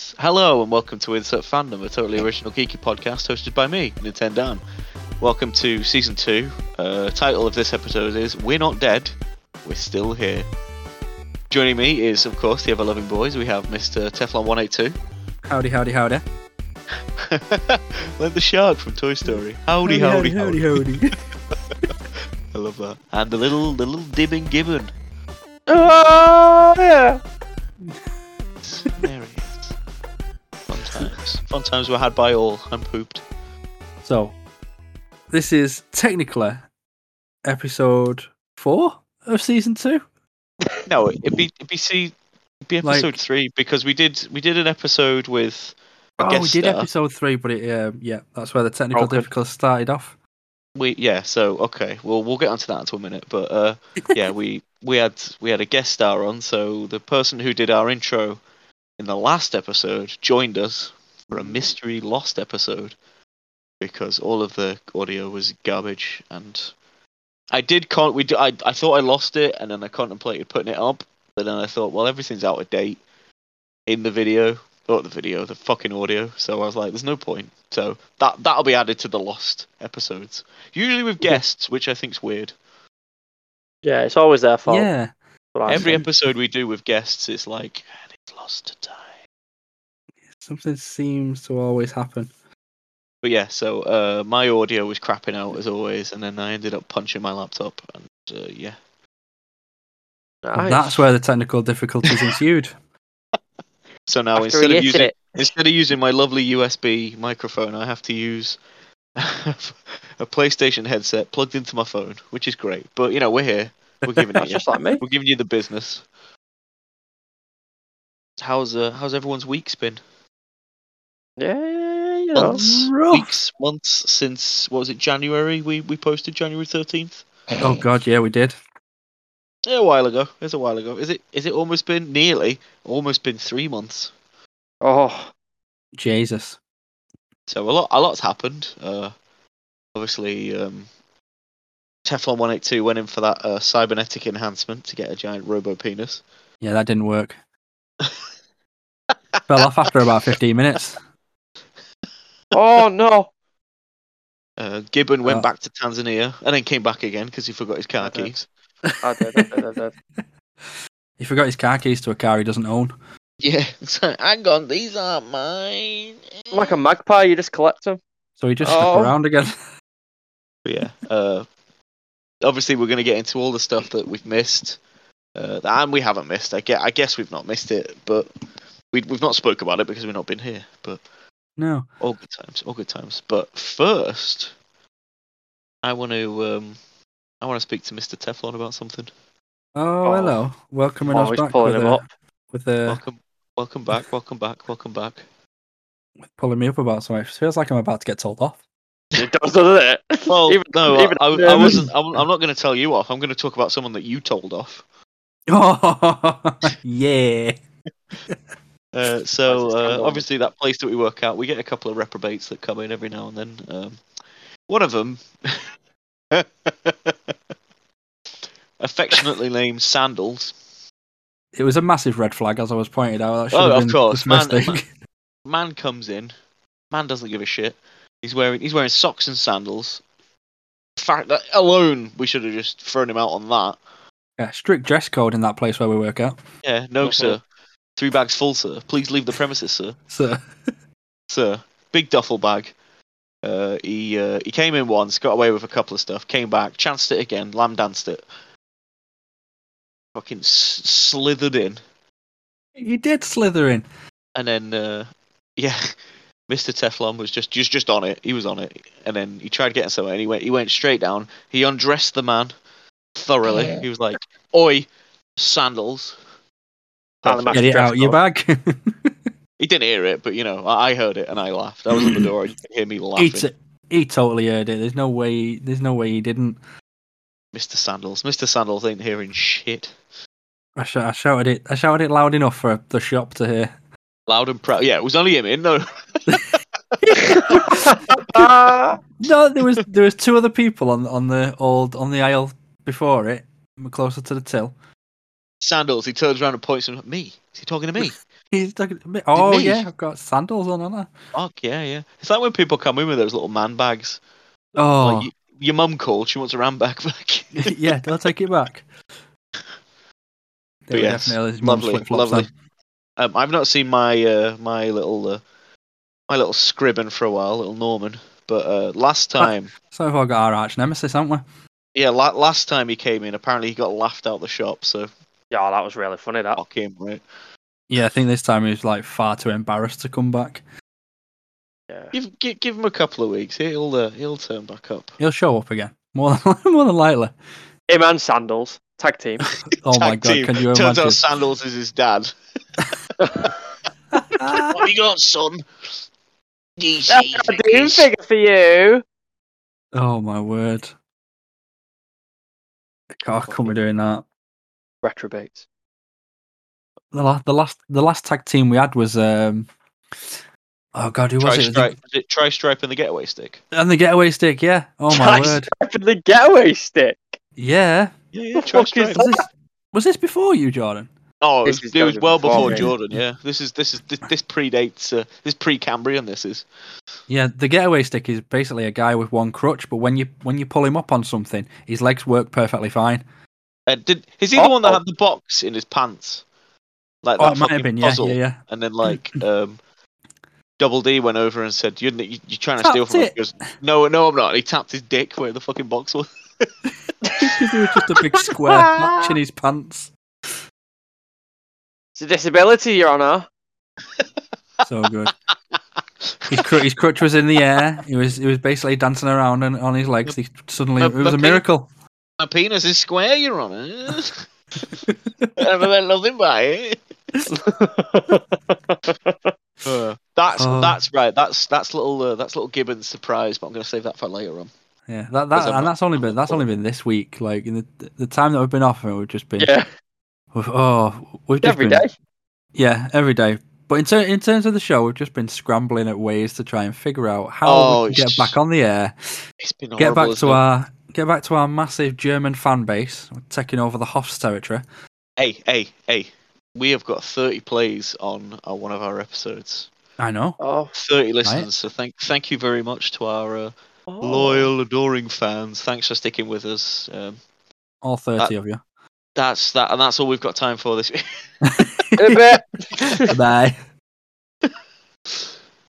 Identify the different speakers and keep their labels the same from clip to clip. Speaker 1: Yes, hello and welcome to Insert Fandom, a totally original geeky podcast hosted by me, Nintendan. Welcome to season two. Uh, title of this episode is "We're Not Dead, We're Still Here." Joining me is, of course, the ever-loving boys. We have Mr. Teflon One Eight Two,
Speaker 2: Howdy, howdy, howdy.
Speaker 1: like the shark from Toy Story. Howdy, howdy, howdy.
Speaker 2: howdy. howdy.
Speaker 1: I love that. And the little, the little Dibbin Gibbon.
Speaker 3: Oh yeah.
Speaker 1: There he is. Fun times. Fun times were had by all. I'm pooped.
Speaker 2: so, this is technically episode four of season two.
Speaker 1: No, it'd be it'd be see it'd be
Speaker 2: Like-
Speaker 1: episode three because we did we did an episode with a
Speaker 2: Oh,
Speaker 1: guest
Speaker 2: we did
Speaker 1: star.
Speaker 2: episode three, but it, um, yeah, that's where the technical
Speaker 3: Okay.
Speaker 2: difficulties started off.
Speaker 1: We yeah, so okay, well we'll get onto that into a minute, but uh, yeah, we we had we had a guest star on, so the person who did our intro in the last episode joined us for a mystery lost episode because all of the audio was garbage and I did con we d- I I thought I lost it and then I contemplated putting it up, but then I thought well everything's out of date in the video or the video the fucking audio, so I was like there's no point. So that that'll be added to the lost episodes. Usually with guests, which I think's weird.
Speaker 3: Yeah, it's always their fault.
Speaker 2: Yeah,
Speaker 3: But I-
Speaker 1: Every episode we do with guests, it's like and it's lost to time.
Speaker 2: something seems to always happen.
Speaker 1: But yeah, so uh, my audio was crapping out as always, and then I ended up punching my laptop, and uh, yeah,
Speaker 3: Nice.
Speaker 2: That's where the technical difficulties ensued.
Speaker 1: so now
Speaker 3: After
Speaker 1: instead
Speaker 3: he
Speaker 1: of
Speaker 3: hits
Speaker 1: using
Speaker 3: it,
Speaker 1: instead of using my lovely USB microphone, I have to use a PlayStation headset plugged into my phone, which is great. But you know, we're here, we're giving it,
Speaker 3: that's
Speaker 1: you.
Speaker 3: just like me.
Speaker 1: we're giving you the business. How's uh, how's everyone's week's been?
Speaker 3: Yeah, you know.
Speaker 1: months,
Speaker 2: rough.
Speaker 1: weeks, months since what was it? January we we posted January thirteenth.
Speaker 2: oh God, yeah, we did.
Speaker 1: Yeah, a while ago. It's a while ago. Is it? Is it almost been nearly? Almost been three months.
Speaker 3: Oh,
Speaker 2: Jesus.
Speaker 1: So a lot, a lot's happened. Uh, obviously, um, Teflon One Eight Two went in for that uh, cybernetic enhancement to get a giant robo penis.
Speaker 2: Yeah, that didn't work. Fell off after about 15 minutes.
Speaker 3: oh no.
Speaker 1: Uh, Gibbon went
Speaker 2: Uh.
Speaker 1: back to Tanzania and then came back again because he forgot his car
Speaker 3: Okay.
Speaker 1: keys.
Speaker 3: I did, I did, I did.
Speaker 2: He forgot his car keys to a car he doesn't own.
Speaker 1: Yeah, it's like, hang on, these aren't mine.
Speaker 3: Like a magpie, you just collect them.
Speaker 2: So he just stuck
Speaker 3: Oh.
Speaker 2: around again.
Speaker 1: But yeah. Uh, obviously, we're going to get into all the stuff that we've missed, uh, and we haven't missed. I guess, I guess we've not missed it, but we, we've not spoke about it because we've not been here. But
Speaker 2: No.
Speaker 1: all good times, all good times. But first, I want to um, I want to speak to Mister Teflon about something.
Speaker 2: Oh,
Speaker 3: Oh.
Speaker 2: hello. Welcoming
Speaker 3: Oh,
Speaker 2: us
Speaker 3: he's
Speaker 2: back
Speaker 3: pulling
Speaker 2: with,
Speaker 3: him
Speaker 2: a,
Speaker 3: up.
Speaker 2: with a
Speaker 1: Welcome, welcome back, welcome back, welcome back.
Speaker 2: with pulling me up about something. It feels like I'm about to get told off.
Speaker 3: It does, doesn't it?
Speaker 1: Well,
Speaker 3: Even-
Speaker 1: no,
Speaker 3: even
Speaker 1: I, I, I
Speaker 3: nervous.
Speaker 1: wasn't. I'm, I'm not going to tell you off. I'm going to talk about someone that you told off.
Speaker 2: Oh, yeah.
Speaker 1: Uh, so
Speaker 3: Prices
Speaker 1: uh,
Speaker 3: handle.
Speaker 1: obviously that place that we work at, we get a couple of reprobates that come in every now and then. Um, one of them, affectionately named Sandals,
Speaker 2: It was a massive red flag, as I was pointed out. That should
Speaker 1: Oh,
Speaker 2: have
Speaker 1: of
Speaker 2: been the
Speaker 1: course, man-
Speaker 2: first thing.
Speaker 1: man comes in. Man doesn't give a shit. He's wearing he's wearing socks and sandals. Fact that alone, we should have just thrown him out on that.
Speaker 2: Yeah, strict dress code in that place where we work at.
Speaker 1: Yeah, no,
Speaker 3: Okay.
Speaker 1: sir. Three bags full, sir. Please leave the premises, sir.
Speaker 2: So,
Speaker 1: sir. Big duffel bag. Uh, he uh, he came in once, got away with a couple of stuff, came back, chanced it again, lamb danced it. Fucking s- slithered in,
Speaker 2: you did slither in.
Speaker 1: and then uh, yeah, Mr. Teflon was just just just on it. He was on it, and then he tried getting somewhere. And he went he went straight down. He undressed the man thoroughly. He was like, "Oi, sandals."
Speaker 3: Can't imagine
Speaker 2: Get it
Speaker 3: dress
Speaker 2: out your
Speaker 3: code.
Speaker 2: bag.
Speaker 1: He didn't hear it, but you know, I I heard it and I laughed. I was in the door. and You could hear me laughing.
Speaker 2: he, t- he totally heard it. There's no way. There's no way he didn't.
Speaker 1: Mr. Sandals. Mr. Sandals ain't hearing shit.
Speaker 2: I, sh- I shouted it. I shouted it loud enough for the shop to hear.
Speaker 1: Loud and proud. Yeah, it was only him in, though.
Speaker 3: Ah,
Speaker 2: No, there was there was two other people on on the old on the aisle before it, closer to the till.
Speaker 1: Sandals, he turns around and points at me. Is he talking to me?
Speaker 2: He's like, oh
Speaker 1: Denise.
Speaker 2: yeah, I've got sandals on, haven't I?
Speaker 1: Fuck yeah, yeah. It's like when people come in with those little man bags.
Speaker 2: Oh,
Speaker 1: Like, y- your mum called. She wants a ram bag back.
Speaker 2: yeah, do I take it back?
Speaker 1: But yes, lovely, lovely. Um, I've not seen my uh, my little uh, my little scribbin for a while, little Norman. But uh, last time,
Speaker 2: So far, got our arch nemesis, haven't we?
Speaker 1: yeah, la- last time he came in, apparently he got laughed out the shop. So
Speaker 3: Yeah, that was really funny. That.
Speaker 1: fuck him, right?
Speaker 2: Yeah, I think this time he was like far too embarrassed to come back.
Speaker 3: Yeah.
Speaker 1: Give give, give him a couple of weeks. He'll uh, he'll turn back up.
Speaker 2: He'll show up again, more than more than likely.
Speaker 3: Him and sandals tag team.
Speaker 2: Oh my
Speaker 1: Tag
Speaker 2: god,
Speaker 1: team.
Speaker 2: can you
Speaker 1: Turns
Speaker 2: imagine?
Speaker 1: out Sandals is his dad.
Speaker 2: Ah,
Speaker 1: What have you got, son? DC
Speaker 3: That's a Doom
Speaker 1: figures.
Speaker 3: figure for you.
Speaker 2: oh my word! God, I couldn't be doing that.
Speaker 3: Retrobates.
Speaker 2: The last, the last, the last tag team we had was um. Oh god, who was it? It was the-
Speaker 1: Tri-stripe. Is it tri-stripe and the getaway stick?
Speaker 2: And the getaway stick, yeah. Oh my word,
Speaker 3: For the getaway stick.
Speaker 2: yeah.
Speaker 1: Yeah,
Speaker 3: The
Speaker 1: yeah,
Speaker 3: fuck is
Speaker 1: tri-stripe.
Speaker 2: Was this, was this before you, Jordan?
Speaker 1: Oh,
Speaker 3: This
Speaker 1: it was,
Speaker 3: is
Speaker 1: it was
Speaker 3: Jordan
Speaker 1: well
Speaker 3: before
Speaker 1: before
Speaker 3: me.
Speaker 1: Jordan. Yeah, this is this is this, this predates uh, this pre-Cambrian. This is
Speaker 2: Yeah, the getaway stick is basically a guy with one crutch, but when you when you pull him up on something, his legs work perfectly fine.
Speaker 1: uh, did is he the one that
Speaker 3: Oh.
Speaker 1: had the box in his pants? Like
Speaker 2: Oh,
Speaker 1: that
Speaker 2: it might have
Speaker 1: fucking
Speaker 2: been, yeah,
Speaker 1: puzzle,
Speaker 2: yeah, yeah.
Speaker 1: and then like um, Double D went over and said, "You're you, you're trying to steal
Speaker 2: Tapped
Speaker 1: from us."
Speaker 2: it.
Speaker 1: He goes, "No, no, I'm not." And he tapped his dick where the fucking box was.
Speaker 2: Because there was just a big square patch in his pants.
Speaker 3: It's a disability, Your Honour.
Speaker 2: So good. His, cru- his crutch was in the air. He was he was basically dancing around and on his legs. He suddenly it was a miracle.
Speaker 1: My penis is square, Your Honour. I've meant nothing by it. Uh, that's
Speaker 2: Oh.
Speaker 1: that's right. That's that's little uh, that's little Gibbons surprise, but I'm going to save that for later on.
Speaker 2: Yeah, that,
Speaker 1: There's
Speaker 2: that
Speaker 1: a
Speaker 2: and that's only
Speaker 1: map
Speaker 2: been that's
Speaker 1: on
Speaker 2: only been this week. Like in the the time that we've been off, and we've just been
Speaker 3: yeah,
Speaker 2: we've, oh we've just
Speaker 3: every
Speaker 2: been,
Speaker 3: day.
Speaker 2: Yeah, every day. But in, ter- in terms of the show, we've just been scrambling at ways to try and figure out how
Speaker 1: Oh,
Speaker 2: we can
Speaker 1: it's-
Speaker 2: get back on the air,
Speaker 1: It's been
Speaker 2: get
Speaker 1: horrible,
Speaker 2: back
Speaker 1: isn't
Speaker 2: to
Speaker 1: it?
Speaker 2: our get back to our massive German fan base, taking over the Hoffs territory.
Speaker 1: Hey, hey, hey. We have got 30 plays on uh, one of our episodes.
Speaker 2: I know.
Speaker 3: Oh,
Speaker 1: 30 listeners. So thank thank you very much to our uh, loyal, adoring fans. Thanks for sticking with us. Um,
Speaker 2: All
Speaker 1: Uh,
Speaker 2: thirty of you.
Speaker 1: that's that, and that's all we've got time for this. week.
Speaker 3: A bit.
Speaker 2: Bye.
Speaker 1: um,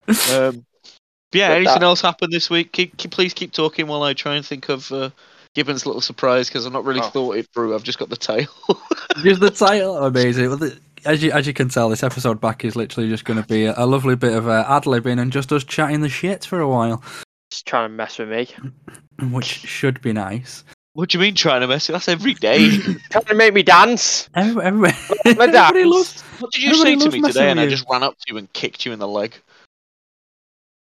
Speaker 1: yeah.
Speaker 3: But
Speaker 1: anything
Speaker 3: that-
Speaker 1: else happened this week? Keep, keep- please keep talking while I try and think of uh, Gibbon's little surprise because I've not really
Speaker 3: Oh.
Speaker 1: thought it through. I've just got the tail.
Speaker 2: Just the title, amazing. Well, the- As you as you can tell, this episode back is literally just going to be a, a lovely bit of uh, ad libbing and just us chatting the shit for a while,
Speaker 3: Just trying to mess with me.
Speaker 2: which should be nice.
Speaker 1: what do you mean trying to mess it? That's every day.
Speaker 3: Trying to make me dance.
Speaker 2: Everybody, everybody,
Speaker 3: My
Speaker 2: everybody
Speaker 3: dance.
Speaker 2: loves
Speaker 1: What did you
Speaker 2: Everybody
Speaker 1: say to
Speaker 2: loves
Speaker 1: me
Speaker 2: messing
Speaker 1: today? And I
Speaker 2: with you.
Speaker 1: just ran up to you and kicked you in the leg.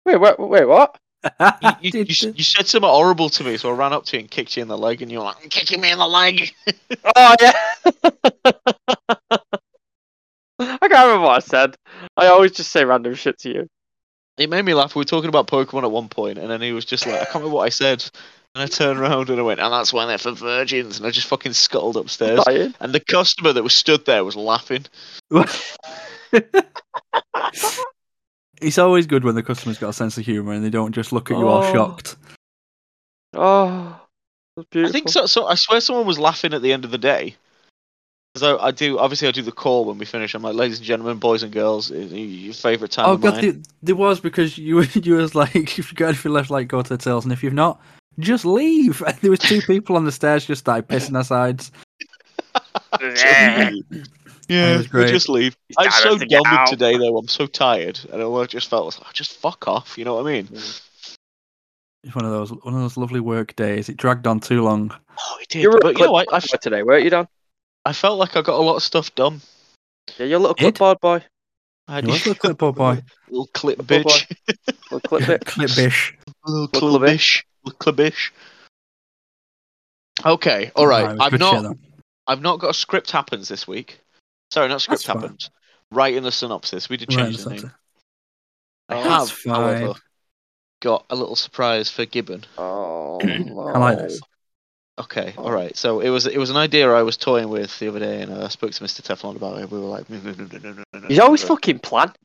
Speaker 3: Wait, wait, wait, what?
Speaker 1: You, you, you, s- you said something horrible to me, so I ran up to you and kicked you in the leg, and you were like, "I'm kicking me in the leg.
Speaker 3: Oh yeah. I can't remember what I said. I always just say random shit to you.
Speaker 1: It made me laugh. We were talking about Pokemon at one point, and then he was just like, I can't remember what I said. And I turned around and I went, and that's why they're for virgins. And I just fucking scuttled upstairs.
Speaker 3: Lying.
Speaker 1: And the customer that was stood there was laughing.
Speaker 2: It's always good when the customer's got a sense of humour and they don't just look at you all
Speaker 3: Oh.
Speaker 2: shocked.
Speaker 3: Oh, that's
Speaker 1: I
Speaker 3: beautiful.
Speaker 1: think so, so. I swear someone was laughing at the end of the day. So I do, obviously, I do the call when we finish. I'm like, ladies and gentlemen, boys and girls, i- i- your favourite time
Speaker 2: Oh
Speaker 1: of mine.
Speaker 2: god, there, there was because you were- you was like, if you got if you left, like go to the tails, and if you've not, just leave. And there was two people on the stairs just started pissing our sides.
Speaker 1: yeah,
Speaker 2: That was
Speaker 1: we
Speaker 2: great.
Speaker 1: just leave. I'm so done with today, though. I'm so tired, and all I just felt was, oh, just fuck off. You know what I mean?
Speaker 2: It's one of those one of those lovely work days. It dragged on too long.
Speaker 1: Oh, it did.
Speaker 3: You were
Speaker 1: but you know, I, I,
Speaker 3: clipboard today, weren't you, Dan?
Speaker 1: I felt like I got a lot of stuff done.
Speaker 3: Yeah, you're a little
Speaker 2: Did?
Speaker 3: clipboard boy.
Speaker 1: I
Speaker 2: You was a clipboard boy,
Speaker 1: Little clip
Speaker 3: Clipboard
Speaker 1: bitch.
Speaker 3: Little clip bit.
Speaker 2: clipbish.
Speaker 1: Little
Speaker 3: Little
Speaker 1: clubbish. Little clubbish. Okay, all
Speaker 2: Nah,
Speaker 1: right.
Speaker 2: it was
Speaker 1: I've
Speaker 2: good shit,
Speaker 1: not,
Speaker 2: though.
Speaker 1: I've not got a script happens this week. Sorry, not script
Speaker 2: That's fine.
Speaker 1: happens. Writing the synopsis. We did
Speaker 2: Right,
Speaker 1: change
Speaker 2: that's
Speaker 1: the name.
Speaker 2: it.
Speaker 1: I have,
Speaker 2: That's
Speaker 1: however,
Speaker 2: fine.
Speaker 1: got a little surprise for Gibbon.
Speaker 3: Oh,
Speaker 2: I like this.
Speaker 1: Okay, all right. So it was it was an idea I was toying with the other day, and I spoke to Mr. Teflon about it. We were like,
Speaker 3: He's always fucking plan.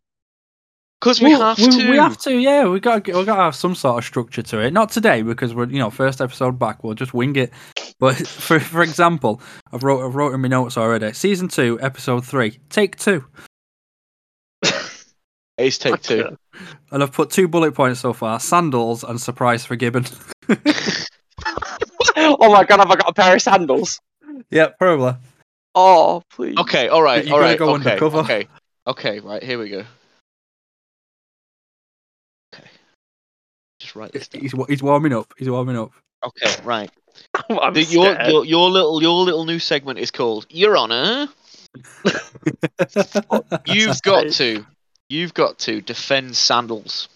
Speaker 1: because we have to.
Speaker 2: We have to. Yeah, we got we got to have some sort of structure to it. Not today because we're you know first episode back. We'll just wing it. But for for example, I've wrote I've wrote in my notes already. Season two, episode three, take two,
Speaker 1: Ace take two.
Speaker 3: Okay.
Speaker 2: and I've put two bullet points so far: sandals and surprise for Gibbon.
Speaker 3: oh my god, have I got a pair of sandals?
Speaker 2: yeah, probably.
Speaker 3: Oh, please.
Speaker 1: Okay, all right,
Speaker 2: You
Speaker 1: all
Speaker 2: gotta
Speaker 1: right,
Speaker 2: go
Speaker 1: okay,
Speaker 2: undercover.
Speaker 1: okay, okay. Right here we go. Okay, just write this down.
Speaker 2: He's wa- he's warming up. He's warming up.
Speaker 1: Okay, right.
Speaker 3: I'm
Speaker 1: The- your,
Speaker 3: scared.
Speaker 1: your your little your little new segment is called Your Honor. You've got to, you've got to defend sandals.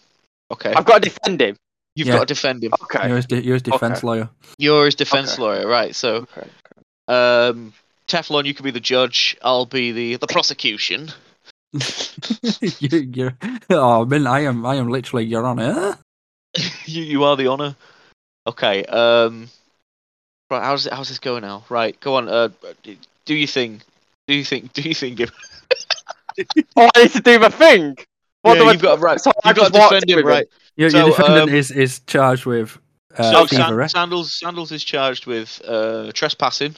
Speaker 1: Okay,
Speaker 3: I've got to defend him.
Speaker 1: you've
Speaker 2: Yeah.
Speaker 1: got to defend him.
Speaker 3: Okay.
Speaker 2: You're his, de- you're his defense lawyer.
Speaker 1: You're his defense
Speaker 3: Okay.
Speaker 1: lawyer, right? So,
Speaker 3: okay.
Speaker 1: um, Teflon, you can be the judge. I'll be the the prosecution.
Speaker 2: you, you're, oh man, I am. I am literally. You're on it.
Speaker 1: you you are the honor. Okay. Um. Right. How's how's this going now? Right. Go on. Uh. d- Do you thing. Do you think? Do you think? If,
Speaker 3: Oh, I need to do my thing. What do
Speaker 1: yeah,
Speaker 3: I
Speaker 1: you've got right.
Speaker 3: so I
Speaker 1: You've got
Speaker 3: just
Speaker 1: to
Speaker 3: walked
Speaker 1: defend
Speaker 3: in
Speaker 1: him,
Speaker 3: with
Speaker 1: right?
Speaker 2: Your,
Speaker 1: So,
Speaker 2: your defendant
Speaker 1: um,
Speaker 2: is is charged with uh,
Speaker 1: So
Speaker 2: thievery.
Speaker 1: San- Sandals Sandals is charged with uh trespassing.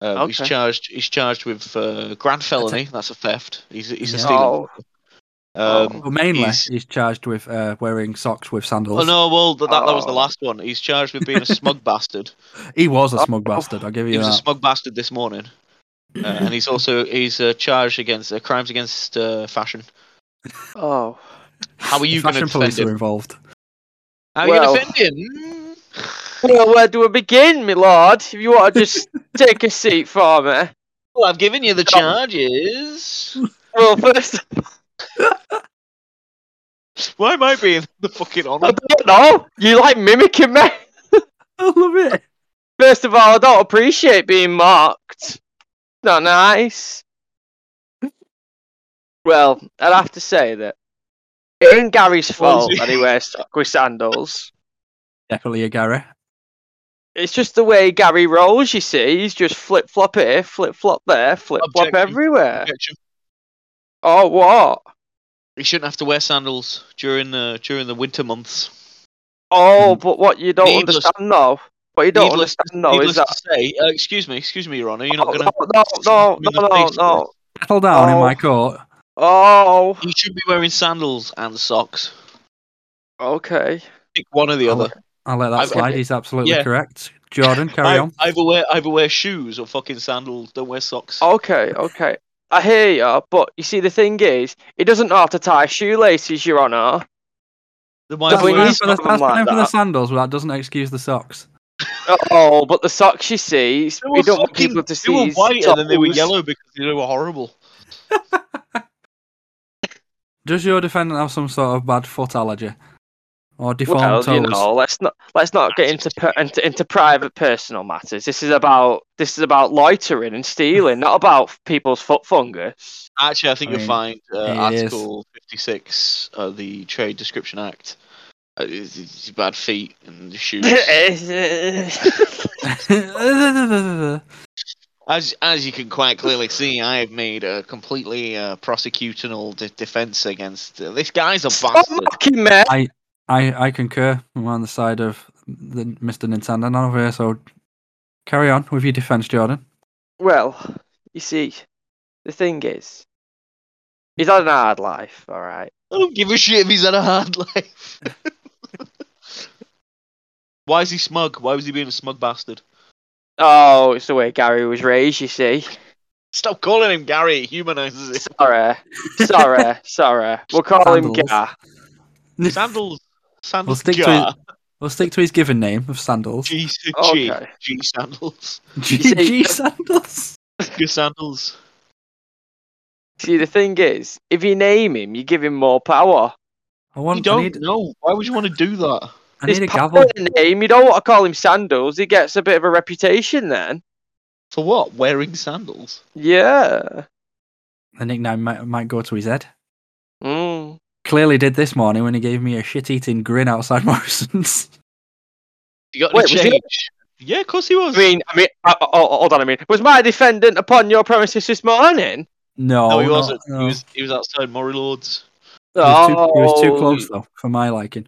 Speaker 1: Um, He's
Speaker 3: Okay.
Speaker 1: charged. He's charged with uh, grand felony. That's a theft. He's he's a
Speaker 2: Yeah.
Speaker 1: stealer.
Speaker 3: Oh,
Speaker 1: Um,
Speaker 2: Well, mainly,
Speaker 1: he's-
Speaker 2: he's, charged with uh, wearing socks with sandals.
Speaker 1: oh no! Well, th- that, that was the
Speaker 3: Oh.
Speaker 1: last one. He's charged with being a smug bastard.
Speaker 2: He was a
Speaker 3: Oh.
Speaker 2: smug bastard. I'll give
Speaker 1: He
Speaker 2: you
Speaker 1: was a
Speaker 2: that.
Speaker 1: smug bastard this morning, uh, and he's also he's uh, charged against uh, crimes against uh, fashion.
Speaker 3: oh.
Speaker 1: How are
Speaker 2: The
Speaker 1: you going to
Speaker 2: Fashion
Speaker 1: defend
Speaker 2: police
Speaker 1: him?
Speaker 2: are involved.
Speaker 1: How
Speaker 3: Well-
Speaker 1: are you defending?
Speaker 3: Well, where do we begin, my lord? If you want to just take a seat for me.
Speaker 1: Well, I've given you the
Speaker 3: Um,
Speaker 1: charges.
Speaker 3: Well, first,
Speaker 1: Why am I being the fucking
Speaker 3: I
Speaker 1: honour?
Speaker 3: don't know. You like mimicking me.
Speaker 2: I love it.
Speaker 3: First of all, I don't appreciate being mocked. Not nice. Well, I'd have to say that it ain't Gary's fault that he wears sock with sandals.
Speaker 2: Definitely a Gary.
Speaker 3: It's just the way Gary rolls, you see. He's just flip flop here, flip flop there, flip flop
Speaker 1: Objection.
Speaker 3: everywhere. Oh, what?
Speaker 1: He shouldn't have to wear sandals during the during the winter months.
Speaker 3: Oh, but what you don't
Speaker 1: Hmm. Needless-
Speaker 3: understand, though. What you don't
Speaker 1: Needless-
Speaker 3: understand, though, is
Speaker 1: Needless
Speaker 3: that.
Speaker 1: to say, uh, excuse me, excuse me, Your Honour, you're not
Speaker 3: Oh,
Speaker 1: going
Speaker 3: no,
Speaker 1: to.
Speaker 3: no,
Speaker 1: in the
Speaker 3: no, no,
Speaker 1: face,
Speaker 3: no.
Speaker 2: Settle down in
Speaker 3: Oh.
Speaker 2: my court.
Speaker 3: Oh,
Speaker 1: You should be wearing sandals and socks.
Speaker 3: okay.
Speaker 1: Pick one or the
Speaker 2: I'll,
Speaker 1: other.
Speaker 2: I'll let that
Speaker 1: I've-
Speaker 2: slide. He's absolutely
Speaker 1: yeah.
Speaker 2: correct. Jordan, carry
Speaker 1: I,
Speaker 2: on.
Speaker 1: either wear either wear shoes or fucking sandals. Don't wear socks.
Speaker 3: Okay, okay. I hear you, but you see, the thing is, he doesn't know how to tie shoelaces, Your Honour.
Speaker 1: Then
Speaker 2: That's
Speaker 1: why
Speaker 3: Doesn't
Speaker 1: wear
Speaker 3: mean
Speaker 2: fine
Speaker 3: he's
Speaker 2: for the,
Speaker 3: something
Speaker 2: that's
Speaker 3: like
Speaker 2: fine for the
Speaker 3: that.
Speaker 2: sandals, but that doesn't excuse the socks.
Speaker 3: Oh, but the socks you see, he's-
Speaker 1: They
Speaker 3: we
Speaker 1: were
Speaker 3: don't want
Speaker 1: fucking-
Speaker 3: people to
Speaker 1: They
Speaker 3: see.
Speaker 1: were
Speaker 3: his
Speaker 1: white and then they were
Speaker 3: toes.
Speaker 1: yellow because they were horrible.
Speaker 2: Does your defendant have some sort of bad foot allergy or deformed
Speaker 3: Well,
Speaker 2: toes?
Speaker 3: you know, let's not let's not get into per, into into private personal matters. This is about this is about loitering and stealing, not about people's foot fungus.
Speaker 1: Actually, I think
Speaker 2: I
Speaker 1: you'll
Speaker 2: mean,
Speaker 1: find uh,
Speaker 2: it is.
Speaker 1: Article 56 of the Trade Description Act. Uh, it's, it's bad feet and shoes.
Speaker 3: Eh.
Speaker 1: as as you can quite clearly see, I have made a completely uh, prosecutorial de- defense against uh, this guy's a
Speaker 3: Stop
Speaker 1: bastard.
Speaker 3: mocking me.
Speaker 2: I, I concur. I'm on the side of the Mr. Nintendo now over here, so carry on with your defense, Jordan.
Speaker 3: Well, you see, the thing is, he's had an hard life, all right.
Speaker 1: I don't give a shit if he's had a hard life. Why is he smug? Why was he being a smug bastard?
Speaker 3: Oh, it's the way Gary was raised, you see.
Speaker 1: Stop calling him Gary. It humanizes it.
Speaker 3: Sorry, sorry, sorry. We'll call him
Speaker 2: Sandals.
Speaker 3: Gar.
Speaker 1: Sandals. Sandals.
Speaker 2: We'll stick to
Speaker 1: gar.
Speaker 2: his- We'll stick to his given name of sandals.
Speaker 1: G, G,
Speaker 3: Okay.
Speaker 1: G sandals.
Speaker 2: G,
Speaker 3: see-
Speaker 2: G sandals.
Speaker 1: G sandals.
Speaker 3: See, the thing is, if you name him, you give him more power.
Speaker 2: I
Speaker 1: You
Speaker 2: want. I
Speaker 1: don't
Speaker 2: need,
Speaker 1: know. Why would you want to do that?
Speaker 2: I need a
Speaker 3: His
Speaker 2: gavel.
Speaker 3: power name, you don't want to call him Sandals. He gets a bit of a reputation then.
Speaker 1: For what? Wearing sandals.
Speaker 3: Yeah.
Speaker 2: The nickname might, might go to his head.
Speaker 3: Mm.
Speaker 2: Clearly did this morning when he gave me a shit-eating grin outside Morrison's.
Speaker 1: You got
Speaker 3: Wait,
Speaker 1: any
Speaker 3: was he-
Speaker 1: change? Yeah, of course he was.
Speaker 3: I mean, I mean, uh, uh, oh, hold on. I mean, was my defendant upon your premises this morning?
Speaker 2: Oh, No,
Speaker 1: no, he
Speaker 2: not-
Speaker 1: wasn't.
Speaker 2: no.
Speaker 1: He was he was outside Murray Lords.
Speaker 2: He was too, he was too close though, for my liking.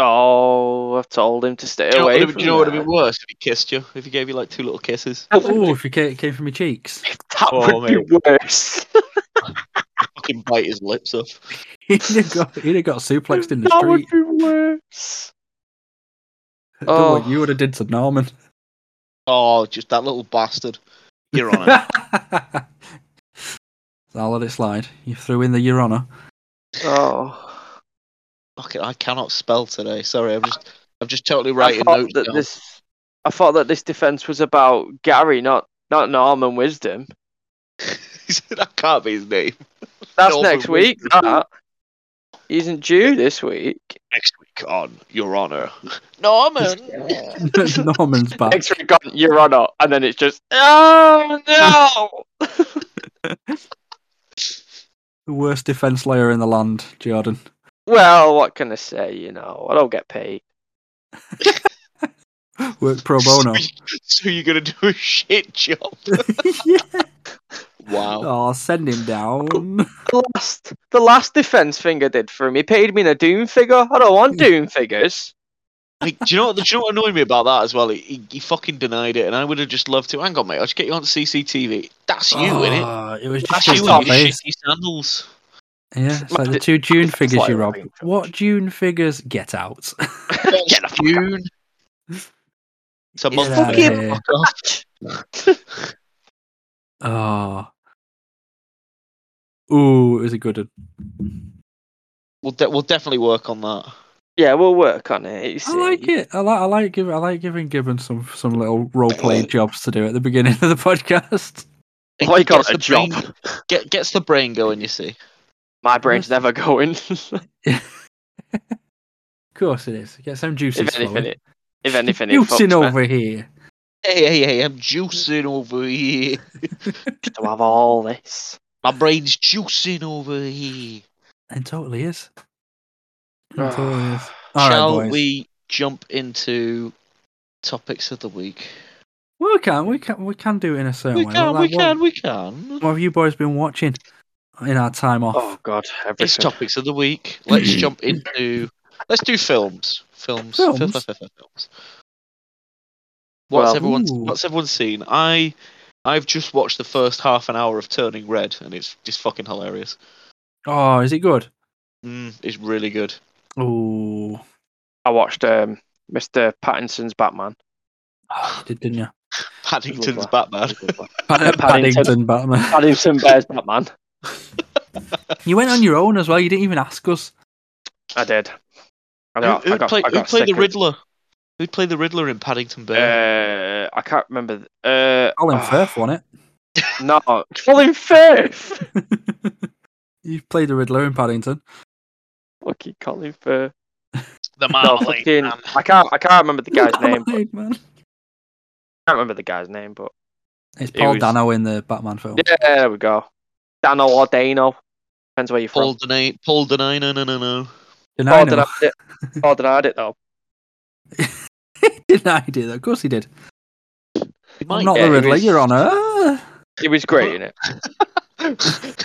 Speaker 3: Oh, I've told him to stay
Speaker 1: Do you know,
Speaker 3: away.
Speaker 1: what-
Speaker 3: from
Speaker 1: do you know what would have
Speaker 3: there.
Speaker 1: been worse if he kissed you? If he gave you like two little kisses?
Speaker 2: Oh, if it ca- came from my cheeks.
Speaker 3: That
Speaker 1: Oh,
Speaker 3: would be worse.
Speaker 1: Fucking bite his lips off.
Speaker 2: He'd have got, he'd have got suplexed in the
Speaker 3: that would
Speaker 2: street.
Speaker 3: be worse.
Speaker 2: Don't worry,
Speaker 3: oh.
Speaker 2: you would have did to Norman.
Speaker 1: Oh, just that little bastard. Your Honor.
Speaker 2: I'll let it slide. You threw in the Your Honor.
Speaker 3: Oh.
Speaker 1: Fuck it, I cannot spell today. Sorry, I'm just I'm just totally
Speaker 3: I
Speaker 1: writing
Speaker 3: thought
Speaker 1: notes.
Speaker 3: that
Speaker 1: down.
Speaker 3: this. I thought that this defense was about Gary, not not Norman Wisdom.
Speaker 1: He said, that can't be his name.
Speaker 3: That's
Speaker 1: Norman
Speaker 3: next week.
Speaker 1: Wisdom.
Speaker 3: That isn't due this week.
Speaker 1: Next week on Your Honor. Norman.
Speaker 2: Norman's back.
Speaker 3: Next week on Your Honor, and then it's just oh no.
Speaker 2: The worst defence layer in the land, Jordan.
Speaker 3: well, what can I say? You know, I don't get paid.
Speaker 2: Work pro bono.
Speaker 1: So, you- so you're gonna do a shit job.
Speaker 2: yeah.
Speaker 1: Wow.
Speaker 2: Oh, send him down.
Speaker 3: The last, the last defense thing I did for him, he paid me in a Doom figure. I don't want Doom figures.
Speaker 1: Like, do you know what? Do you know what annoyed me about that as well? He, he, he fucking denied it, and I would have just loved to. Hang on, mate. I'll just get you on CCTV. That's you, innit?
Speaker 2: Ah, It was
Speaker 1: That's
Speaker 2: just
Speaker 1: you
Speaker 2: his
Speaker 1: in
Speaker 3: stop
Speaker 1: your
Speaker 2: face.
Speaker 1: shitty sandals.
Speaker 2: Yeah, it's like the
Speaker 3: Matt,
Speaker 2: two June
Speaker 3: it's
Speaker 2: figures
Speaker 3: like
Speaker 2: you
Speaker 3: a
Speaker 2: robbed.
Speaker 3: fucking joke.
Speaker 2: What June figures? Get out.
Speaker 1: Get a June. It's a
Speaker 2: Get
Speaker 1: month.
Speaker 2: outta
Speaker 1: away.
Speaker 2: here.
Speaker 1: Fuck off.
Speaker 2: Oh. Ooh, it was a good one.
Speaker 1: We'll, de- we'll definitely work on that.
Speaker 3: Yeah, we'll work on it. you
Speaker 2: I
Speaker 3: see.
Speaker 2: like it. I like. I like giving. I like giving Gibbon some some little role play jobs to do at the beginning of the podcast.
Speaker 3: Well, he got
Speaker 1: Gets
Speaker 3: a
Speaker 1: the
Speaker 3: job.
Speaker 1: brain- get, gets the brain going, you see.
Speaker 3: My brain's never going.
Speaker 2: Of course, it is. Get some juicy.
Speaker 3: if anything,
Speaker 2: flowing.
Speaker 3: it, if anything, it fucks
Speaker 2: Juicing
Speaker 3: me
Speaker 2: over here.
Speaker 1: Hey, hey, hey, I'm juicing over here.
Speaker 3: to have all this.
Speaker 1: My brain's juicing over here.
Speaker 2: It totally is. It
Speaker 3: Ah.
Speaker 2: totally is. All right,
Speaker 1: Shall
Speaker 2: boys.
Speaker 1: we jump into topics of the week?
Speaker 2: Well, we can. We can. We can do it in a certain
Speaker 1: we
Speaker 2: way.
Speaker 1: can,
Speaker 2: Like,
Speaker 1: we
Speaker 2: what-
Speaker 1: can, we can.
Speaker 2: What have you boys been watching in our time off?
Speaker 3: Oh God, everything.
Speaker 1: It's topics of the week. Let's jump into. Let's do films. Films.
Speaker 2: Films?
Speaker 1: Films. films. What's
Speaker 3: Well-
Speaker 1: everyone?
Speaker 2: Ooh.
Speaker 1: What's everyone seen? I, I've just watched the first half an hour of Turning Red, and it's just fucking hilarious.
Speaker 2: Oh, is it good?
Speaker 1: Mm, it's really good.
Speaker 2: Ooh.
Speaker 3: I watched um, Mr. Pattinson's Batman.
Speaker 2: Oh, you did, didn't you?
Speaker 1: Paddington's
Speaker 3: that.
Speaker 1: Batman.
Speaker 2: Pad-
Speaker 3: Paddington.
Speaker 2: Paddington Batman.
Speaker 3: Pattinson Bears Batman.
Speaker 2: You went on your own as well. You didn't even ask us.
Speaker 3: I did. I
Speaker 1: Who,
Speaker 3: got,
Speaker 1: who'd
Speaker 3: I got,
Speaker 1: play,
Speaker 3: I
Speaker 1: who
Speaker 3: got
Speaker 1: played the
Speaker 3: sick of-
Speaker 1: Riddler? Who'd play the Riddler in Paddington Bear?
Speaker 3: Uh, I can't remember. th- Uh,
Speaker 2: Colin
Speaker 3: oh,
Speaker 2: Firth won it.
Speaker 3: No, Colin Firth.
Speaker 2: You played the Riddler in Paddington.
Speaker 3: Fucking Colin Firth.
Speaker 1: the
Speaker 3: No,
Speaker 1: Marley.
Speaker 3: fucking.
Speaker 1: man.
Speaker 3: I can't. I can't remember the guy's name.
Speaker 2: Marmalade
Speaker 3: but-
Speaker 2: Man.
Speaker 3: I can't remember the guy's name, but
Speaker 2: It's
Speaker 1: It
Speaker 2: Paul
Speaker 1: was-
Speaker 2: Dano in the Batman film.
Speaker 3: yeah, there we go. Dano or Dano, depends where you're
Speaker 1: Paul
Speaker 3: from.
Speaker 1: Denay. Paul Denay. No, no, no, no.
Speaker 2: Denied
Speaker 3: Paul
Speaker 2: him.
Speaker 3: denied it. Paul denied it though.
Speaker 2: Denied it. Of course he did.
Speaker 1: He
Speaker 2: I'm
Speaker 1: might
Speaker 2: not
Speaker 1: get
Speaker 2: the
Speaker 3: it
Speaker 2: Riddler,
Speaker 3: is-
Speaker 2: Your Honour.
Speaker 3: It was great, innit?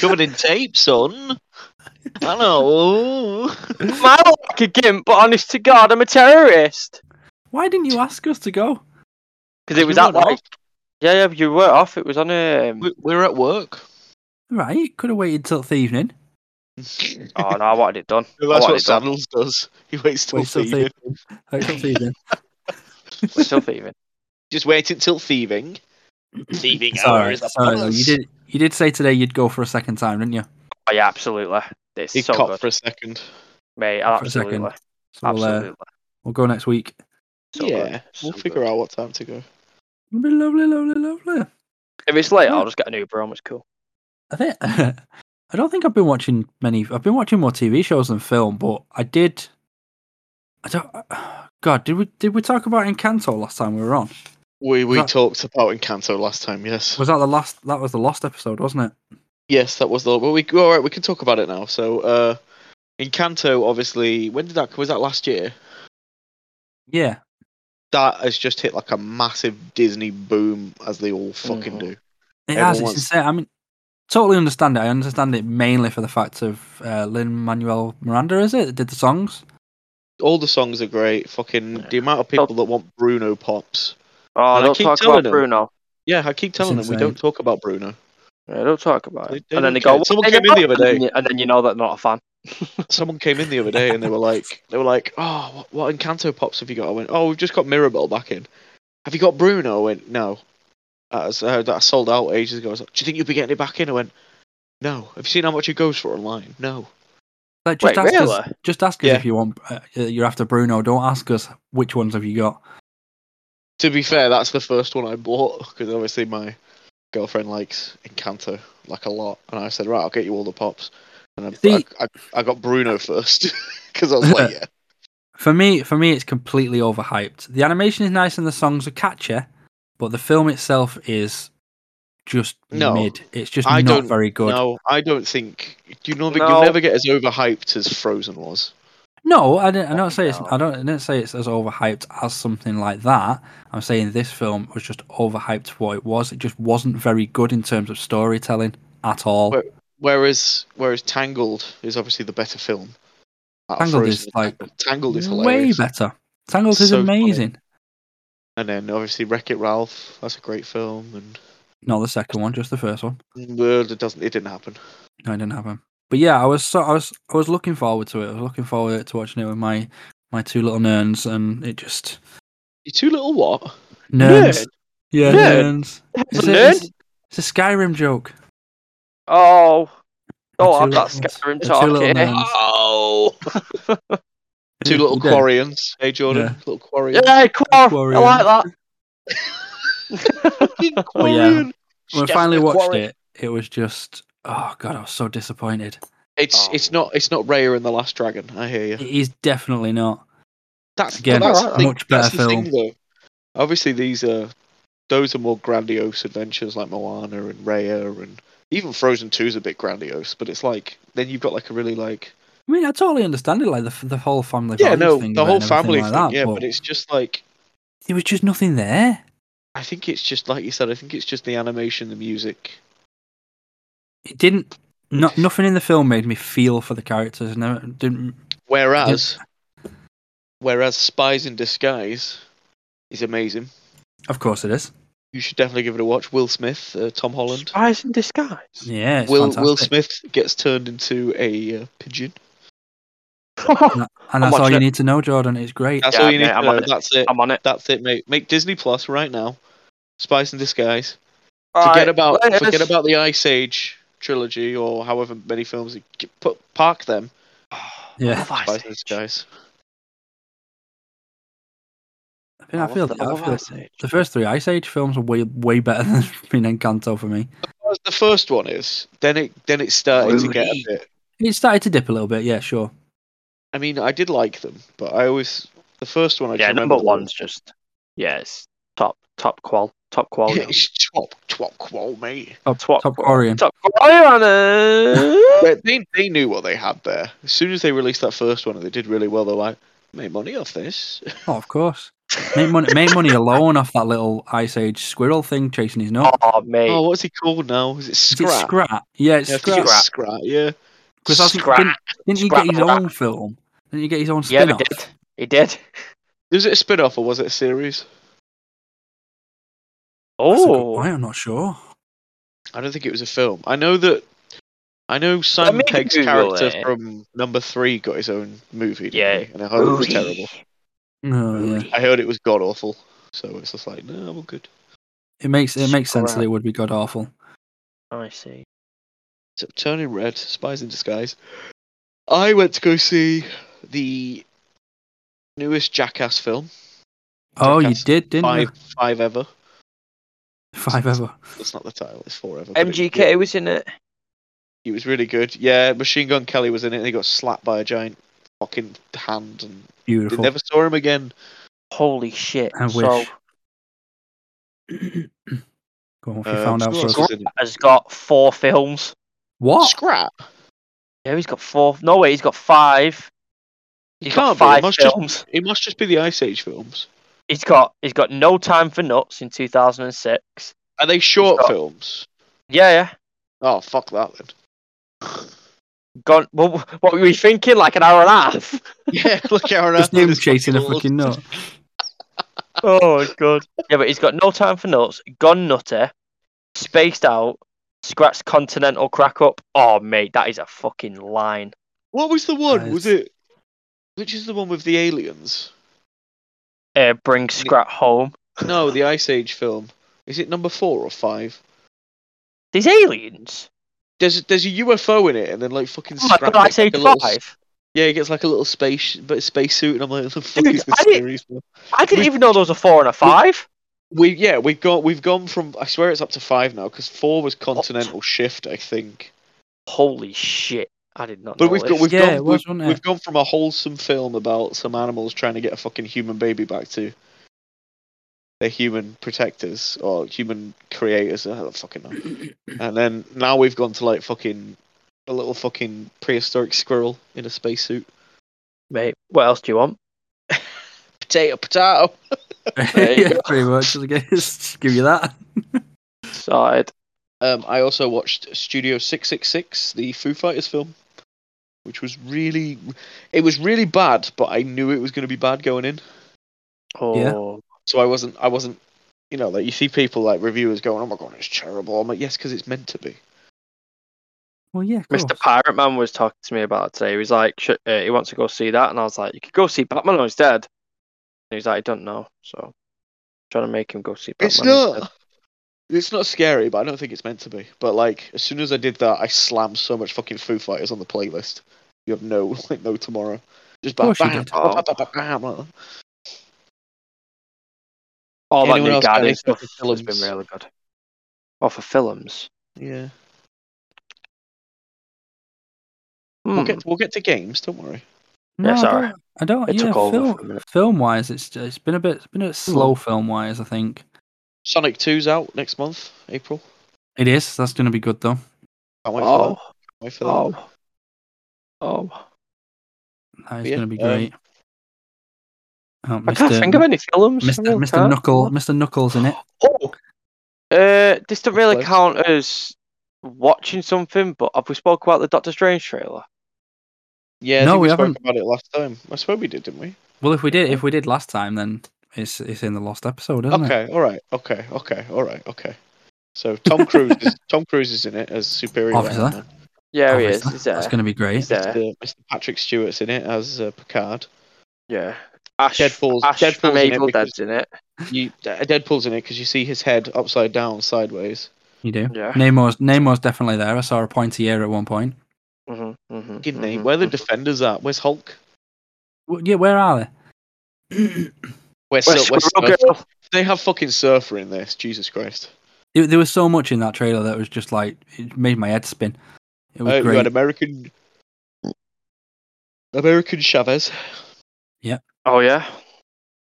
Speaker 1: Covered in tape, son. I know.
Speaker 3: Man, I look like a gimp, but honest to God, I'm a terrorist.
Speaker 2: Why didn't you ask us to go?
Speaker 3: Because it was
Speaker 1: You
Speaker 3: that
Speaker 1: weren't
Speaker 3: like, yeah, yeah, you were off. It was on um,
Speaker 1: We, we were at work.
Speaker 2: Right, could have waited till the evening.
Speaker 3: Oh no, I wanted it done. I
Speaker 1: That's
Speaker 3: wanted
Speaker 1: what
Speaker 3: it done.
Speaker 1: Sandals does. He waits till
Speaker 2: Wait till
Speaker 1: thieving.
Speaker 2: the Wait till the evening.
Speaker 3: We're still thieving.
Speaker 1: Just wait until thieving. Thieving hour
Speaker 2: Sorry,
Speaker 1: is
Speaker 2: sorry.
Speaker 1: upon
Speaker 2: though.
Speaker 1: us.
Speaker 2: You did. You did say today you'd go for a second time, didn't you?
Speaker 3: Oh yeah, absolutely. It's
Speaker 1: He
Speaker 3: so
Speaker 1: caught
Speaker 3: good,
Speaker 1: for a second.
Speaker 3: mate.
Speaker 2: for a
Speaker 3: Absolutely,
Speaker 2: second. So we'll,
Speaker 3: absolutely.
Speaker 2: uh, we'll go next week.
Speaker 3: So
Speaker 1: yeah,
Speaker 3: good,
Speaker 1: we'll
Speaker 3: so
Speaker 1: figure
Speaker 3: good.
Speaker 1: out what time to go.
Speaker 2: It'll be lovely, lovely, lovely.
Speaker 3: If it's late, I'll just get an Uber on. It's cool.
Speaker 2: I think I don't think I've been watching many. I've been watching more TV shows than film, but I did. I don't. God, did we did we talk about Encanto last time we were on?
Speaker 1: We we
Speaker 2: That-
Speaker 1: talked about Encanto last time, yes.
Speaker 2: Was that the last? That was the last episode, wasn't it?
Speaker 1: Yes, that was the. Well, we all right. We can talk about it now. So, uh, Encanto, obviously, when did that? Was that last year?
Speaker 2: Yeah.
Speaker 1: That has just hit like a massive Disney boom, as they all fucking
Speaker 3: Mhm.
Speaker 1: do.
Speaker 2: It
Speaker 1: Everyone
Speaker 2: has. It's
Speaker 1: wants-
Speaker 2: insane. I mean, totally understand it. I understand it mainly for the fact of uh, Lin Manuel Miranda, is it? that Did the songs?
Speaker 1: All the songs are great. Fucking the amount of people that want Bruno pops.
Speaker 3: Oh,
Speaker 1: And I
Speaker 3: don't
Speaker 1: keep
Speaker 3: talk
Speaker 1: telling
Speaker 3: about
Speaker 1: them.
Speaker 3: Bruno.
Speaker 1: Yeah, I keep telling them we
Speaker 2: insane.
Speaker 1: don't talk about Bruno.
Speaker 3: Yeah, don't talk about
Speaker 1: They-
Speaker 3: it.
Speaker 1: they
Speaker 3: and
Speaker 1: don't
Speaker 3: then they go.
Speaker 1: care.
Speaker 3: "Well,
Speaker 1: Someone
Speaker 3: they
Speaker 1: came
Speaker 3: know,"
Speaker 1: in the other
Speaker 3: and then you- and then you know they're not a fan.
Speaker 1: Someone came in the other day and they were like, they were like, oh, what, what Encanto pops have you got? I went, oh, we've just got Mirabelle back in. Have you got Bruno? I went, no. Uh, so that I sold out ages ago. I was like, do you think you'll be getting it back in? I went, no. Have you seen how much it goes for online? No.
Speaker 2: Like, just
Speaker 3: Wait,
Speaker 2: ask us.
Speaker 3: really?
Speaker 2: Just ask us
Speaker 1: Yeah.
Speaker 2: if you want. Uh, you're after Bruno. Don't ask us which ones have you got.
Speaker 1: To be fair, that's the first one I bought because obviously my girlfriend likes Encanto like a lot, and I said, right, I'll get you all the pops. And I,
Speaker 2: See-
Speaker 1: I, I, I got Bruno first because I was like, yeah,
Speaker 2: For me, for me, it's completely overhyped. The animation is nice and the songs are catchy, but the film itself is just
Speaker 1: No.
Speaker 2: mid. It's just
Speaker 1: I
Speaker 2: not
Speaker 1: don't
Speaker 2: very good.
Speaker 1: no, I don't think you know
Speaker 3: No.
Speaker 1: you'll never get as overhyped as Frozen was.
Speaker 2: No, I didn't. I don't say it's.
Speaker 3: no.
Speaker 2: I don't. I didn't say it's as overhyped as something like that. I'm saying this film was just overhyped for what it was. It just wasn't very good in terms of storytelling at all.
Speaker 1: Well, Whereas, whereas Tangled is obviously the better film. out of
Speaker 2: Tangled is,
Speaker 1: Frozen.
Speaker 2: like,
Speaker 1: Tangled is
Speaker 2: Way
Speaker 1: hilarious,
Speaker 2: better. Tangled is
Speaker 1: So funny.
Speaker 2: amazing.
Speaker 1: and then obviously Wreck It Ralph. That's a great film, and
Speaker 2: Not the second one, just the first one.
Speaker 1: well, it doesn't. It didn't happen.
Speaker 2: No, I didn't have him. But yeah, I was so I was I was looking forward to it. I was looking forward to watching it with my my two little nerds, and it just
Speaker 1: You two little what?
Speaker 2: nerds. Yeah,
Speaker 3: Nerd?
Speaker 2: nerds.
Speaker 3: It's a
Speaker 2: it-
Speaker 3: nerd?
Speaker 2: It's, it's a Skyrim joke.
Speaker 3: Oh,
Speaker 2: The
Speaker 3: oh,
Speaker 2: two
Speaker 3: I'm not
Speaker 2: little-
Speaker 3: Skyrim
Speaker 2: the two little
Speaker 3: talking.
Speaker 2: nerds.
Speaker 1: Oh, two little
Speaker 2: Yeah.
Speaker 1: Quarians. Hey Jordan,
Speaker 2: Yeah.
Speaker 1: little Quarian.
Speaker 3: Yeah, Quark, I
Speaker 2: Quarian.
Speaker 3: like that.
Speaker 1: Fucking
Speaker 2: Oh, yeah.
Speaker 1: Quarian.
Speaker 2: when I
Speaker 1: Chef
Speaker 2: finally watched
Speaker 1: Quarian.
Speaker 2: it, it was just oh god, I was so disappointed.
Speaker 1: It's
Speaker 3: Oh.
Speaker 1: it's not it's not Raya and the Last Dragon. I hear you.
Speaker 2: It is definitely not.
Speaker 1: That's
Speaker 2: Again,
Speaker 1: but that's
Speaker 3: alright,
Speaker 1: the thing-
Speaker 2: much better
Speaker 1: that's the
Speaker 2: film.
Speaker 1: Thing, though. Obviously, these are those are more grandiose adventures like Moana and Raya and even Frozen Two is a bit grandiose, but it's like then you've got like a really like
Speaker 2: I mean, I totally understand it, like the f- the whole family.
Speaker 1: yeah
Speaker 2: values
Speaker 1: no
Speaker 2: thing
Speaker 1: the
Speaker 2: of it
Speaker 1: whole
Speaker 2: and everything
Speaker 1: family
Speaker 2: like
Speaker 1: thing
Speaker 2: that,
Speaker 1: yeah,
Speaker 2: but,
Speaker 1: but it's just like
Speaker 2: there was just nothing there.
Speaker 1: I think it's just like you said, I think it's just the animation, the music.
Speaker 2: It didn't. Not nothing in the film made me feel for the characters. No, it didn't.
Speaker 1: Whereas whereas Spies in Disguise is amazing.
Speaker 2: Of course, it is.
Speaker 1: You should definitely give it a watch. Will Smith, uh, Tom Holland.
Speaker 3: Spies in disguise.
Speaker 2: Yeah, it's
Speaker 1: Will
Speaker 2: fantastic.
Speaker 1: Will Smith gets turned into a uh, pigeon.
Speaker 2: and
Speaker 3: I'm
Speaker 2: that's all
Speaker 3: watching
Speaker 2: you
Speaker 3: it.
Speaker 2: need to know, Jordan. It's great.
Speaker 1: That's
Speaker 3: Yeah,
Speaker 1: all you need
Speaker 3: mate,
Speaker 1: to
Speaker 3: I'm
Speaker 1: know.
Speaker 3: on it.
Speaker 1: That's it.
Speaker 3: I'm on it.
Speaker 1: That's it, mate. Make Disney Plus right now. Spice in Disguise.
Speaker 3: All
Speaker 1: forget
Speaker 3: right,
Speaker 1: about
Speaker 3: let's-
Speaker 1: forget about the Ice Age trilogy or however many films. you c- Put park them.
Speaker 2: Yeah.
Speaker 3: Love Ice
Speaker 1: Spice in
Speaker 3: Age.
Speaker 1: Disguise.
Speaker 2: I, think I
Speaker 3: I
Speaker 2: feel,
Speaker 3: love-
Speaker 2: I
Speaker 3: I love
Speaker 2: feel
Speaker 3: Ice Age.
Speaker 2: the first three Ice Age films are way way better than Finn Encanto for me.
Speaker 1: As the first one is, then it then it started to get a bit.
Speaker 2: It started to dip a little bit. Yeah, sure.
Speaker 1: I mean, I did like them, but I always the first one. I just
Speaker 3: Yeah,
Speaker 1: remember
Speaker 3: number one's just yeah, it's top top qual top qual. yo.
Speaker 1: It's top top qual, mate.
Speaker 2: Top,
Speaker 3: Top-
Speaker 2: top Orion.
Speaker 3: top qual. on it.
Speaker 1: They, they they knew what they had there. As soon as they released that first one, and they did really well. They're like, make money off this.
Speaker 2: Oh, of course. Make money, make money alone off that little Ice Age squirrel thing chasing his nose.
Speaker 3: Oh mate,
Speaker 1: Oh, what's he called now? Is it
Speaker 2: Is it
Speaker 1: Scrat?
Speaker 2: Scrat? Yeah, it's
Speaker 1: Yeah, I think
Speaker 2: Scrat.
Speaker 1: it's Scrat. Yeah.
Speaker 2: 'Cause I think-
Speaker 3: Scrat.
Speaker 2: Didn't, didn't he
Speaker 3: Scrat
Speaker 2: get his
Speaker 3: the Rat.
Speaker 2: own film? Didn't he get his own
Speaker 3: yeah, he
Speaker 2: spin-off?
Speaker 3: did. He did.
Speaker 1: Was it a spin off or was it a series?
Speaker 2: That's a good
Speaker 3: Oh,
Speaker 2: point, I'm not sure.
Speaker 1: I don't think it was a film. I know that. I know Simon
Speaker 3: me
Speaker 1: Pegg's
Speaker 3: Google
Speaker 1: character
Speaker 3: it.
Speaker 1: from number three got his own movie. didn't
Speaker 3: Yeah.
Speaker 1: he? And I heard it was
Speaker 3: Ooh-wee.
Speaker 1: terrible.
Speaker 2: No, yeah.
Speaker 1: I heard it was god awful. So it's just like, no, I'm good.
Speaker 2: It makes it makes sense that
Speaker 3: Scrat.
Speaker 2: it would be god awful.
Speaker 3: I see.
Speaker 1: So Turning Red, Spies in Disguise. I went to go see the newest Jackass film.
Speaker 2: Oh, you
Speaker 1: Jackass
Speaker 2: did, didn't
Speaker 1: Five,
Speaker 2: you?
Speaker 1: five ever.
Speaker 2: Five ever.
Speaker 1: That's not the title. It's four ever. but it-
Speaker 3: MGK was in it.
Speaker 1: He was really good. Yeah, Machine Gun Kelly was in it and he got slapped by a giant fucking hand and they
Speaker 2: Beautiful.
Speaker 1: never saw him again.
Speaker 3: Holy shit!
Speaker 2: I
Speaker 3: So
Speaker 2: wish. Go on, if you
Speaker 1: Um,
Speaker 2: found out
Speaker 1: who else
Speaker 2: first.
Speaker 1: was in it?
Speaker 3: has got four films.
Speaker 2: What?
Speaker 1: Scrap.
Speaker 3: Yeah, he's got four. No way, he's got five.
Speaker 1: You
Speaker 3: He's
Speaker 1: can't
Speaker 3: got
Speaker 1: be. It
Speaker 3: five
Speaker 1: must, just,
Speaker 3: films.
Speaker 1: it must just be the Ice Age films.
Speaker 3: He's got he's got No Time for Nuts in 2006.
Speaker 1: Are they short
Speaker 3: got-
Speaker 1: films?
Speaker 3: Yeah, yeah.
Speaker 1: Oh fuck that then.
Speaker 3: Gone. Well, what were you thinking? Like an hour and a half?
Speaker 1: Yeah, look how
Speaker 2: Just him chasing a fucking nut.
Speaker 3: oh god. Yeah, but he's got No Time for Nuts, Gone Nutter, Spaced Out, Scratch Continental Crack Up. Oh mate, that is a fucking line.
Speaker 1: What was the one?
Speaker 2: Nice.
Speaker 1: Was it? Which is the one with the aliens?
Speaker 3: Uh, bring Scrat home.
Speaker 1: No, the Ice Age film. Is it number four or five?
Speaker 3: These aliens.
Speaker 1: There's there's a UFO in it, and then like fucking.
Speaker 3: Oh my
Speaker 1: Scrat
Speaker 3: god, I
Speaker 1: gets,
Speaker 3: say
Speaker 1: like, a little s-
Speaker 3: five.
Speaker 1: Yeah, he gets like a little space, but space suit, and I'm like, the fuck
Speaker 3: Dude,
Speaker 1: is this
Speaker 3: I didn't-
Speaker 1: series? man?"
Speaker 3: I didn't
Speaker 1: We-
Speaker 3: even know there was a four and a five.
Speaker 1: We yeah, we've got we've gone from I swear it's up to five now because four was Continental Shift, I think.
Speaker 3: Holy shit! I did not.
Speaker 1: But
Speaker 3: know
Speaker 1: we've
Speaker 3: this.
Speaker 1: got we've
Speaker 2: Yeah, it
Speaker 1: gone
Speaker 2: was,
Speaker 1: we've,
Speaker 2: wasn't it?
Speaker 1: we've gone from a wholesome film about some animals trying to get a fucking human baby back to their human protectors or human creators. I don't fucking know. and then now we've gone to like fucking a little fucking prehistoric squirrel in a spacesuit.
Speaker 3: mate. What else do you want?
Speaker 1: Potato, potato.
Speaker 3: There you
Speaker 2: yeah, pretty much. I guess. Just give you that.
Speaker 3: Side.
Speaker 1: Um, I also watched Studio Six Six Six, the Foo Fighters film, which was really, it was really bad, but I knew it was going to be bad going in,
Speaker 3: Oh,
Speaker 2: Yeah.
Speaker 1: so I wasn't, I wasn't, you know, like you see people like reviewers going, "Oh my god, it's terrible." I'm like, "Yes, because it's meant to be."
Speaker 2: Well, yeah, of
Speaker 3: Mr.
Speaker 2: course.
Speaker 3: Pirate Man was talking to me about it today. He was like, "Sh- uh, he wants to go see that, and I was like, you could go see Batman when he's dead. And he's like, I don't know, so I'm trying to make him go see Batman.
Speaker 1: It's
Speaker 3: when he's dead.
Speaker 1: not. It's not scary, but I don't think it's meant to be. But like, as soon as I did that, I slammed so much fucking Foo Fighters on the playlist. You have no, like, no tomorrow. Just bam,
Speaker 2: course you
Speaker 1: bam,
Speaker 2: did.
Speaker 1: bam, bam, bam, bam, like that.
Speaker 3: All that
Speaker 1: Anyone
Speaker 3: new
Speaker 1: else got
Speaker 3: Guardian
Speaker 1: anything
Speaker 3: stuff
Speaker 1: for
Speaker 3: has
Speaker 1: films?
Speaker 3: been really good. Oh, for films.
Speaker 1: Yeah,
Speaker 3: Hmm.
Speaker 1: we'll get we'll get to games. Don't worry.
Speaker 2: No,
Speaker 3: Yeah,
Speaker 2: I
Speaker 3: sorry.
Speaker 2: don't- I don't.
Speaker 3: It
Speaker 2: yeah,
Speaker 3: took over for a Hmm.
Speaker 2: film,
Speaker 3: minute.
Speaker 2: film-wise, it's it's been a bit, it's been a bit slow film-wise. I think
Speaker 1: Sonic 2's out next month, April.
Speaker 2: it is. That's going to be good though.
Speaker 1: Can't wait for that.
Speaker 3: Oh,
Speaker 1: Wait for that.
Speaker 3: oh, oh!
Speaker 2: That is
Speaker 1: Yeah,
Speaker 2: going to be
Speaker 1: um,
Speaker 2: great. Oh,
Speaker 3: I can't
Speaker 2: Mr.
Speaker 3: think of any films. I
Speaker 2: Mr.
Speaker 3: really
Speaker 2: Mr.
Speaker 3: can't.
Speaker 2: Knuckle, Mr. Knuckles in it.
Speaker 3: Oh, uh, this doesn't really
Speaker 1: Close.
Speaker 3: count as watching something, but have we spoke about the Doctor Strange trailer?
Speaker 1: Yeah, I
Speaker 2: No,
Speaker 1: think we,
Speaker 2: we
Speaker 1: spoke
Speaker 2: haven't.
Speaker 1: about it last time. I swear we did, didn't we?
Speaker 2: Well, if we did, if we did last time, then it's it's in the lost episode, isn't it?
Speaker 1: okay, all right, okay, okay, all right, okay. So Tom Cruise, is, Tom Cruise is in it as superior.
Speaker 2: Obviously.
Speaker 1: Iron Man.
Speaker 3: Yeah, he is.
Speaker 2: Obviously,
Speaker 3: He's
Speaker 2: That's
Speaker 3: there.
Speaker 2: going to be
Speaker 3: He's
Speaker 2: great.
Speaker 3: there.
Speaker 1: Mr. Mr. Patrick Stewart's in it as uh, Picard.
Speaker 3: Yeah. Ash,
Speaker 1: Deadpool's,
Speaker 3: Ash from
Speaker 1: Deadpool's in it
Speaker 3: Evil
Speaker 1: because
Speaker 3: Dead's in it.
Speaker 1: you, uh, Deadpool's in it because you see his head upside down, sideways.
Speaker 2: You do.
Speaker 3: Yeah.
Speaker 2: Nemo's Nemo's definitely there. I saw a pointy ear at one point.
Speaker 3: hmm hmm
Speaker 1: Fucking name. Mm-hmm. Where the Defenders at? Where's Hulk?
Speaker 2: Well, yeah, where are they?
Speaker 1: Where's,
Speaker 3: Where's
Speaker 1: Sur- where's
Speaker 3: Squirrel
Speaker 1: Surfer?
Speaker 3: Girl?
Speaker 1: They have fucking Surfer in this. Jesus Christ.
Speaker 2: There- there was so much in that trailer that was just like it made my head spin. It
Speaker 3: Oh,
Speaker 2: was
Speaker 1: Uh, you
Speaker 2: great.
Speaker 1: had American. American Chavez.
Speaker 3: Oh yeah.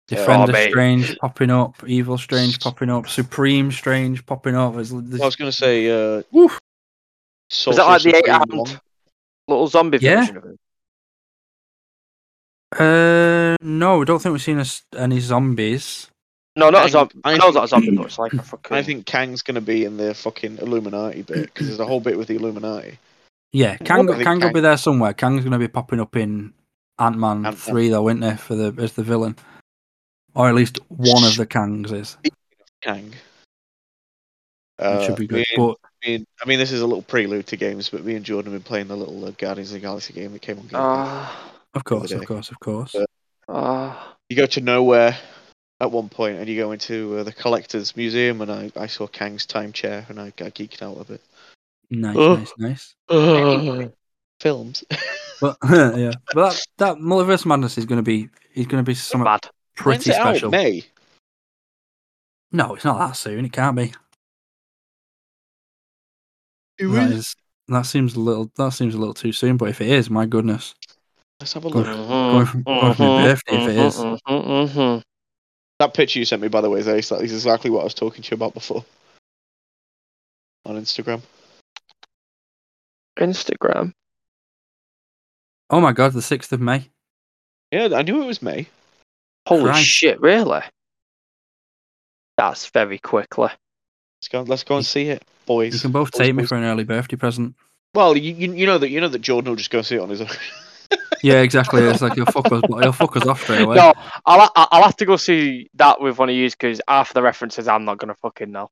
Speaker 2: Defender
Speaker 3: Oh, mate.
Speaker 2: Strange popping up, Evil Strange popping up, Supreme Strange popping up. There's, there's,
Speaker 1: I was going to say. Uh,
Speaker 2: Woof.
Speaker 1: Sorcerer
Speaker 3: Was that like the eight
Speaker 1: Supreme
Speaker 3: armed
Speaker 1: one.
Speaker 3: little zombie
Speaker 2: Yeah.
Speaker 3: version of him?
Speaker 2: uh, no, I don't think we've seen a s any zombies.
Speaker 3: No, not a
Speaker 1: Kang-
Speaker 3: zombie.
Speaker 1: I
Speaker 3: I know it's
Speaker 1: think-
Speaker 3: not a zombie, but it's like a fucking.
Speaker 1: I think Kang's going to be in the fucking Illuminati bit because there's a whole bit with the Illuminati.
Speaker 2: Yeah, Kang,
Speaker 1: I think
Speaker 2: Kang will
Speaker 1: Kang-
Speaker 2: be there somewhere. Kang's going to be popping up in Ant Man
Speaker 1: Ant-Man.
Speaker 2: three though, isn't there, for the as the villain, or at least one of the Kangs is.
Speaker 1: Kang.
Speaker 2: That
Speaker 1: Uh,
Speaker 2: should be
Speaker 1: me
Speaker 2: good.
Speaker 1: and-
Speaker 2: But
Speaker 1: me and- I mean, this is a little prelude to games, but me and Jordan have been playing the little uh, Guardians of the Galaxy game that came on. Game Pass.
Speaker 3: Ah.
Speaker 2: of
Speaker 1: the other
Speaker 2: course,
Speaker 1: day.
Speaker 2: of course, of course.
Speaker 1: Uh,
Speaker 3: Ah.
Speaker 1: you go to nowhere at one point, and you go into uh, the collector's museum, and I, I saw Kang's time chair, and I, I geeked out a bit.
Speaker 2: nice,
Speaker 1: oh.
Speaker 2: nice, nice.
Speaker 1: Films.
Speaker 2: But yeah, but that, that Multiverse Madness is going to be is going to be something
Speaker 3: Bad.
Speaker 1: When's
Speaker 2: pretty
Speaker 1: it out?
Speaker 2: special.
Speaker 1: May.
Speaker 2: No, it's not that soon. It can't be. That, is, that seems a little. That seems a little too soon. But if it is, my goodness,
Speaker 1: Let's have a
Speaker 2: Good.
Speaker 1: look.
Speaker 3: Mm-hmm.
Speaker 2: Going for- going for my birthday if it is.
Speaker 3: is.
Speaker 1: That picture you sent me, by the way, is ace. That is exactly what I was talking to you about before on Instagram.
Speaker 3: Instagram.
Speaker 2: oh my god, the sixth of May.
Speaker 1: Yeah, I knew it was May.
Speaker 3: Holy
Speaker 2: Christ.
Speaker 3: shit, really? That's very quickly.
Speaker 1: Let's go. Let's go and see it, boys.
Speaker 2: You can both
Speaker 1: Boys,
Speaker 2: take me
Speaker 1: boys.
Speaker 2: for an early birthday present.
Speaker 1: Well, you, you you know that you know that Jordan will just go see it on his own.
Speaker 2: Yeah, exactly. It's like you'll fuck us, you'll fuck us off straight away.
Speaker 3: No, I'll, I'll I'll have to go see that with one of you because half of the references I'm not gonna fucking know.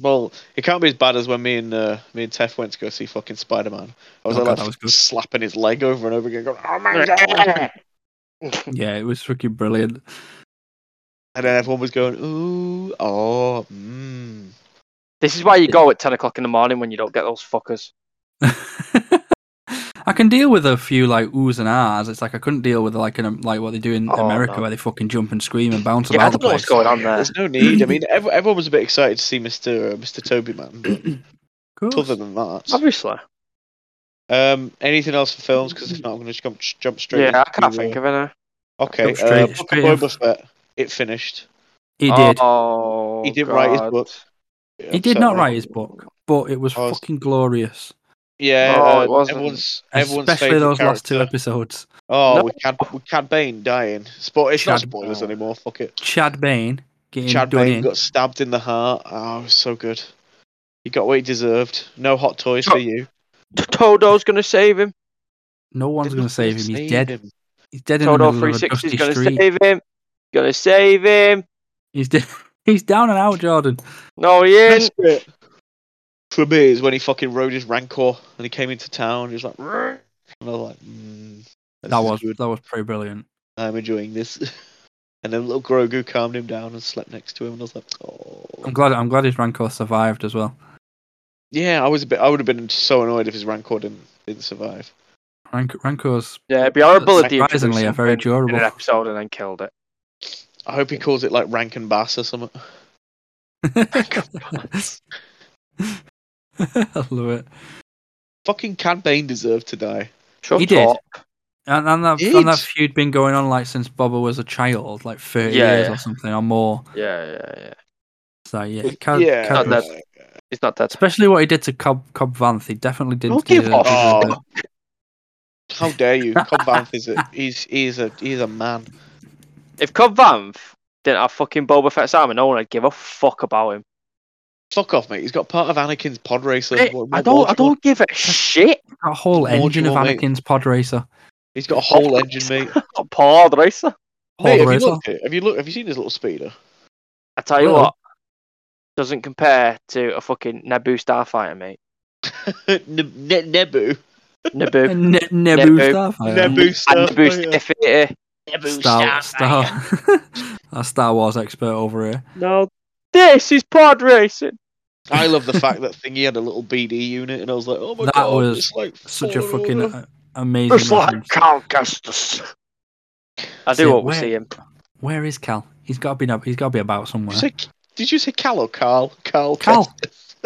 Speaker 1: Well, it can't be as bad as when me and uh, me and Tef went to go see fucking Spider Man. I was
Speaker 2: Oh,
Speaker 1: like
Speaker 2: God, that was good.
Speaker 1: slapping his leg over and over again, going, "Oh my god!"
Speaker 3: I
Speaker 2: Yeah, it was fucking brilliant.
Speaker 1: And then everyone was going, "Ooh, oh, mmm."
Speaker 3: This is why you go at ten o'clock in the morning when you don't get those fuckers.
Speaker 2: I can deal with a few like oohs and ahs. It's like I couldn't deal with like in like what they do in
Speaker 3: Oh,
Speaker 2: America
Speaker 3: no.
Speaker 2: where they fucking jump and scream and bounce
Speaker 3: Yeah, I
Speaker 2: about the
Speaker 3: don't know what's
Speaker 2: place.
Speaker 3: going on there.
Speaker 1: There's no need. I mean, ev- everyone was a bit excited to see Mister uh, Mister Toby Man. But
Speaker 2: Of course.
Speaker 1: other than that,
Speaker 3: Obviously.
Speaker 1: um, anything else for films? Because if not, I'm going to jump jump straight.
Speaker 3: Yeah, I
Speaker 1: into,
Speaker 3: can't
Speaker 1: uh,
Speaker 3: think of any.
Speaker 1: Okay,
Speaker 2: Jump straight-
Speaker 1: uh, Book of
Speaker 2: straight
Speaker 1: Boba
Speaker 2: in.
Speaker 1: Fett. It finished.
Speaker 2: He did.
Speaker 3: Oh,
Speaker 1: He did write his
Speaker 3: God.
Speaker 1: book.
Speaker 2: he did not write his book, but it was
Speaker 1: I was-
Speaker 2: fucking glorious.
Speaker 1: Yeah,
Speaker 3: No,
Speaker 1: uh,
Speaker 3: it wasn't.
Speaker 1: everyone's everyone's
Speaker 2: Oh, Especially
Speaker 1: favourite
Speaker 2: those last two
Speaker 1: character.
Speaker 2: episodes.
Speaker 1: Oh,
Speaker 3: No.
Speaker 1: we Cad, with Cad Bane dying. Spo- it's not
Speaker 2: Cad-
Speaker 1: spoilers anymore. Fuck it.
Speaker 2: Chad Bain getting
Speaker 1: Chad
Speaker 2: done
Speaker 1: Bane
Speaker 2: in.
Speaker 1: got stabbed in the heart. Oh, it was so good. He got what he deserved. No hot toys
Speaker 2: Oh,
Speaker 1: for you.
Speaker 3: Todo's gonna save him.
Speaker 2: No one's
Speaker 1: Did
Speaker 2: going
Speaker 1: not
Speaker 2: to save him. He's
Speaker 1: save
Speaker 2: dead.
Speaker 1: him.
Speaker 2: He's dead in the
Speaker 3: Todo
Speaker 2: middle of a
Speaker 3: 360's
Speaker 2: dusty
Speaker 3: gonna
Speaker 2: street.
Speaker 3: save him. Gonna save him.
Speaker 2: He's dead. He's down and out, Jordan.
Speaker 3: No, he ain't.
Speaker 1: Best bit For me, is when he fucking rode his rancor and he came into town. He was like, "Rrrr." and I was like, mm, this
Speaker 2: That
Speaker 1: is
Speaker 2: was
Speaker 1: good.
Speaker 2: that was pretty brilliant.
Speaker 1: I'm enjoying this. And then little Grogu calmed him down and slept next to him, and I was like, "Oh,
Speaker 2: I'm glad I'm glad his Rancor survived as well.
Speaker 1: yeah." I was a bit. I would have been so annoyed if his Rancor didn't didn't survive.
Speaker 2: Ranc- Rancor's
Speaker 3: Yeah, it'd be horrible if he
Speaker 2: surprisingly are
Speaker 3: introduced
Speaker 2: very
Speaker 3: something in
Speaker 2: durable.
Speaker 3: an episode and then killed it.
Speaker 1: I hope he calls it like Rankin Bass or something.
Speaker 2: I love it.
Speaker 1: Fucking Cad Bane deserved to die.
Speaker 3: Shut
Speaker 2: He did.
Speaker 3: up.
Speaker 2: And, and, that,
Speaker 1: Did?
Speaker 2: and that feud been going on like since Boba was a child, like thirty
Speaker 3: Yeah,
Speaker 2: years
Speaker 3: yeah.
Speaker 2: or something or more.
Speaker 3: Yeah, yeah, yeah.
Speaker 2: So yeah, Cad,
Speaker 1: yeah,
Speaker 2: Cad
Speaker 3: Not
Speaker 2: was-
Speaker 3: that- He's not dead.
Speaker 2: especially what he did to Cobb Cobb Vanth. He definitely did.
Speaker 3: Don't give
Speaker 2: deserve-
Speaker 1: off.
Speaker 2: deserve it.
Speaker 1: how dare you? Cobb Vanth is a he's he's a he's a man.
Speaker 3: If Cobb Vanth didn't have fucking Boba Fett's armor, no one would give a fuck about him.
Speaker 1: Fuck off, mate. He's got part of Anakin's pod racer.
Speaker 3: Mate,
Speaker 1: What-
Speaker 3: I
Speaker 1: what
Speaker 3: don't,
Speaker 1: more
Speaker 3: I
Speaker 1: do you want?
Speaker 3: don't give a shit.
Speaker 2: That whole
Speaker 1: What do
Speaker 2: engine
Speaker 1: you
Speaker 2: of
Speaker 1: want, mate?
Speaker 2: Anakin's pod racer.
Speaker 1: He's got a whole engine, mate.
Speaker 3: Paul Racer.
Speaker 1: Mate,
Speaker 2: Pod
Speaker 1: have you
Speaker 2: racer.
Speaker 1: looked at it? Have you look? Have you seen his little speeder?
Speaker 3: I tell you
Speaker 2: Really?
Speaker 3: what, doesn't compare to a fucking Naboo starfighter, mate.
Speaker 1: ne- ne- Nebu.
Speaker 3: Naboo.
Speaker 2: Ne- Nebu
Speaker 3: Nebu.
Speaker 2: Starfire.
Speaker 1: Nebu stuff.
Speaker 3: Naboo starfighter.
Speaker 2: Star Star a Star Wars expert over here.
Speaker 3: No, this is pod racing.
Speaker 1: I love the fact that thingy had a little BD unit, and I was like, oh my
Speaker 2: That
Speaker 1: god,
Speaker 2: was
Speaker 1: it's like
Speaker 2: Such a
Speaker 1: falling
Speaker 2: fucking
Speaker 1: over.
Speaker 2: uh, amazing.
Speaker 3: It's like
Speaker 2: reference.
Speaker 3: Cal Kestis. I
Speaker 2: See,
Speaker 3: do hope we
Speaker 2: where-
Speaker 3: see him.
Speaker 2: Where is Cal? He's got to be. up- He's got to be about
Speaker 1: Did
Speaker 2: somewhere.
Speaker 1: you say, did you say Cal or Carl? Carl.
Speaker 2: Cal.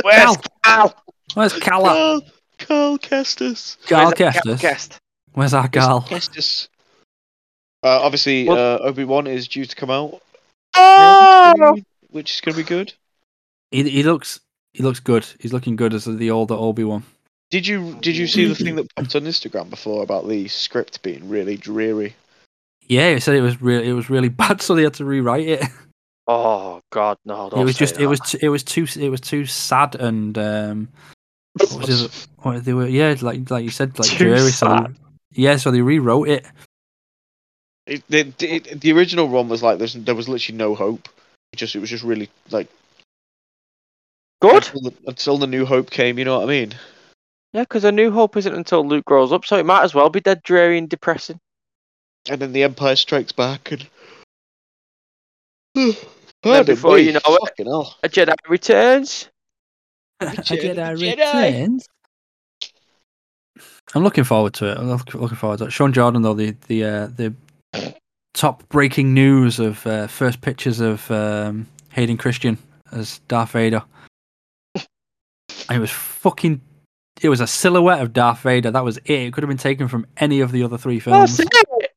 Speaker 3: Where's Cal?
Speaker 2: Where's Cal? at?
Speaker 1: Carl. Carl Kestis.
Speaker 2: Cal
Speaker 3: Where's
Speaker 2: Kestis.
Speaker 3: Kest?
Speaker 2: Where's our Cal?
Speaker 1: Kestis. Uh, obviously,
Speaker 3: Well-
Speaker 1: uh, Obi Wan is due to come out,
Speaker 3: Oh!
Speaker 1: which is going to be good.
Speaker 2: He, he looks. He looks good. He's looking good as the older Obi Wan.
Speaker 1: Did you did you see the thing that popped on Instagram before about the script being really dreary?
Speaker 2: Yeah, he said it was really. It was really bad, so they had to rewrite it.
Speaker 3: Oh God, no! Don't
Speaker 2: it was
Speaker 3: say
Speaker 2: just.
Speaker 3: That.
Speaker 2: It was. T- it was too. It was too sad and. um What was the other- what they were? Yeah, like like you said, like
Speaker 3: Too
Speaker 2: dreary. So they-
Speaker 3: sad.
Speaker 2: yeah, so they rewrote it.
Speaker 1: It, the- the- it- the original one was like there's, there was literally no hope. It just it was just really like
Speaker 3: good.
Speaker 1: until the, until the new hope came. You know what I mean?
Speaker 3: Yeah, because A New Hope isn't until Luke grows up, so it might as well be dead dreary and depressing.
Speaker 1: And then the Empire Strikes Back and.
Speaker 3: Then before you know it-
Speaker 1: fucking hell.
Speaker 3: A Jedi returns.
Speaker 2: I
Speaker 1: Jedi-
Speaker 2: Jedi
Speaker 1: Jedi.
Speaker 2: Returns. I'm looking forward to it. I'm look- looking forward to it. Sean Jordan, though, the the uh, the top breaking news of uh, first pictures of um, Hayden Christian as Darth Vader. And it was fucking. It was a silhouette of Darth Vader. That was it. It could have been taken from any of the other three films.
Speaker 3: That's it.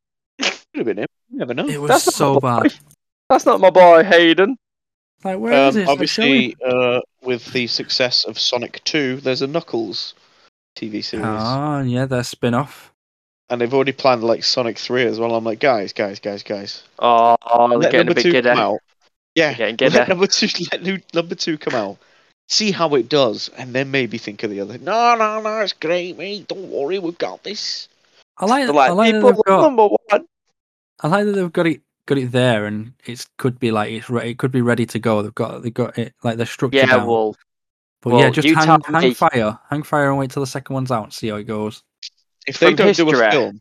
Speaker 1: Could have been him. You never know.
Speaker 2: It was
Speaker 3: That's not
Speaker 2: so
Speaker 3: my
Speaker 2: bad.
Speaker 3: boy. That's not my boy Hayden.
Speaker 2: Like, where
Speaker 1: Um,
Speaker 2: is this? Like, show me.
Speaker 1: obviously, uh, with the success of Sonic 2, there's a Knuckles TV series.
Speaker 2: Ah, yeah, their spin off.
Speaker 1: and they've already planned like Sonic Three as well. I'm like, guys, guys, guys, guys.
Speaker 3: Oh, they're
Speaker 1: Let
Speaker 3: getting a
Speaker 1: number
Speaker 3: bit
Speaker 1: two
Speaker 3: giddy.
Speaker 1: come out. Yeah,
Speaker 3: They're
Speaker 1: let
Speaker 3: Getting giddy.
Speaker 1: number two, let nu- number two come out. See how it does, and then maybe think of the other. No, no, no, it's great, mate. Don't worry, we've got this.
Speaker 2: I like,
Speaker 3: They're like,
Speaker 2: I like that
Speaker 3: people
Speaker 2: they've
Speaker 3: love
Speaker 2: got.
Speaker 3: number one.
Speaker 2: I like that they've got it got it there, and it could be like it's re- it could be ready to go. They've got they've got it like the structure
Speaker 3: Yeah,
Speaker 2: down.
Speaker 3: well,
Speaker 2: but yeah,
Speaker 3: well,
Speaker 2: just
Speaker 3: you
Speaker 2: hang,
Speaker 3: tell
Speaker 2: hang
Speaker 3: me.
Speaker 2: fire, hang fire, and wait till the second one's out and see how it goes.
Speaker 1: If they
Speaker 3: From
Speaker 1: don't do
Speaker 3: history.
Speaker 1: a film,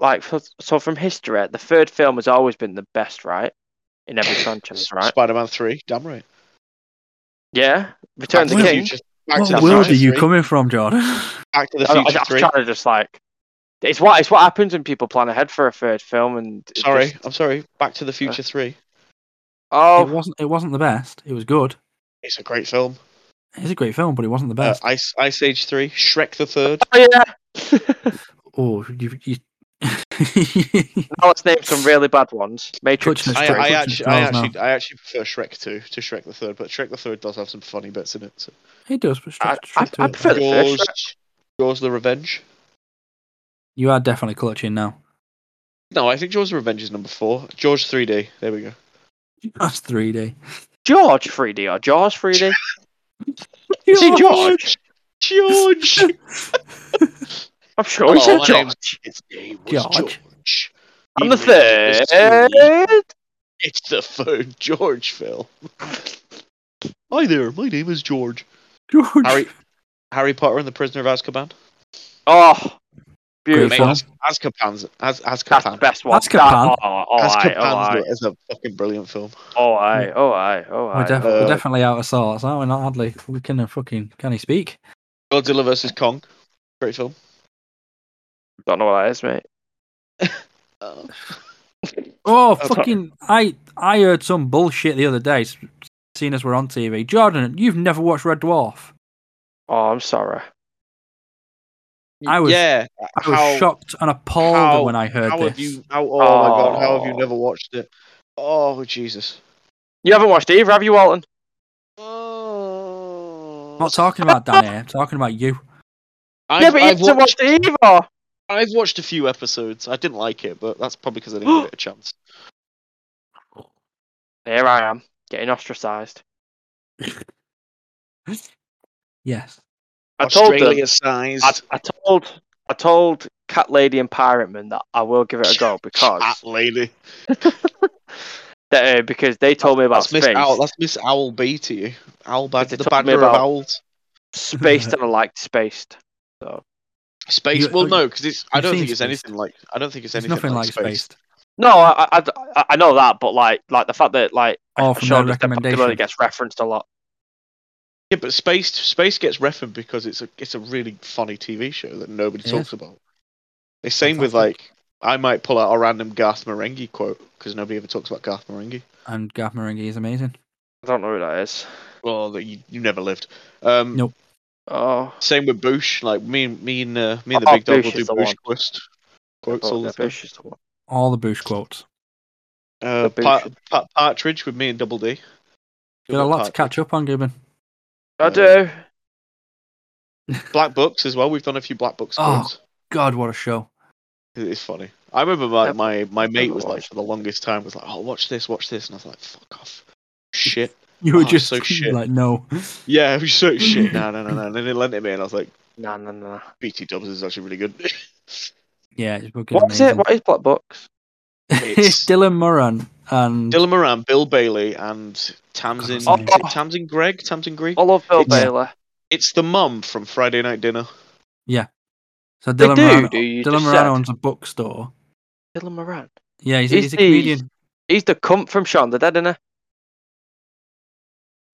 Speaker 3: like so- so from history, the third film has always been the best, right? In every franchise, right?
Speaker 1: Spider-Man Three, damn right.
Speaker 3: Yeah,
Speaker 1: Back
Speaker 3: Return of the
Speaker 1: to
Speaker 2: Well,
Speaker 3: King.
Speaker 1: Future- Back to
Speaker 2: What
Speaker 1: the
Speaker 2: world
Speaker 1: Future
Speaker 2: are you
Speaker 1: 3,
Speaker 2: coming from, Jordan?
Speaker 1: Back to the
Speaker 3: Oh, I, I, I
Speaker 1: Future
Speaker 3: was
Speaker 1: Three.
Speaker 3: trying to just like it's what it's what happens when people plan ahead for a third film and it
Speaker 1: Sorry,
Speaker 3: just-
Speaker 1: I'm sorry. Back to the Future Three.
Speaker 2: it
Speaker 3: oh,
Speaker 2: wasn't it wasn't the best. It was good.
Speaker 1: It's a great film.
Speaker 2: It's a great film, but it wasn't the
Speaker 1: Uh,
Speaker 2: best.
Speaker 1: Ice Ice Age Three, Shrek the Third.
Speaker 3: oh yeah.
Speaker 2: oh, you, you...
Speaker 3: now let's name some really bad ones. Matrix.
Speaker 2: Touch
Speaker 3: is
Speaker 1: I,
Speaker 2: Shrek.
Speaker 1: I
Speaker 3: great.
Speaker 2: Which
Speaker 1: actually,
Speaker 2: is
Speaker 1: I
Speaker 2: ours now.
Speaker 1: actually, I actually prefer Shrek two to Shrek the Third, but Shrek the Third does have some funny bits in it. So.
Speaker 2: it does. But
Speaker 3: I-
Speaker 2: straight, straight to
Speaker 3: I
Speaker 2: it.
Speaker 3: prefer- the first
Speaker 1: Jaws, Jaws the Revenge.
Speaker 2: You are definitely clutching now.
Speaker 1: No, I think Jaws the Revenge is number four. Jaws 3D. There we go.
Speaker 2: That's 3D.
Speaker 3: George 3D or Jaws 3D?
Speaker 2: You
Speaker 3: Is he
Speaker 2: are-
Speaker 3: George?
Speaker 1: George.
Speaker 3: I'm sure he
Speaker 1: Hello, Oh,
Speaker 3: said
Speaker 1: my
Speaker 3: George.
Speaker 1: name's- His name was
Speaker 2: George.
Speaker 1: George.
Speaker 3: I'm the
Speaker 1: He was
Speaker 3: third.
Speaker 1: It's the third George film. Hi there, my name is George.
Speaker 2: George.
Speaker 1: Harry, Harry Potter and the Prisoner of Azkaban.
Speaker 3: Oh,
Speaker 2: Great
Speaker 1: Mate,
Speaker 3: beautiful.
Speaker 2: film.
Speaker 1: Az- Azkaban's Az-
Speaker 3: That's the
Speaker 1: Azkaban.
Speaker 3: best one.
Speaker 2: That's Capone.
Speaker 3: That, oh, all right, all
Speaker 1: Azkaban's
Speaker 3: right,
Speaker 1: is a fucking brilliant film.
Speaker 3: all right, all right, all
Speaker 2: We're,
Speaker 3: right.
Speaker 2: def- we're
Speaker 1: uh,
Speaker 2: definitely out of sorts, aren't we? Not hardly. We can uh, fucking. Can he speak?
Speaker 1: Godzilla vs Kong. Great film.
Speaker 3: Don't know what that is, mate.
Speaker 1: Uh,
Speaker 2: Oh,
Speaker 1: sorry.
Speaker 2: fucking! I I heard some bullshit the other day. s- Seeing as we're on TV, Jordan, you've never watched Red Dwarf.
Speaker 3: Oh, I'm sorry.
Speaker 2: I was-
Speaker 1: yeah.
Speaker 2: I was
Speaker 1: how-
Speaker 2: shocked and appalled
Speaker 1: how-
Speaker 2: when I heard
Speaker 1: How
Speaker 2: this.
Speaker 1: have you? How, oh, my god! How have
Speaker 3: Oh.
Speaker 1: you never watched it? Oh Jesus!
Speaker 3: You haven't watched either, have you, Walton?
Speaker 1: Oh.
Speaker 2: Not talking about Danny. I'm talking about you.
Speaker 1: I've,
Speaker 3: yeah, but you
Speaker 1: I've,
Speaker 3: haven't
Speaker 1: watched,
Speaker 3: watched either.
Speaker 1: I've watched a few episodes. I didn't like it, but that's probably because I didn't give it a chance.
Speaker 3: Here I am, getting ostracised.
Speaker 2: Yes.
Speaker 3: I told them.
Speaker 1: size.
Speaker 3: I, I told. I told Cat Lady and Pirate Man that I will give it a go because
Speaker 1: lady.
Speaker 3: that, uh, because they told me about
Speaker 1: That's Miss
Speaker 3: space.
Speaker 1: Owl. That's Miss Owl B to you. Owl bad.
Speaker 3: They
Speaker 1: The
Speaker 3: told me
Speaker 1: badger of
Speaker 3: about-
Speaker 1: owls.
Speaker 3: Spaced and I liked spaced.
Speaker 1: Space.
Speaker 2: You-
Speaker 1: well, no, because it's. I
Speaker 2: you've
Speaker 1: don't
Speaker 2: seen
Speaker 1: think it's
Speaker 2: Spaced.
Speaker 1: anything like. I don't think it's
Speaker 2: There's
Speaker 1: anything
Speaker 2: nothing like space.
Speaker 3: No, I, I, I, I know that, but like like the fact that like
Speaker 2: Oh,
Speaker 3: I
Speaker 2: from
Speaker 3: showed
Speaker 2: their
Speaker 3: us that Pokemon
Speaker 2: recommendation.
Speaker 3: gets referenced a lot.
Speaker 1: Yeah, but space. Space gets referenced because it's a. It's a really funny TV show that nobody
Speaker 2: It
Speaker 1: talks
Speaker 2: is.
Speaker 1: about. The same with like.
Speaker 2: Fantastic.
Speaker 1: I might pull out a random Garth Marenghi quote because nobody ever talks about Garth Marenghi.
Speaker 2: And Gav Marenghi is amazing.
Speaker 3: I don't know who that is.
Speaker 1: Well, that you, you never lived. Um,
Speaker 2: No.
Speaker 3: Oh,
Speaker 1: Same with Boosh. Like me, and me and uh, me and the
Speaker 3: Oh,
Speaker 1: big dog
Speaker 3: Boosh
Speaker 1: will do
Speaker 3: is the
Speaker 1: Boosh
Speaker 3: one.
Speaker 1: quest
Speaker 3: I
Speaker 1: quotes
Speaker 3: thought
Speaker 1: all the
Speaker 3: that
Speaker 1: time.
Speaker 3: was just one.
Speaker 2: All the Bush quotes.
Speaker 1: Uh,
Speaker 3: The
Speaker 1: par-
Speaker 3: Boosh.
Speaker 1: par- partridge with me and Double D.
Speaker 2: Got a lot to
Speaker 1: Part-
Speaker 2: catch up on, Gibbon.
Speaker 3: I
Speaker 1: Uh,
Speaker 3: do.
Speaker 1: Black books as well. We've done a few black books.
Speaker 2: Oh.
Speaker 1: quotes.
Speaker 2: God, what a show!
Speaker 1: It- It's funny. I remember my,
Speaker 3: Yep.
Speaker 1: my, my mate
Speaker 3: Never
Speaker 1: was like
Speaker 3: watched
Speaker 1: for the longest time was like, oh watch this, watch this, and I was like, fuck off, shit.
Speaker 2: You were
Speaker 1: Oh,
Speaker 2: just
Speaker 1: so shit.
Speaker 2: like, no.
Speaker 1: Yeah, it was so shit. No, no, no, no. And then they lent it me, and I was like,
Speaker 3: Nah, nah, nah.
Speaker 1: BT Dubs is actually really good.
Speaker 2: Yeah, it's fucking
Speaker 3: What's it?
Speaker 2: amazing.
Speaker 3: What is Black Books?
Speaker 1: It's-
Speaker 2: Dylan Moran and
Speaker 1: Dylan Moran, Bill Bailey, and Tamsin.
Speaker 2: Oh.
Speaker 1: is it Tamsin Greg, Tamsin Greg.
Speaker 3: I love Bill
Speaker 1: It's-
Speaker 3: Baylor.
Speaker 1: It's the mum from Friday Night Dinner.
Speaker 2: so
Speaker 3: They
Speaker 2: Dylan
Speaker 3: do,
Speaker 2: Moran.
Speaker 3: do you
Speaker 2: Dylan
Speaker 3: just
Speaker 2: Moran
Speaker 3: said.
Speaker 2: owns a bookstore.
Speaker 3: Dylan Moran.
Speaker 2: Yeah, he's,
Speaker 3: Is
Speaker 2: he's a
Speaker 3: he-
Speaker 2: comedian.
Speaker 3: He's the cunt from Shaun the Dead, isn't he?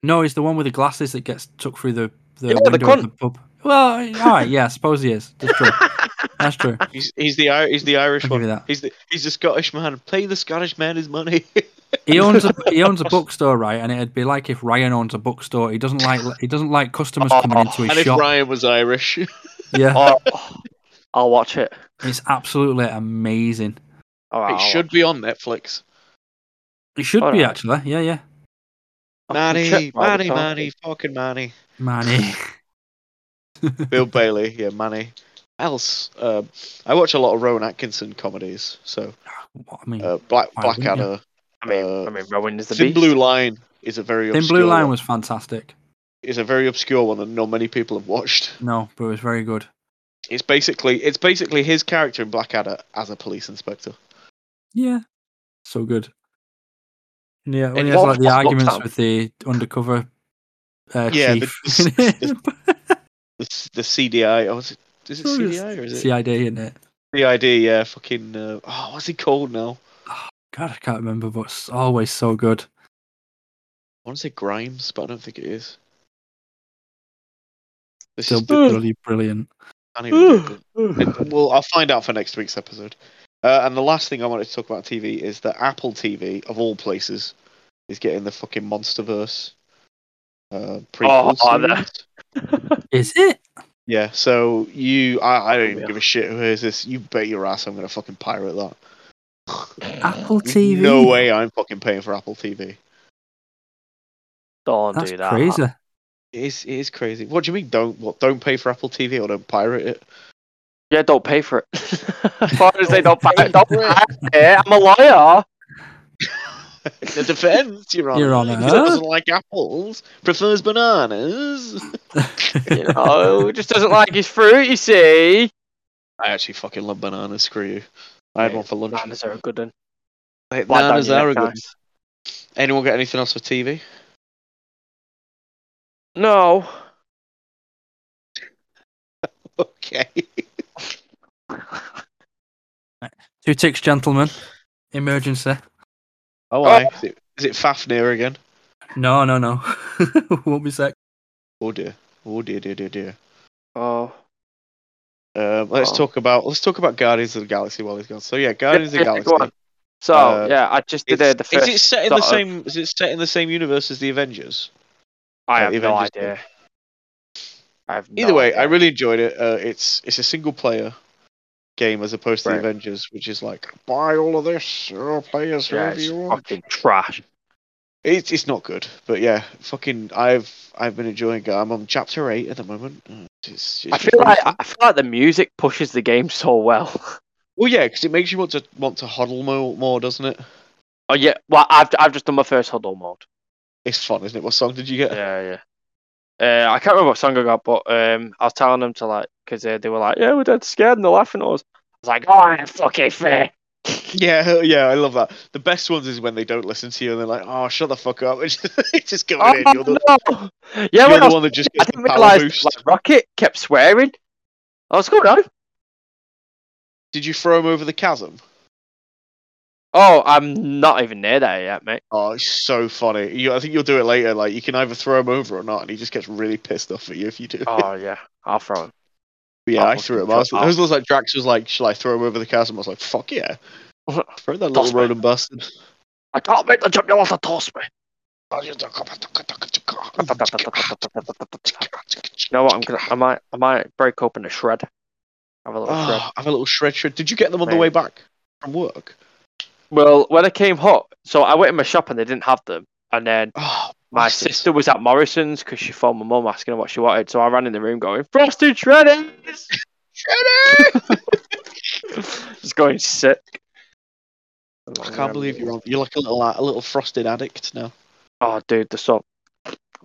Speaker 2: No, he's the one with the glasses that gets tucked through the the
Speaker 3: Yeah, the
Speaker 2: window of the pub. Well, all right, yeah, I suppose he is. That's true. That's true.
Speaker 1: He's he's the Ir- he's the Irish
Speaker 2: Ah. I'll
Speaker 1: one.
Speaker 2: give you that.
Speaker 1: He's the he's the Scottish man. Pay the Scottish man his money.
Speaker 2: He owns a he owns a bookstore, right? And it'd be like if Ryan owns a bookstore. He doesn't like he doesn't like customers coming into his
Speaker 1: and if
Speaker 2: shop.
Speaker 1: Ryan was Irish,
Speaker 2: Yeah,
Speaker 3: Oh, I'll watch it.
Speaker 2: it's absolutely amazing.
Speaker 3: All right,
Speaker 1: it should be on Netflix.
Speaker 2: It should
Speaker 3: All
Speaker 2: be
Speaker 3: right.
Speaker 2: actually. Yeah, yeah.
Speaker 1: Manny, Manny, Manny, fucking Manny.
Speaker 2: Manny.
Speaker 1: Bill Bailey, yeah, Manny. else? Um, I watch a lot of Rowan Atkinson comedies, so
Speaker 2: What, I mean,
Speaker 1: uh, Black
Speaker 2: Hmm. Why wouldn't
Speaker 1: Blackadder, Uh,
Speaker 3: I mean, I mean, Rowan is the
Speaker 1: Thin
Speaker 3: beast.
Speaker 1: Blue Line is a very
Speaker 2: Thin
Speaker 1: obscure
Speaker 2: Blue Line
Speaker 1: one-
Speaker 2: was fantastic.
Speaker 1: is a very obscure one that not many people have watched.
Speaker 2: No, but it was very good.
Speaker 1: It's basically it's basically his character in Blackadder as a police inspector.
Speaker 2: Yeah, so good. And yeah, when he
Speaker 3: It
Speaker 2: has
Speaker 3: was
Speaker 2: like the
Speaker 3: just locked
Speaker 2: arguments
Speaker 3: up.
Speaker 2: with the undercover uh,
Speaker 1: Yeah, the-
Speaker 2: chief,
Speaker 1: The, s- the CDI, oh, is it, is it
Speaker 2: Oh, it's-
Speaker 1: CDI or is it
Speaker 2: CID, isn't it?
Speaker 1: CID? Yeah, fucking. Uh, oh, what's he called now?
Speaker 2: God, I can't remember, but it's always so good.
Speaker 1: I want to say Grimes, but I don't think it is. This
Speaker 2: Still
Speaker 1: is the,
Speaker 2: bloody brilliant.
Speaker 1: I don't even know the- it- Uh, well, I'll find out for next week's episode. Uh, and the last thing I wanted to talk about TV is that Apple TV, of all places, is getting the fucking MonsterVerse uh, prequel
Speaker 3: Oh, that-
Speaker 1: series.
Speaker 2: Is it?
Speaker 1: Yeah, so you, I, I don't
Speaker 3: Oh,
Speaker 1: even
Speaker 3: yeah.
Speaker 1: give a shit who is this. You bet your ass I'm gonna fucking pirate that.
Speaker 2: Apple TV?
Speaker 1: No way I'm fucking paying for Apple TV.
Speaker 3: Don't
Speaker 2: That's
Speaker 3: do that.
Speaker 2: crazy.
Speaker 1: It is, it is crazy. What do you mean? Don't what? Don't pay for Apple TV or don't pirate it?
Speaker 3: Yeah, don't pay for it. as long as they don't pay,
Speaker 1: Don't
Speaker 3: don't
Speaker 1: pay for
Speaker 3: pay it. I'm a liar.
Speaker 1: The defense, Your Honor.
Speaker 2: Your Honour.
Speaker 1: doesn't like apples, prefers bananas.
Speaker 3: You know, just doesn't like his fruit. You see,
Speaker 1: I actually fucking love bananas. Screw you. I had
Speaker 3: Yeah,
Speaker 1: one for lunch.
Speaker 3: bananas are a good one.
Speaker 1: Like,
Speaker 3: Like
Speaker 1: bananas
Speaker 3: Daniel,
Speaker 1: are a
Speaker 3: they're
Speaker 1: good.
Speaker 3: nice.
Speaker 1: Anyone got anything else for TV?
Speaker 3: No,
Speaker 1: Okay.
Speaker 2: Two ticks, gentlemen. Emergency.
Speaker 1: Oh, aye. Is, it, is it Fafnir again?
Speaker 2: No, no, no. Won't be sec.
Speaker 1: Oh dear. Oh dear, dear, dear, dear.
Speaker 3: oh,
Speaker 1: Um, let's
Speaker 3: Oh.
Speaker 1: talk about let's talk about Guardians of the Galaxy while he's gone. So yeah, Guardians
Speaker 3: Yeah,
Speaker 1: of the
Speaker 3: yeah,
Speaker 1: Galaxy.
Speaker 3: go on. so
Speaker 1: Uh,
Speaker 3: yeah, I just did uh,
Speaker 1: It's-
Speaker 3: the first.
Speaker 1: is it set in the
Speaker 3: sort of-
Speaker 1: same? Is it set in the same universe as the Avengers?
Speaker 3: I
Speaker 1: uh,
Speaker 3: have no
Speaker 1: Avengers
Speaker 3: idea. I have
Speaker 1: Either
Speaker 3: no
Speaker 1: way,
Speaker 3: idea.
Speaker 1: I really enjoyed it. Uh, it's it's a single player game as opposed to
Speaker 3: Right.
Speaker 1: the Avengers, which is like buy all of this, uh, play as
Speaker 3: yeah,
Speaker 1: whoever
Speaker 3: it's
Speaker 1: you want.
Speaker 3: fucking trash.
Speaker 1: It's it's not good, but yeah, fucking I've I've been enjoying it. I'm on chapter eight at the moment. Uh, It's, it's
Speaker 3: I feel like
Speaker 1: gruesome.
Speaker 3: I feel like the music pushes the game so well.
Speaker 1: well, yeah, because it makes you want to want to huddle more, more, doesn't it?
Speaker 3: Oh yeah, well I've I've just done my first huddle mode.
Speaker 1: It's fun, isn't it? What song did you get?
Speaker 3: Yeah, yeah. Uh, I can't remember what song I got, but um, I was telling them to like because uh, they were like, "Yeah, we're dead scared," and they're laughing at us. I was like, "Oh, I ain't fucking fair."
Speaker 1: Yeah, yeah, I love that. The best ones is when they don't listen to you and they're like, "Oh, shut the fuck up!" It's just, it's just going
Speaker 3: Oh,
Speaker 1: in. You're the,
Speaker 3: no. Yeah,
Speaker 1: you're
Speaker 3: when I,
Speaker 1: the
Speaker 3: was,
Speaker 1: one that just
Speaker 3: I
Speaker 1: gets the
Speaker 3: didn't
Speaker 1: power
Speaker 3: realise
Speaker 1: boost.
Speaker 3: like Rocket kept swearing. I was going "Oh, on.
Speaker 1: Did you throw him over the chasm?
Speaker 3: Oh, I'm not even near there yet, mate.
Speaker 1: Oh, it's so funny. You, I think you'll do it later. Like you can either throw him over or not, and he just gets really pissed off at you if you do. But
Speaker 3: Oh yeah, I'll throw him.
Speaker 1: yeah,
Speaker 3: I'll
Speaker 1: I threw him.
Speaker 3: Oh, fucking
Speaker 1: I was,
Speaker 3: throw-
Speaker 1: I was like, Drax was like, "Shall I throw him over the chasm?" I was like, "Fuck yeah!" Throw that little
Speaker 3: That's
Speaker 1: rodent bastard.
Speaker 3: I can't make the jump. You have to toss me. You know what? I'm gonna, I might, I might break open a shred. Have a little shred.
Speaker 1: Oh, have a little shred shred. Did you get them on the way
Speaker 3: Maybe.
Speaker 1: back from work?
Speaker 3: Well, when I came home, so I went in my shop and they didn't have them. And then
Speaker 1: Oh,
Speaker 3: Ah, my
Speaker 1: bastards.
Speaker 3: sister was at Morrison's because she phoned my mum asking her what she wanted. So I ran in the room going, Frosted Shredders! Just going sick.
Speaker 1: I can't believe you're on. You're like a little a little frosted addict now.
Speaker 3: Oh, dude, the song.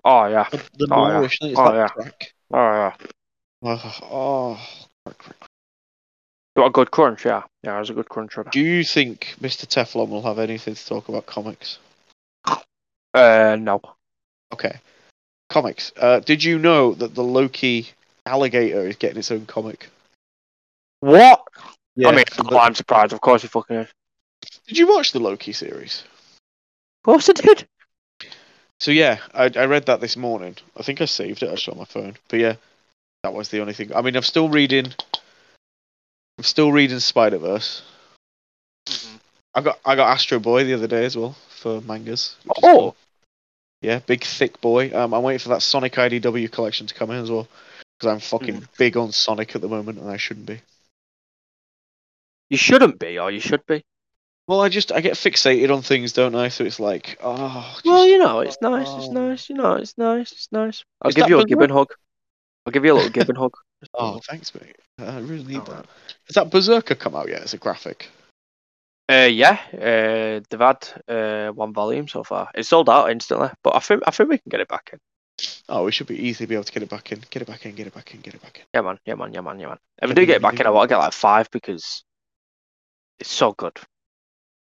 Speaker 3: Oh, yeah.
Speaker 1: The, the
Speaker 3: Oh, yeah.
Speaker 1: Moorish, isn't it? It's
Speaker 3: Oh,
Speaker 1: that
Speaker 3: yeah.
Speaker 1: crack.
Speaker 3: Oh, yeah.
Speaker 1: Oh, oh, crack, crack, crack.
Speaker 3: You want a good crunch? Yeah. Yeah, it was a good crunch. wasn't
Speaker 1: Do you think Mr. Teflon will have anything to talk about comics?
Speaker 3: it? Uh, no.
Speaker 1: Okay, comics. Uh, did you know that the Loki alligator is getting its own comic?
Speaker 3: What? I mean,
Speaker 1: from the-
Speaker 3: well, I'm surprised. Of course, you fucking is.
Speaker 1: did you watch the Loki series?
Speaker 3: Of course, I did.
Speaker 1: So yeah, I, I read that this morning. I think I saved it actually on my phone. But yeah, that was the only thing. I mean, I'm still reading. I'm still reading Spider Verse. I got I got Astro Boy the other day as well for mangas. which is
Speaker 3: Oh.
Speaker 1: cool. yeah, big thick boy. Um, I'm waiting for that Sonic IDW collection to come in as well because I'm fucking
Speaker 3: Hmm.
Speaker 1: big on Sonic at the moment and I shouldn't be.
Speaker 3: You shouldn't be, or you should be.
Speaker 1: Well, I just I get fixated on things, don't I? So it's like, oh, just-
Speaker 3: Well, you know, it's nice, it's
Speaker 1: Oh.
Speaker 3: nice, you know, it's nice, it's nice. I'll
Speaker 1: Is
Speaker 3: give
Speaker 1: that
Speaker 3: you a
Speaker 1: Big Mac?
Speaker 3: gibbon hug. I'll give you a little gibbon hug.
Speaker 1: Oh, thanks, mate. I really need
Speaker 3: Alright.
Speaker 1: that. Has that Berserker come out yet as a graphic?
Speaker 3: Uh, yeah, uh, they've had uh, one volume so far. It's sold out instantly, but I think I think we can get it back in.
Speaker 1: Oh, we should be easily be able to get it back in. Get it back in. Get it back in. Get it back in.
Speaker 3: Yeah, man. Yeah, man. Yeah, man. Yeah, man. If we
Speaker 1: Yeah,
Speaker 3: do
Speaker 1: we
Speaker 3: get
Speaker 1: can
Speaker 3: it back
Speaker 1: do
Speaker 3: in, I
Speaker 1: that.
Speaker 3: want to get like five because it's so good.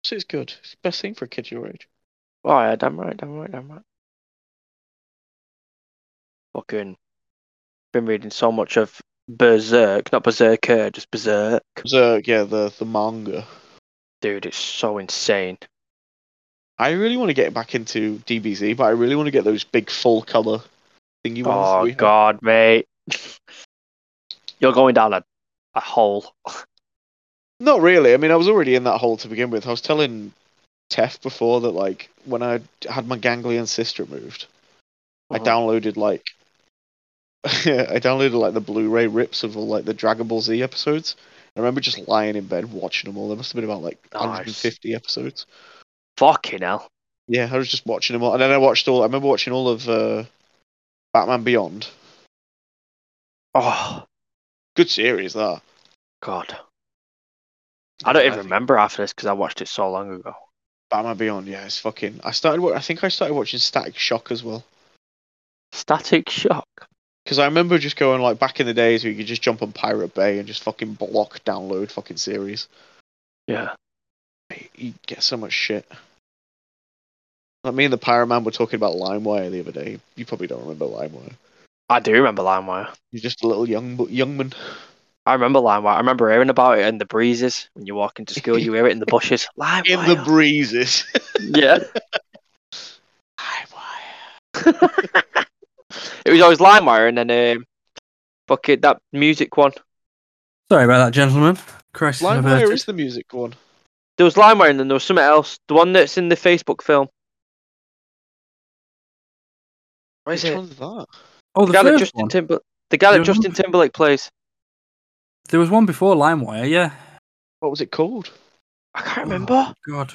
Speaker 1: So it's good. It's the best thing for a kid your age.
Speaker 3: Oh yeah, damn right, damn right, damn right. Fucking been reading so much of Berserk, not Berserker, just Berserk.
Speaker 1: Berserk, yeah, the the manga.
Speaker 3: Dude, it's so insane.
Speaker 1: I really want to get back into DBZ, but I really want to get those big full color thingy ones. that
Speaker 3: Oh
Speaker 1: we have.
Speaker 3: god, mate. You're going down a, a hole.
Speaker 1: Not really. I mean, I was already in that hole to begin with. I was telling Tef before that, like, when I had my ganglion cyst removed, I
Speaker 3: Mhm.
Speaker 1: downloaded like, I downloaded like the Blu-ray rips of all like the Dragon Ball Z episodes. I remember just lying in bed watching them all. There must have been about like
Speaker 3: Nice.
Speaker 1: 150 episodes.
Speaker 3: Fucking hell.
Speaker 1: Yeah, I was just watching them all, and then I watched all. I remember watching all of uh, Batman Beyond.
Speaker 3: Oh
Speaker 1: Good series, that.
Speaker 3: god. I don't even
Speaker 1: think
Speaker 3: remember after this because I watched it so long ago.
Speaker 1: Batman Beyond. Yeah, it's fucking. I started. wa- I think I started watching Static Shock as well.
Speaker 3: Static shock.
Speaker 1: Because I remember just going like back in the days where you could just jump on Pirate Bay and just fucking block download fucking series.
Speaker 3: Yeah.
Speaker 1: You get so much shit. Like me and the Pirate Man were talking about LimeWire the other day. You probably don't remember LimeWire.
Speaker 3: I do remember LimeWire.
Speaker 1: You're just a little young bu- young man.
Speaker 3: I remember LimeWire. I remember hearing about it in the breezes when you walk into school. You hear it in the bushes. LimeWire.
Speaker 1: In the breezes.
Speaker 3: yeah.
Speaker 1: LimeWire.
Speaker 3: It was always LimeWire, and then um, fuck it, that music one.
Speaker 2: Sorry about that, gentlemen. Christ, I've heard
Speaker 1: LimeWire
Speaker 2: it.
Speaker 1: is the music one.
Speaker 3: There was LimeWire, and then there was something else. The one that's in the Facebook film. What is
Speaker 1: Which
Speaker 3: it?
Speaker 1: one's that?
Speaker 2: Oh,
Speaker 3: The
Speaker 2: the
Speaker 3: guy that
Speaker 2: first
Speaker 3: Justin
Speaker 2: one.
Speaker 3: Timber. The guy that
Speaker 2: Do you
Speaker 3: Justin Timberlake plays.
Speaker 2: There was one before LimeWire, yeah.
Speaker 1: What was it called?
Speaker 3: I can't
Speaker 2: Oh,
Speaker 3: remember.
Speaker 2: God.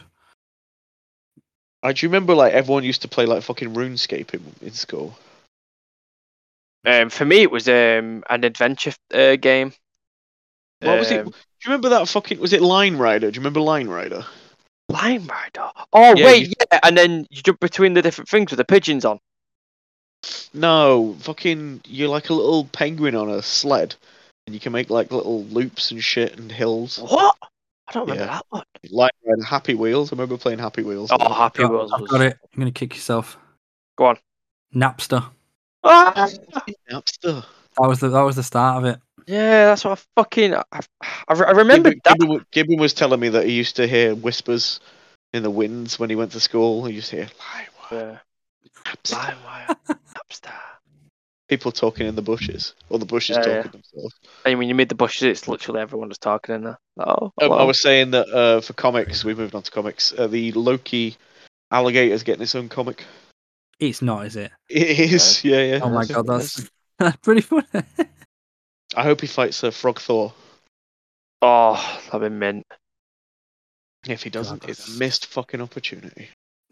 Speaker 1: I do remember like everyone used to play like fucking RuneScape in, in school.
Speaker 3: Um, for me, it was um an adventure uh, game.
Speaker 1: What was it? Do
Speaker 3: Um,
Speaker 1: you remember that fucking? Was it Line Rider? Do you remember Line Rider?
Speaker 3: Lime Rider. Oh
Speaker 1: Yeah,
Speaker 3: wait,
Speaker 1: you-
Speaker 3: yeah, and then you jump between the different things with the pigeons on.
Speaker 1: No, fucking, you're like a little penguin on a sled, and you can make like little loops and shit and hills.
Speaker 3: What? I don't remember
Speaker 1: Yeah.
Speaker 3: that one.
Speaker 1: Like and Happy Wheels. I remember playing Happy Wheels.
Speaker 3: Oh, Happy
Speaker 2: Got-
Speaker 3: Wheels.
Speaker 2: I've
Speaker 3: was-
Speaker 2: got it. I'm going to kick yourself.
Speaker 3: Go on.
Speaker 2: Napster.
Speaker 3: Ah!
Speaker 1: Napster.
Speaker 2: That was the that was the start of it.
Speaker 3: Yeah, that's what I fucking. I, I, I remember
Speaker 1: Gibbon,
Speaker 3: that.
Speaker 1: Gibbon wa- Gibbon was telling me that he used to hear whispers in the winds when he went to school. He used to hear "Limewire,
Speaker 3: Uh,
Speaker 1: Napster."
Speaker 3: LimeWire, Napster.
Speaker 1: people talking in the bushes or the bushes
Speaker 3: Yeah,
Speaker 1: talking
Speaker 3: yeah.
Speaker 1: themselves.
Speaker 3: And when you meet the bushes, it's literally everyone just talking in there. Like, Oh,
Speaker 1: Um, I
Speaker 3: hello.
Speaker 1: was saying that uh, for comics, we moved on to comics. Uh, the Loki alligator's getting its own comic.
Speaker 2: It's not, is it?
Speaker 1: It is, yeah, yeah.
Speaker 2: Oh my
Speaker 1: It's-
Speaker 2: god, that's that's pretty funny.
Speaker 1: I hope he fights uh, Frog Thor.
Speaker 3: oh, I've been mint.
Speaker 1: If he doesn't, it's
Speaker 2: that's-
Speaker 1: a missed fucking opportunity.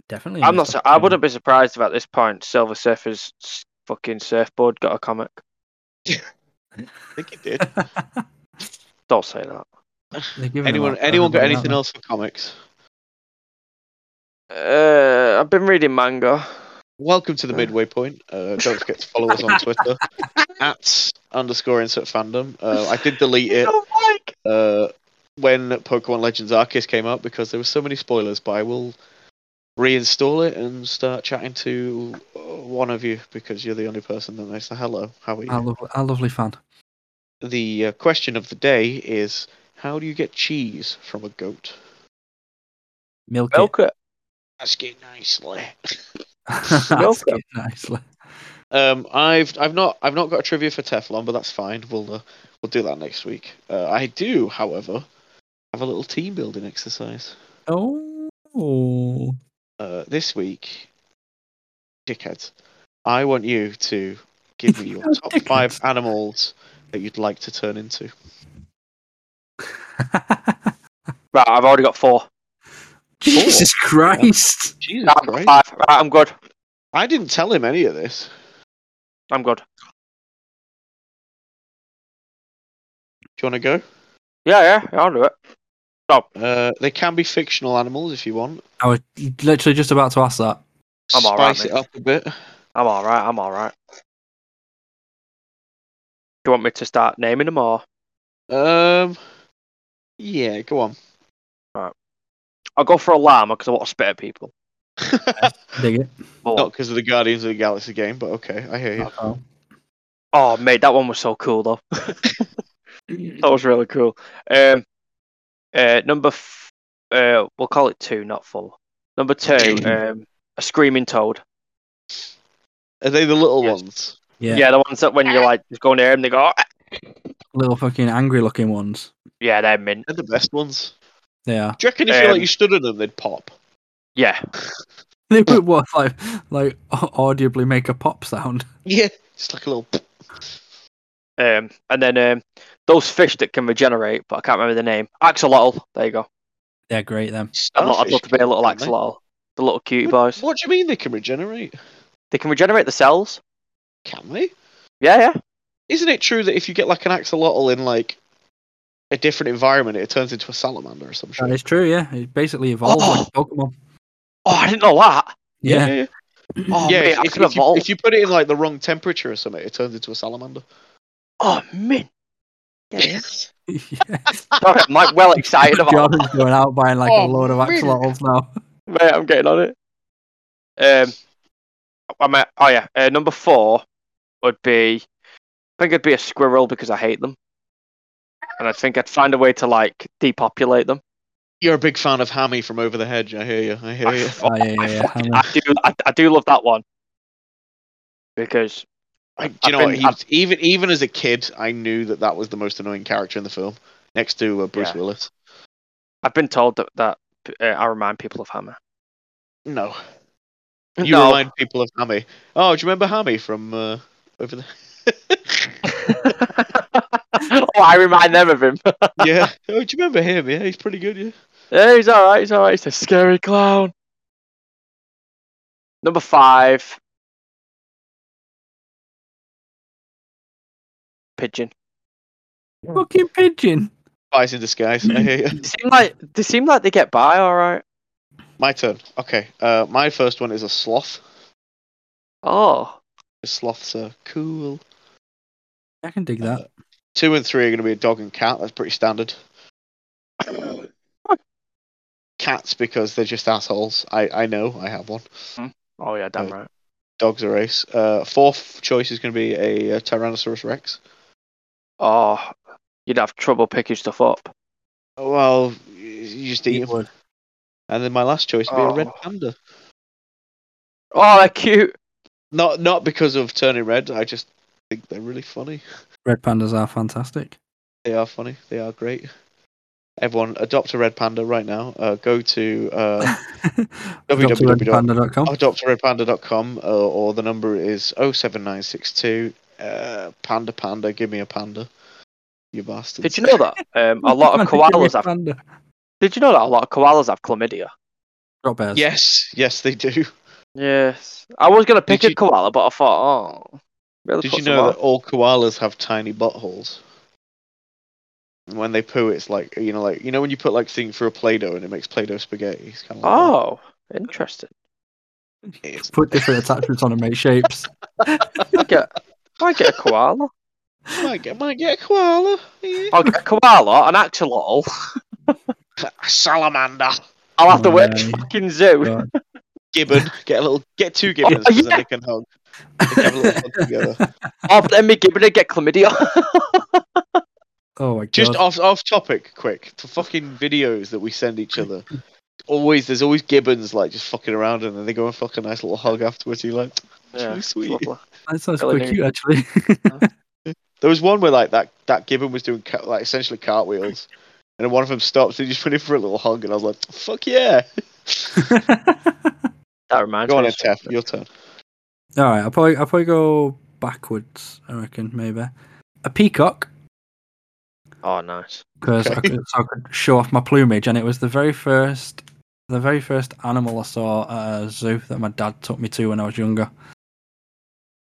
Speaker 2: Definitely.
Speaker 3: I'm not.
Speaker 2: missed
Speaker 3: Su- I
Speaker 2: opportunity.
Speaker 3: wouldn't be surprised if at this point Silver Surfer's s- fucking surfboard got a comic.
Speaker 1: I think he did.
Speaker 3: Don't say that.
Speaker 2: They're giving them
Speaker 1: anyone
Speaker 2: out for
Speaker 1: anyone got
Speaker 2: everybody,
Speaker 1: anything
Speaker 2: aren't
Speaker 1: else for comics?
Speaker 3: Uh, I've been reading manga.
Speaker 1: Welcome to the
Speaker 3: Uh.
Speaker 1: midway point. Uh, don't forget to follow us on Twitter at underscore insert fandom. Uh, I did delete it
Speaker 3: Oh, Mike.
Speaker 1: uh, when Pokemon Legends Arceus came out because there were so many spoilers. But I will reinstall it and start chatting to uh, one of you because you're the only person that knows. the Hello, how are
Speaker 2: they?
Speaker 1: you?
Speaker 2: Our, lov- our lovely fan.
Speaker 1: The uh, question of the day is: How do you get cheese from a goat?
Speaker 2: Milk,
Speaker 3: Milk it.
Speaker 1: Ask it nicely.
Speaker 2: it.
Speaker 3: milk
Speaker 2: Milk
Speaker 3: it.
Speaker 2: it nicely.
Speaker 1: Um, I've I've not I've not got a trivia for Teflon, but that's fine. We'll uh, we'll do that next week. Uh, I do, however, have a little team building exercise
Speaker 2: Oh.
Speaker 1: uh, this week. Dickheads, I want you to give me your top five
Speaker 2: Dickheads.
Speaker 1: animals that you'd like to turn into.
Speaker 3: Right, I've already got four.
Speaker 2: Jesus Christ.
Speaker 1: Jesus
Speaker 3: Right, I've got
Speaker 1: Christ!
Speaker 3: five. Right, I'm good.
Speaker 1: I didn't tell him any of this.
Speaker 3: I'm good.
Speaker 1: you want to go?
Speaker 3: Yeah, yeah, I'll do it.
Speaker 1: Uh, they can be fictional animals if you want.
Speaker 2: I was literally just about to ask that.
Speaker 3: I'm
Speaker 1: Spice
Speaker 3: alright,
Speaker 1: it
Speaker 3: mate.
Speaker 1: up a bit.
Speaker 3: I'm all right. I'm all right. Do you want me to start naming them or?
Speaker 1: Um, yeah, go on.
Speaker 3: I'll go for alarm because I want to spit at people. Oh,
Speaker 2: Dig it.
Speaker 3: But-
Speaker 1: Not because of the Guardians of the Galaxy game, but okay, I hear you.
Speaker 2: Uh-oh.
Speaker 3: Oh, mate, that one was so cool though. that was really cool. Um, uh, number, f- uh, we'll call it two, not four. Number two, um, a screaming toad.
Speaker 1: Are they the little
Speaker 3: Oh. Yes.
Speaker 1: ones?
Speaker 2: Yeah.
Speaker 3: Yeah. the ones that when you like just go near them, they go. "Ah."
Speaker 2: Little fucking angry looking ones.
Speaker 3: Yeah, they're mint.
Speaker 1: They're the best ones.
Speaker 2: They are.
Speaker 1: Do you reckon if you
Speaker 3: Um,
Speaker 1: like you stood on them, they'd pop?
Speaker 3: Yeah,
Speaker 2: They would what like like au- audibly make a pop sound.
Speaker 1: Yeah, just like a little.
Speaker 3: um, and then um, those fish that can regenerate, but I can't remember the name. Axolotl. There you go.
Speaker 2: They're great them.
Speaker 3: I'd love, I'd
Speaker 1: starfish.
Speaker 3: love to be a little
Speaker 1: can't they?
Speaker 3: axolotl. The little cutie
Speaker 1: What-
Speaker 3: boys.
Speaker 1: What do you mean they can regenerate?
Speaker 3: They can regenerate the cells.
Speaker 1: Can they?
Speaker 3: Yeah, yeah.
Speaker 1: Isn't it true that if you get like an axolotl in like a different environment, it turns into a salamander or some
Speaker 2: That
Speaker 1: shit?
Speaker 2: is true, yeah. It basically evolved like Pokemon.
Speaker 3: Oh, I didn't know that.
Speaker 2: Yeah.
Speaker 1: yeah.
Speaker 3: Oh,
Speaker 1: Mm-hmm. yeah,
Speaker 3: mate,
Speaker 1: if-
Speaker 3: I
Speaker 1: if,
Speaker 3: could
Speaker 1: if you,
Speaker 3: evolve.
Speaker 1: if you put it in like the wrong temperature or something, it turns into a salamander.
Speaker 3: Oh, mint. Yeah.
Speaker 1: Yes.
Speaker 2: yeah.
Speaker 3: Sorry, I'm like well excited about
Speaker 2: Jordan's going out buying like
Speaker 1: Oh,
Speaker 2: a load of
Speaker 1: really?
Speaker 2: axolotls now.
Speaker 3: Mate, I'm getting on it. Um, I'm at, oh yeah, uh, number four would be, I think it'd be a squirrel because I hate them, and I think I'd find a way to like depopulate them.
Speaker 1: You're a big fan of Hammy from Over the Hedge. I hear you. I hear
Speaker 3: I,
Speaker 1: you.
Speaker 3: fuck-
Speaker 2: Oh, yeah,
Speaker 3: I
Speaker 2: yeah, yeah,
Speaker 3: fucking-
Speaker 2: Hammer.
Speaker 3: I do, I, I do love that one because
Speaker 1: I,
Speaker 3: I-
Speaker 1: do you
Speaker 3: I've
Speaker 1: know
Speaker 3: been-
Speaker 1: what? He,
Speaker 3: I've-
Speaker 1: even even as a kid, I knew that that was the most annoying character in the film, next to uh, Bruce
Speaker 3: Yeah.
Speaker 1: Willis.
Speaker 3: I've been told that that uh, I remind people of Hammer.
Speaker 1: No, you
Speaker 3: No.
Speaker 1: remind people of Hammy. Oh, do you remember Hammy from uh, Over the?
Speaker 3: oh, I remind them of him.
Speaker 1: yeah. Oh, do you remember him? Yeah, he's pretty good. Yeah.
Speaker 3: Yeah, he's all right. He's all right. He's a scary clown. Number five, pigeon.
Speaker 2: Fucking pigeon.
Speaker 1: Spies in disguise. I hear you.
Speaker 3: They seem like they seem like they get by all right.
Speaker 1: My turn. Okay. Uh, my first one is a sloth.
Speaker 3: Oh,
Speaker 1: Sloths are cool. Uh,
Speaker 2: I can dig that.
Speaker 1: Two and three are going to be a dog and cat. That's pretty standard. Cats because they're just assholes. I, I know. I have one.
Speaker 3: oh yeah,
Speaker 1: Mm.
Speaker 3: damn right.
Speaker 1: Dogs are ace. Uh, fourth choice is going to be a, uh Tyrannosaurus Rex.
Speaker 3: Oh, you'd have trouble picking stuff up.
Speaker 1: Oh, Well, you just eat
Speaker 2: It
Speaker 1: 'em.
Speaker 2: would.
Speaker 1: And then my last choice would be a red
Speaker 3: Oh.
Speaker 1: panda.
Speaker 3: Oh, they're cute.
Speaker 1: Not not because of turning red. I just think they're really funny.
Speaker 2: Red pandas are fantastic.
Speaker 1: They are funny. They are great. Everyone, adopt a red panda right now. Uh, go to uh,
Speaker 2: www.redpanda.com.
Speaker 1: adoptaredpanda.com uh, or the number is 07962 uh, panda panda. Give me a panda. You bastard.
Speaker 3: Did you know that um, a lot of koalas have?
Speaker 2: Panda.
Speaker 3: Did you know that a lot of koalas have chlamydia?
Speaker 2: Drop bears.
Speaker 1: Yes, yes, they do.
Speaker 3: Yes, I was gonna pick
Speaker 1: Did
Speaker 3: a
Speaker 1: you-
Speaker 3: koala, but I thought, oh, really
Speaker 1: Did you
Speaker 3: puts them
Speaker 1: know
Speaker 3: off.
Speaker 1: that all koalas have tiny buttholes? And when they poo, it's like you know, like you know when you put like thing through a play-doh and it makes play-doh spaghetti. It's kind of like
Speaker 3: Oh, interesting.
Speaker 1: that. It's-
Speaker 2: Put different attachments on and make shapes.
Speaker 3: I get, I get a koala.
Speaker 1: might get, might get a koala. Yeah.
Speaker 3: I'll get a koala, an axolotl.
Speaker 1: A salamander,
Speaker 3: I'll
Speaker 2: Oh,
Speaker 3: have to work the
Speaker 2: My
Speaker 3: fucking zoo.
Speaker 2: God.
Speaker 1: gibbon. Get a little, get two gibbons
Speaker 3: Oh,
Speaker 1: because
Speaker 3: yeah.
Speaker 1: then they can hug. They can have a little hug together.
Speaker 3: Oh, but then me gibbon would get chlamydia.
Speaker 2: Oh my god.
Speaker 1: Just off, off topic, quick. To fucking videos that we send each other. Always, there's always gibbons like just fucking around, and then they go and fuck a nice little hug afterwards. You like, too sweet.
Speaker 3: lovely.
Speaker 2: That sounds
Speaker 3: Really
Speaker 2: quite cute actually.
Speaker 1: There was one where like that that Gibbon was doing ca- like essentially cartwheels, and then one of them stops and he just went in for a little hug, and I was like, "Fuck yeah!"
Speaker 3: That reminds
Speaker 1: Go on,
Speaker 3: me.
Speaker 1: then, Tef,
Speaker 3: of something.
Speaker 1: your turn.
Speaker 2: Alright, I'll probably I'll probably go backwards, I reckon, maybe. A peacock.
Speaker 3: Oh, nice.
Speaker 2: because I,
Speaker 1: Okay.
Speaker 2: could, so I could show off my plumage, and it was the very first, the very first animal I saw at a zoo that my dad took me to when I was younger.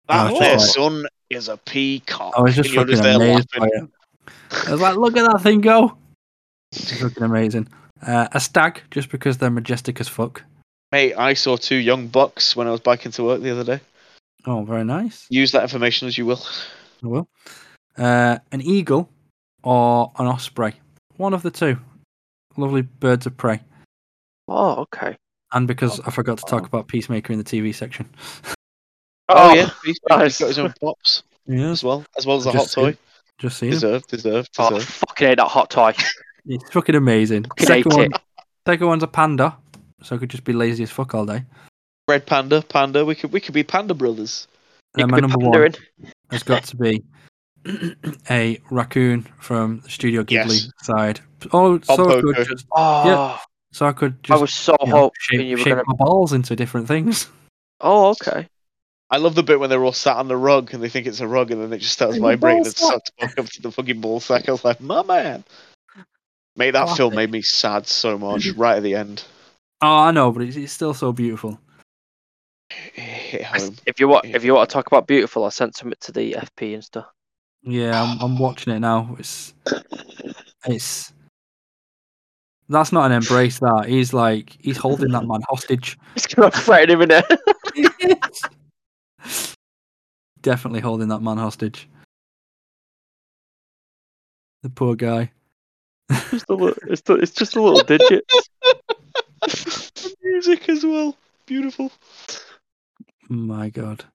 Speaker 1: That
Speaker 2: Oh,
Speaker 1: their
Speaker 2: alright.
Speaker 1: son is a peacock.
Speaker 2: I was just
Speaker 1: and you're
Speaker 2: fucking
Speaker 1: there
Speaker 2: amazed by
Speaker 1: laughing.
Speaker 2: it. I was like, look at that thing go. It's fucking amazing. Uh, a stag, just because they're majestic as fuck.
Speaker 1: Mate, I saw two young bucks when I was biking to work the other day.
Speaker 2: Oh, very nice.
Speaker 1: Use that information as you will.
Speaker 2: I will. Uh, an eagle or an osprey. One of the two. Lovely birds of prey.
Speaker 3: Oh, okay.
Speaker 2: And
Speaker 3: Oh,
Speaker 2: because I forgot to talk about Peacemaker in the TV section.
Speaker 1: Oh, yeah, he's, he's
Speaker 3: nice.
Speaker 1: got his own pops
Speaker 2: Yes.
Speaker 1: as well, as well as a hot
Speaker 2: Just
Speaker 1: toy.
Speaker 2: Just see it.
Speaker 1: Deserved, deserved,
Speaker 3: Oh, I
Speaker 1: deserved.
Speaker 3: fucking hate that hot toy.
Speaker 2: It's fucking amazing.
Speaker 3: Fucking
Speaker 2: second,
Speaker 3: hate
Speaker 2: one, uh,
Speaker 3: it.
Speaker 2: second one's a panda, so I could just be lazy as fuck all day.
Speaker 1: Red panda, panda. We could we could be panda brothers.
Speaker 3: You
Speaker 2: And
Speaker 3: could
Speaker 2: my
Speaker 3: be
Speaker 2: number
Speaker 3: pandering.
Speaker 2: one has got to be a raccoon from the Studio Ghibli
Speaker 1: Yes.
Speaker 2: side. Oh, so I, could
Speaker 1: Poker.
Speaker 2: just,
Speaker 3: Oh,
Speaker 2: so I could
Speaker 3: I
Speaker 2: just
Speaker 3: was so
Speaker 2: you know,
Speaker 3: hoping
Speaker 2: shape,
Speaker 3: you were
Speaker 2: shape
Speaker 3: gonna.
Speaker 2: my balls into different things.
Speaker 3: Oh, okay.
Speaker 1: I love the bit when they're all sat on the rug and they think it's a rug and then it just starts
Speaker 2: Like a
Speaker 1: vibrating
Speaker 2: ball
Speaker 1: and sucks back up to the fucking ball sack. I was like, my man. Mate, that film
Speaker 2: Classic.
Speaker 1: made me sad so much right at the end.
Speaker 2: Oh, I know, but it's, it's still so beautiful.
Speaker 1: It hit
Speaker 3: I s-
Speaker 2: Um,
Speaker 1: home.
Speaker 3: If you want, if you want to talk about beautiful, I sent some to the FP and stuff.
Speaker 2: Yeah, I'm, I'm watching it now. It's it's that's not an embrace. That he's like he's holding that man hostage.
Speaker 3: It's gonna frighten him in there.
Speaker 2: Definitely holding that man hostage. The poor guy.
Speaker 3: Just a little, it's, the- it's just a little digit.
Speaker 1: the music as well. Beautiful.
Speaker 2: My God.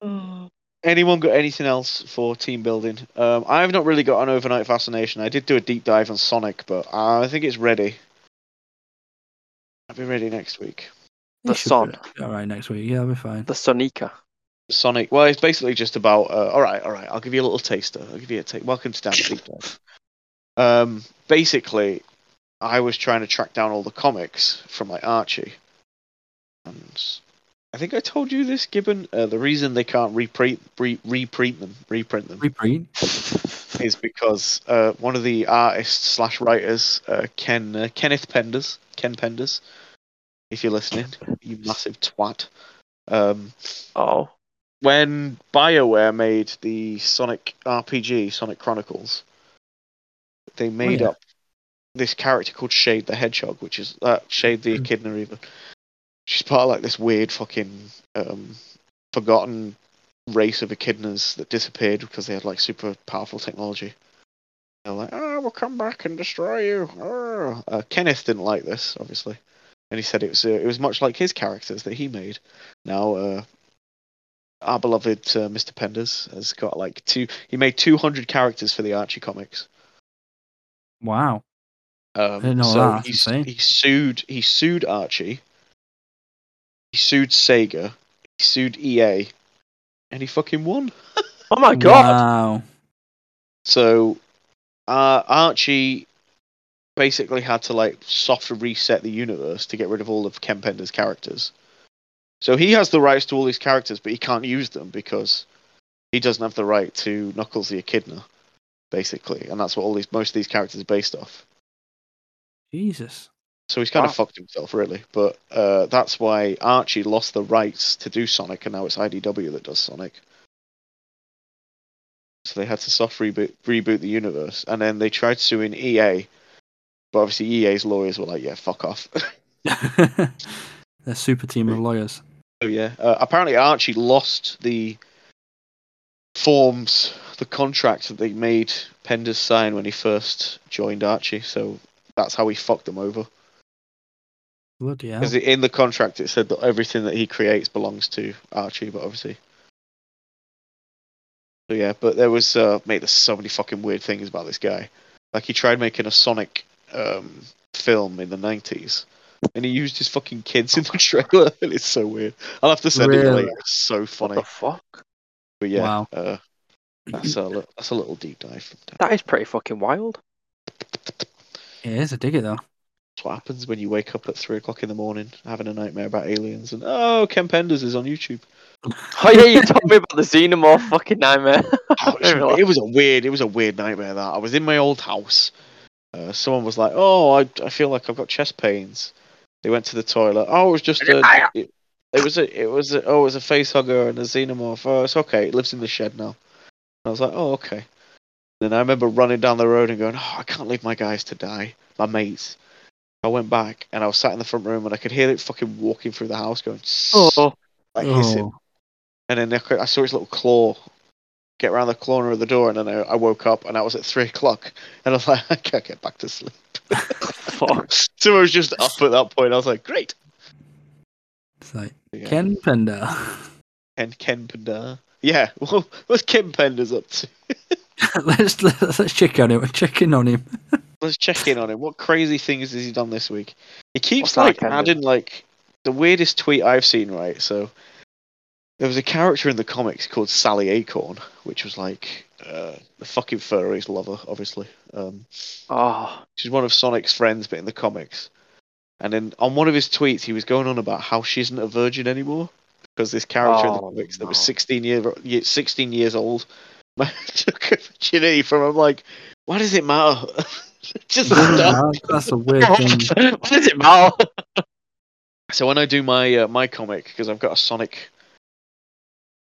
Speaker 1: Anyone got anything else for team building? Um, I've not really got an overnight fascination. I did do a deep dive on Sonic, but I think it's ready. I'll be ready next week.
Speaker 3: The son,
Speaker 2: All right, next week. Yeah, I'll be fine.
Speaker 3: the Sonica.
Speaker 1: Sonic. Well, it's basically just about. Uh, all right, all right. I'll give you a little taster. I'll give you a taste. Welcome to Dan's deep dive. Um, basically, I was trying to track down all the comics from like Archie, and I think I told you this, Gibbon. Uh, the reason they can't reprint, re- reprint them, reprint them,
Speaker 2: Reprint.
Speaker 1: is because uh, one of the artists slash writers, uh, Ken uh, Kenneth Penders, Ken Penders, if you're listening, you massive twat. Um,
Speaker 3: Oh,
Speaker 1: when BioWare made the Sonic RPG, Sonic Chronicles, they made
Speaker 2: yeah.
Speaker 1: up this character called Shade the Hedgehog, which is uh, Shade the
Speaker 2: Mm.
Speaker 1: Echidna, even. She's part of like this weird fucking um, forgotten race of echidnas that disappeared because they had like super powerful technology. They're like, oh, we'll come back and destroy you. Ah." Uh, Kenneth didn't like this, obviously, and he said it was uh, it was much like his characters that he made. Now, uh, our beloved uh, Mr. Penders has got like two. He made two hundred characters for the Archie comics.
Speaker 2: Wow.
Speaker 1: Um,
Speaker 2: didn't know
Speaker 1: so
Speaker 2: that, that's
Speaker 1: He,
Speaker 2: insane.
Speaker 1: he sued. He sued Archie. He sued Sega. He sued EA, and he fucking won.
Speaker 3: oh my god!
Speaker 2: Wow.
Speaker 1: So, uh, Archie basically had to like soft reset the universe to get rid of all of Ken Pender's characters. So he has the rights to all these characters, but he can't use them because he doesn't have the right to Knuckles the Echidna, basically, and that's what all these most of these characters are based off.
Speaker 2: Jesus.
Speaker 1: So he's kind
Speaker 3: Wow.
Speaker 1: of fucked himself, really. But uh, that's why Archie lost the rights to do Sonic, and now it's IDW that does Sonic. So they had to soft reboot, reboot the universe, and then they tried suing EA, E but obviously EA's lawyers were like, "Yeah, fuck off."
Speaker 2: Their super team of lawyers.
Speaker 1: so yeah, uh, apparently Archie lost the forms, the contract that they made Penders sign when he first joined Archie. So that's how he fucked them over.
Speaker 2: Bloody hell.
Speaker 1: Because in the contract it said that everything that he creates belongs to Archie, but obviously. So yeah, but there was uh, mate, there's so many fucking weird things about this guy. Like he tried making a Sonic um, film in the '90s, and he used his fucking kids in the trailer, and it's so weird. I'll have to send it
Speaker 2: Really?
Speaker 1: later. It's so
Speaker 3: What
Speaker 1: funny.
Speaker 3: the fuck?
Speaker 1: But yeah,
Speaker 2: Wow.
Speaker 1: uh, that's a li- that's a little deep dive. From Dan.
Speaker 3: That is pretty fucking wild.
Speaker 2: It is. I dig it though.
Speaker 1: That's what happens when you wake up at three o'clock in the morning having a nightmare about aliens, and oh, Ken Penders is on YouTube.
Speaker 3: Oh yeah, you told me about the Xenomorph fucking nightmare.
Speaker 1: Oh, it,
Speaker 3: Everyone.
Speaker 1: was, it was a weird, it was a weird nightmare. That I was in my old house. Uh, someone was like, "Oh, I, I feel like I've got chest pains." They went to the toilet. Oh, it was just a. It, it was a. It was a. Oh, it was a face hugger and a xenomorph. Oh, it's okay. It lives in the shed now. And I was like, "Oh, okay." Then I remember running down the road and going, "Oh, I can't leave my guys to die, my mates." I went back and I was sat in the front room and I could hear it fucking walking through the house going,
Speaker 3: Oh,
Speaker 1: like hissing. And then I cou- I saw its little claw get around the corner of the door, and then I, I woke up and I was at three o'clock, and I was like, I can't get back to sleep.
Speaker 3: fuck.
Speaker 1: So I was just up at that point. I was like, great.
Speaker 2: It's like
Speaker 1: Yeah.
Speaker 2: Ken Pender.
Speaker 1: Ken Ken Pender. Yeah, well, what's Ken Pender's up to?
Speaker 2: let's let's check on him. Check in on him.
Speaker 1: Let's check in on him. What crazy things has he done this week? He keeps
Speaker 3: What's that,
Speaker 1: like
Speaker 3: Ken?
Speaker 1: adding like the weirdest tweet I've seen. Right, so there was a character in the comics called Sally Acorn, which was like uh, the fucking furries lover, obviously. Um,
Speaker 3: Oh,
Speaker 1: She's one of Sonic's friends, but in the comics. And then on one of his tweets, he was going on about how she isn't a virgin anymore because this character in the
Speaker 3: Oh,
Speaker 1: comics that was
Speaker 3: no.
Speaker 1: 16 year, ye- 16 years old took a virginity E from him. Like, why does it matter? Just stop.
Speaker 2: That's a weird thing.
Speaker 3: what does it matter?
Speaker 1: So when I do my uh, my comic, because I've got a Sonic,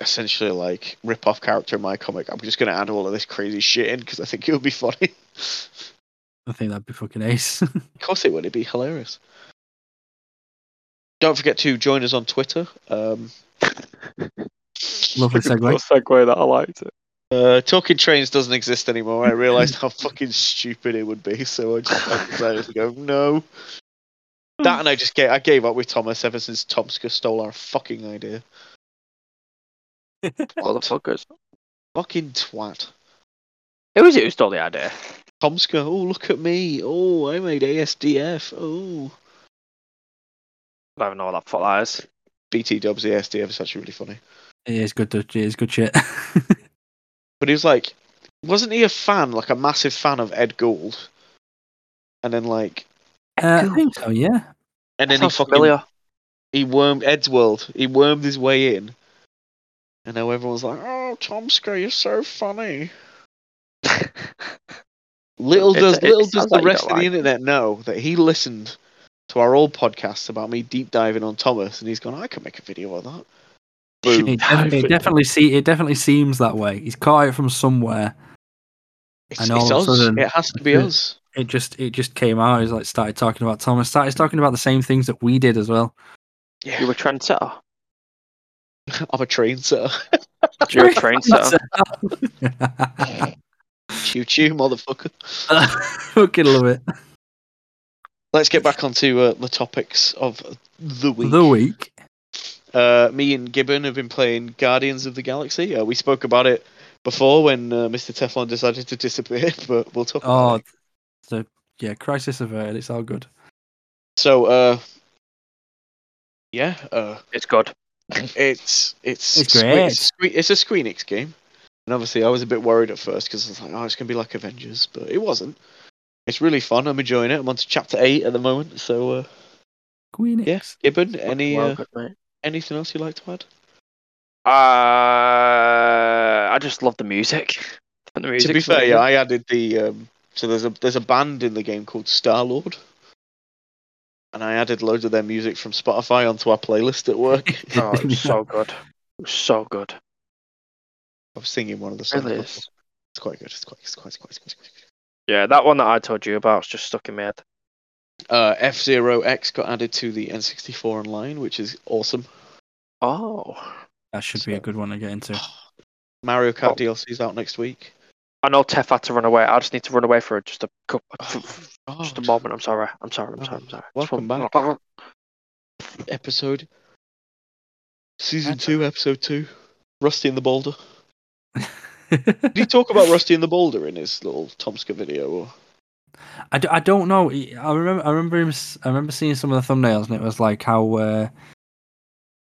Speaker 1: essentially like rip off character in my comic, I'm just gonna add all of this crazy shit in because I think it would be funny.
Speaker 2: I think that'd be fucking ace.
Speaker 1: Of course it would. It'd be hilarious. Don't forget to join us on Twitter. Um,
Speaker 2: Lovely segue.
Speaker 3: segue that I liked it.
Speaker 1: uh, Talking Trains doesn't exist anymore. I realised how fucking stupid it would be, so I just I decided to go no. That and I just gave, I gave up with Thomas ever since Tomska stole our fucking idea. Twat.
Speaker 3: Motherfuckers.
Speaker 1: fucking twat.
Speaker 3: Who was it who stole the idea?
Speaker 1: Tomska, oh look at me. Oh, I made ASDF. Oh.
Speaker 3: I don't even know what that fuck that is.
Speaker 1: BT dubs ASDF is actually really funny.
Speaker 2: It is good. To, it is good shit. Uh,
Speaker 1: But he was like, wasn't he a fan, like a massive fan of Ed Gould? And then like,
Speaker 2: uh, I think so. Yeah.
Speaker 1: and then he
Speaker 3: Sounds
Speaker 1: fucking
Speaker 3: familiar.
Speaker 1: he wormed Ed's world. He wormed his way in, and now everyone's like, "Oh, Tom Skerritt, you're so funny." Little
Speaker 3: It-
Speaker 1: does
Speaker 3: it
Speaker 1: little does
Speaker 3: sounds
Speaker 1: the
Speaker 3: like you
Speaker 1: rest
Speaker 3: don't
Speaker 1: of the
Speaker 3: like
Speaker 1: internet know that he listened to our old podcasts about me deep diving on Thomas, and he's gone, "I can make a video of that." Boom.
Speaker 2: It, def- it definitely see. It definitely seems that way. He's caught it from somewhere.
Speaker 1: It's,
Speaker 2: and all
Speaker 1: it's
Speaker 2: of a
Speaker 1: us.
Speaker 2: sudden-
Speaker 1: It has to be
Speaker 2: Yeah.
Speaker 1: us.
Speaker 2: It just. It just came out. He's like started talking about Thomas. Started talking about the same things that we did as well.
Speaker 1: Yeah,
Speaker 3: You were a trendsetter.
Speaker 1: I'm a train setter.
Speaker 3: You were a trendsetter.
Speaker 1: Choo choo, motherfucker.
Speaker 2: Fucking love it.
Speaker 1: Let's get back onto uh, the topics of the week.
Speaker 2: The week.
Speaker 1: Uh, me and Gibbon have been playing Guardians of the Galaxy. Uh, we spoke about it before when uh, Mr. Teflon decided to disappear, but we'll talk about
Speaker 2: Oh,
Speaker 1: it.
Speaker 2: so yeah, crisis averted. It's all good.
Speaker 1: So, uh, yeah, uh,
Speaker 3: It's good.
Speaker 1: it's it's
Speaker 2: It's
Speaker 1: Sque-
Speaker 2: great.
Speaker 1: It's, Sque- it's a Squeenix game, and obviously I was a bit worried at first because I was like, oh, it's gonna be like Avengers, but it wasn't. It's really fun. I'm enjoying it. I'm on to chapter eight at the moment. So, uh,
Speaker 2: Queen.
Speaker 1: yeah, Gibbon, any
Speaker 3: Well
Speaker 1: uh,
Speaker 3: good, mate.
Speaker 1: anything else you'd like to add?
Speaker 3: Uh, I just love the music. And the
Speaker 1: to be
Speaker 3: music's
Speaker 1: fair,
Speaker 3: really
Speaker 1: yeah,
Speaker 3: good.
Speaker 1: I added the um, so there's a there's a band in the game called Star Lord, and I added loads of their music from Spotify onto our playlist at work.
Speaker 3: Oh, it was so good. It was so good.
Speaker 1: I was singing one of the songs.
Speaker 3: Really
Speaker 1: before.
Speaker 3: is.
Speaker 1: It's quite good. It's quite it's quite it's quite it's quite. It's quite good.
Speaker 3: Yeah, that one that I told you about is just stuck in my head.
Speaker 1: Uh, F Zero X got added to the N64 Online, which is awesome.
Speaker 3: Oh.
Speaker 2: That should be a good one to get into.
Speaker 1: Mario Kart
Speaker 3: Oh.
Speaker 1: DLC's out next week.
Speaker 3: I know Tef had to run away. I just need to run away for just a couple, just a
Speaker 1: God.
Speaker 3: moment. I'm sorry. I'm sorry. I'm sorry. I'm sorry. Just
Speaker 1: Welcome
Speaker 3: one-
Speaker 1: episode, season two, episode two, Rusty and the Boulder. Did he talk about Rusty and the Boulder in his little Tomska video? Or...
Speaker 2: I, d- I don't know. He- I remember I remember him, s- I remember seeing some of the thumbnails and it was like how uh,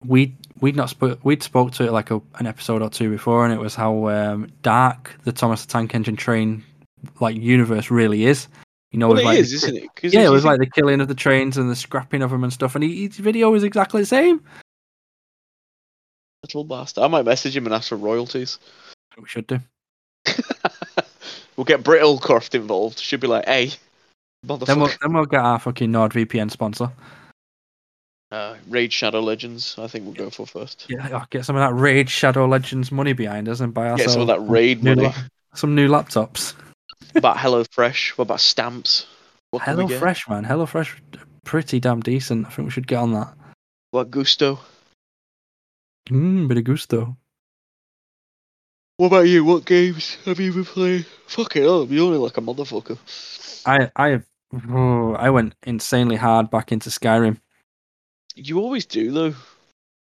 Speaker 2: we we'd not spoke we'd spoke to it like a, an episode or two before and it was how um, dark the Thomas the Tank Engine train like universe really is. You know,
Speaker 1: Well,
Speaker 2: with,
Speaker 1: it
Speaker 2: like,
Speaker 1: is, isn't it? 'Cause
Speaker 2: Yeah,
Speaker 1: if
Speaker 2: it
Speaker 1: you
Speaker 2: was
Speaker 1: think
Speaker 2: like the killing of the trains and the scrapping of them and stuff. And he, his video is exactly the same.
Speaker 1: Little bastard. I might message him and ask for royalties.
Speaker 2: We should do.
Speaker 1: we'll get Brit Ulcroft involved. Should be like, hey,
Speaker 2: Then we'll
Speaker 1: motherfucker.
Speaker 2: then we'll get our fucking NordVPN sponsor.
Speaker 1: Uh, Raid Shadow Legends, I think we'll go for first.
Speaker 2: Yeah, oh, get some of that Rage Shadow Legends money behind us and buy
Speaker 1: Get
Speaker 2: ourselves.
Speaker 1: some of that Raid
Speaker 2: Noodle
Speaker 1: money.
Speaker 2: Some new laptops.
Speaker 1: What about HelloFresh? What about stamps? What can we
Speaker 2: Hello
Speaker 1: get?
Speaker 2: Fresh, man. Hello Fresh, pretty damn decent. I think we should get on that.
Speaker 1: What gusto?
Speaker 2: Mmm, bit of gusto.
Speaker 1: What about you? What games have you been playing? Fucking hell, you're only like a motherfucker.
Speaker 2: I I have. oh, I went insanely hard back into Skyrim.
Speaker 1: You always do though.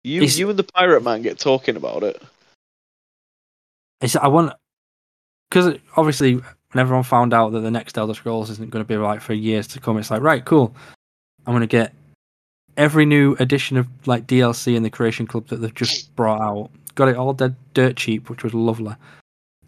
Speaker 1: You
Speaker 2: It's-
Speaker 1: you and the pirate man get talking about it.
Speaker 2: It's, I want because obviously when everyone found out that the next Elder Scrolls isn't going to be like for years to come, it's like right, cool. I'm going to get every new edition of like DLC in the Creation Club that they've just brought out. Got it all dead dirt cheap, which was lovely,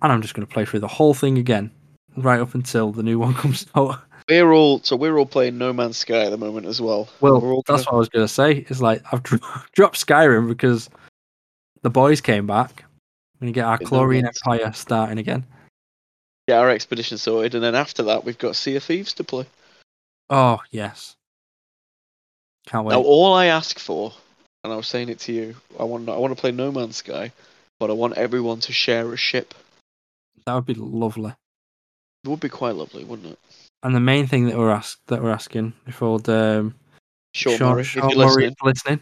Speaker 2: and I'm just going to play through the whole thing again, right up until the new one comes out.
Speaker 1: We're all so we're all playing No Man's Sky at the moment as well. We're
Speaker 2: Well,
Speaker 1: all
Speaker 2: that's
Speaker 1: gonna-
Speaker 2: what I was going to say. It's like I've dro- dropped Skyrim because the boys came back. We're going to get our
Speaker 1: Yeah, no
Speaker 2: Chlorine
Speaker 1: one's-
Speaker 2: Empire starting again.
Speaker 1: Get our expedition sorted, and then after that we've got Sea of Thieves to play.
Speaker 2: Oh yes, can't wait.
Speaker 1: Now all I ask for, and I was saying it to you, I want I want to play No Man's Sky, but I want everyone to share a ship.
Speaker 2: That would be lovely.
Speaker 1: It would be quite lovely, wouldn't it?
Speaker 2: And the main thing that we're ask that we're asking before the um,
Speaker 1: Sure,
Speaker 2: Sean-
Speaker 1: Murray, if
Speaker 2: Sean
Speaker 1: you're
Speaker 2: Murray
Speaker 1: listening,
Speaker 2: is listening,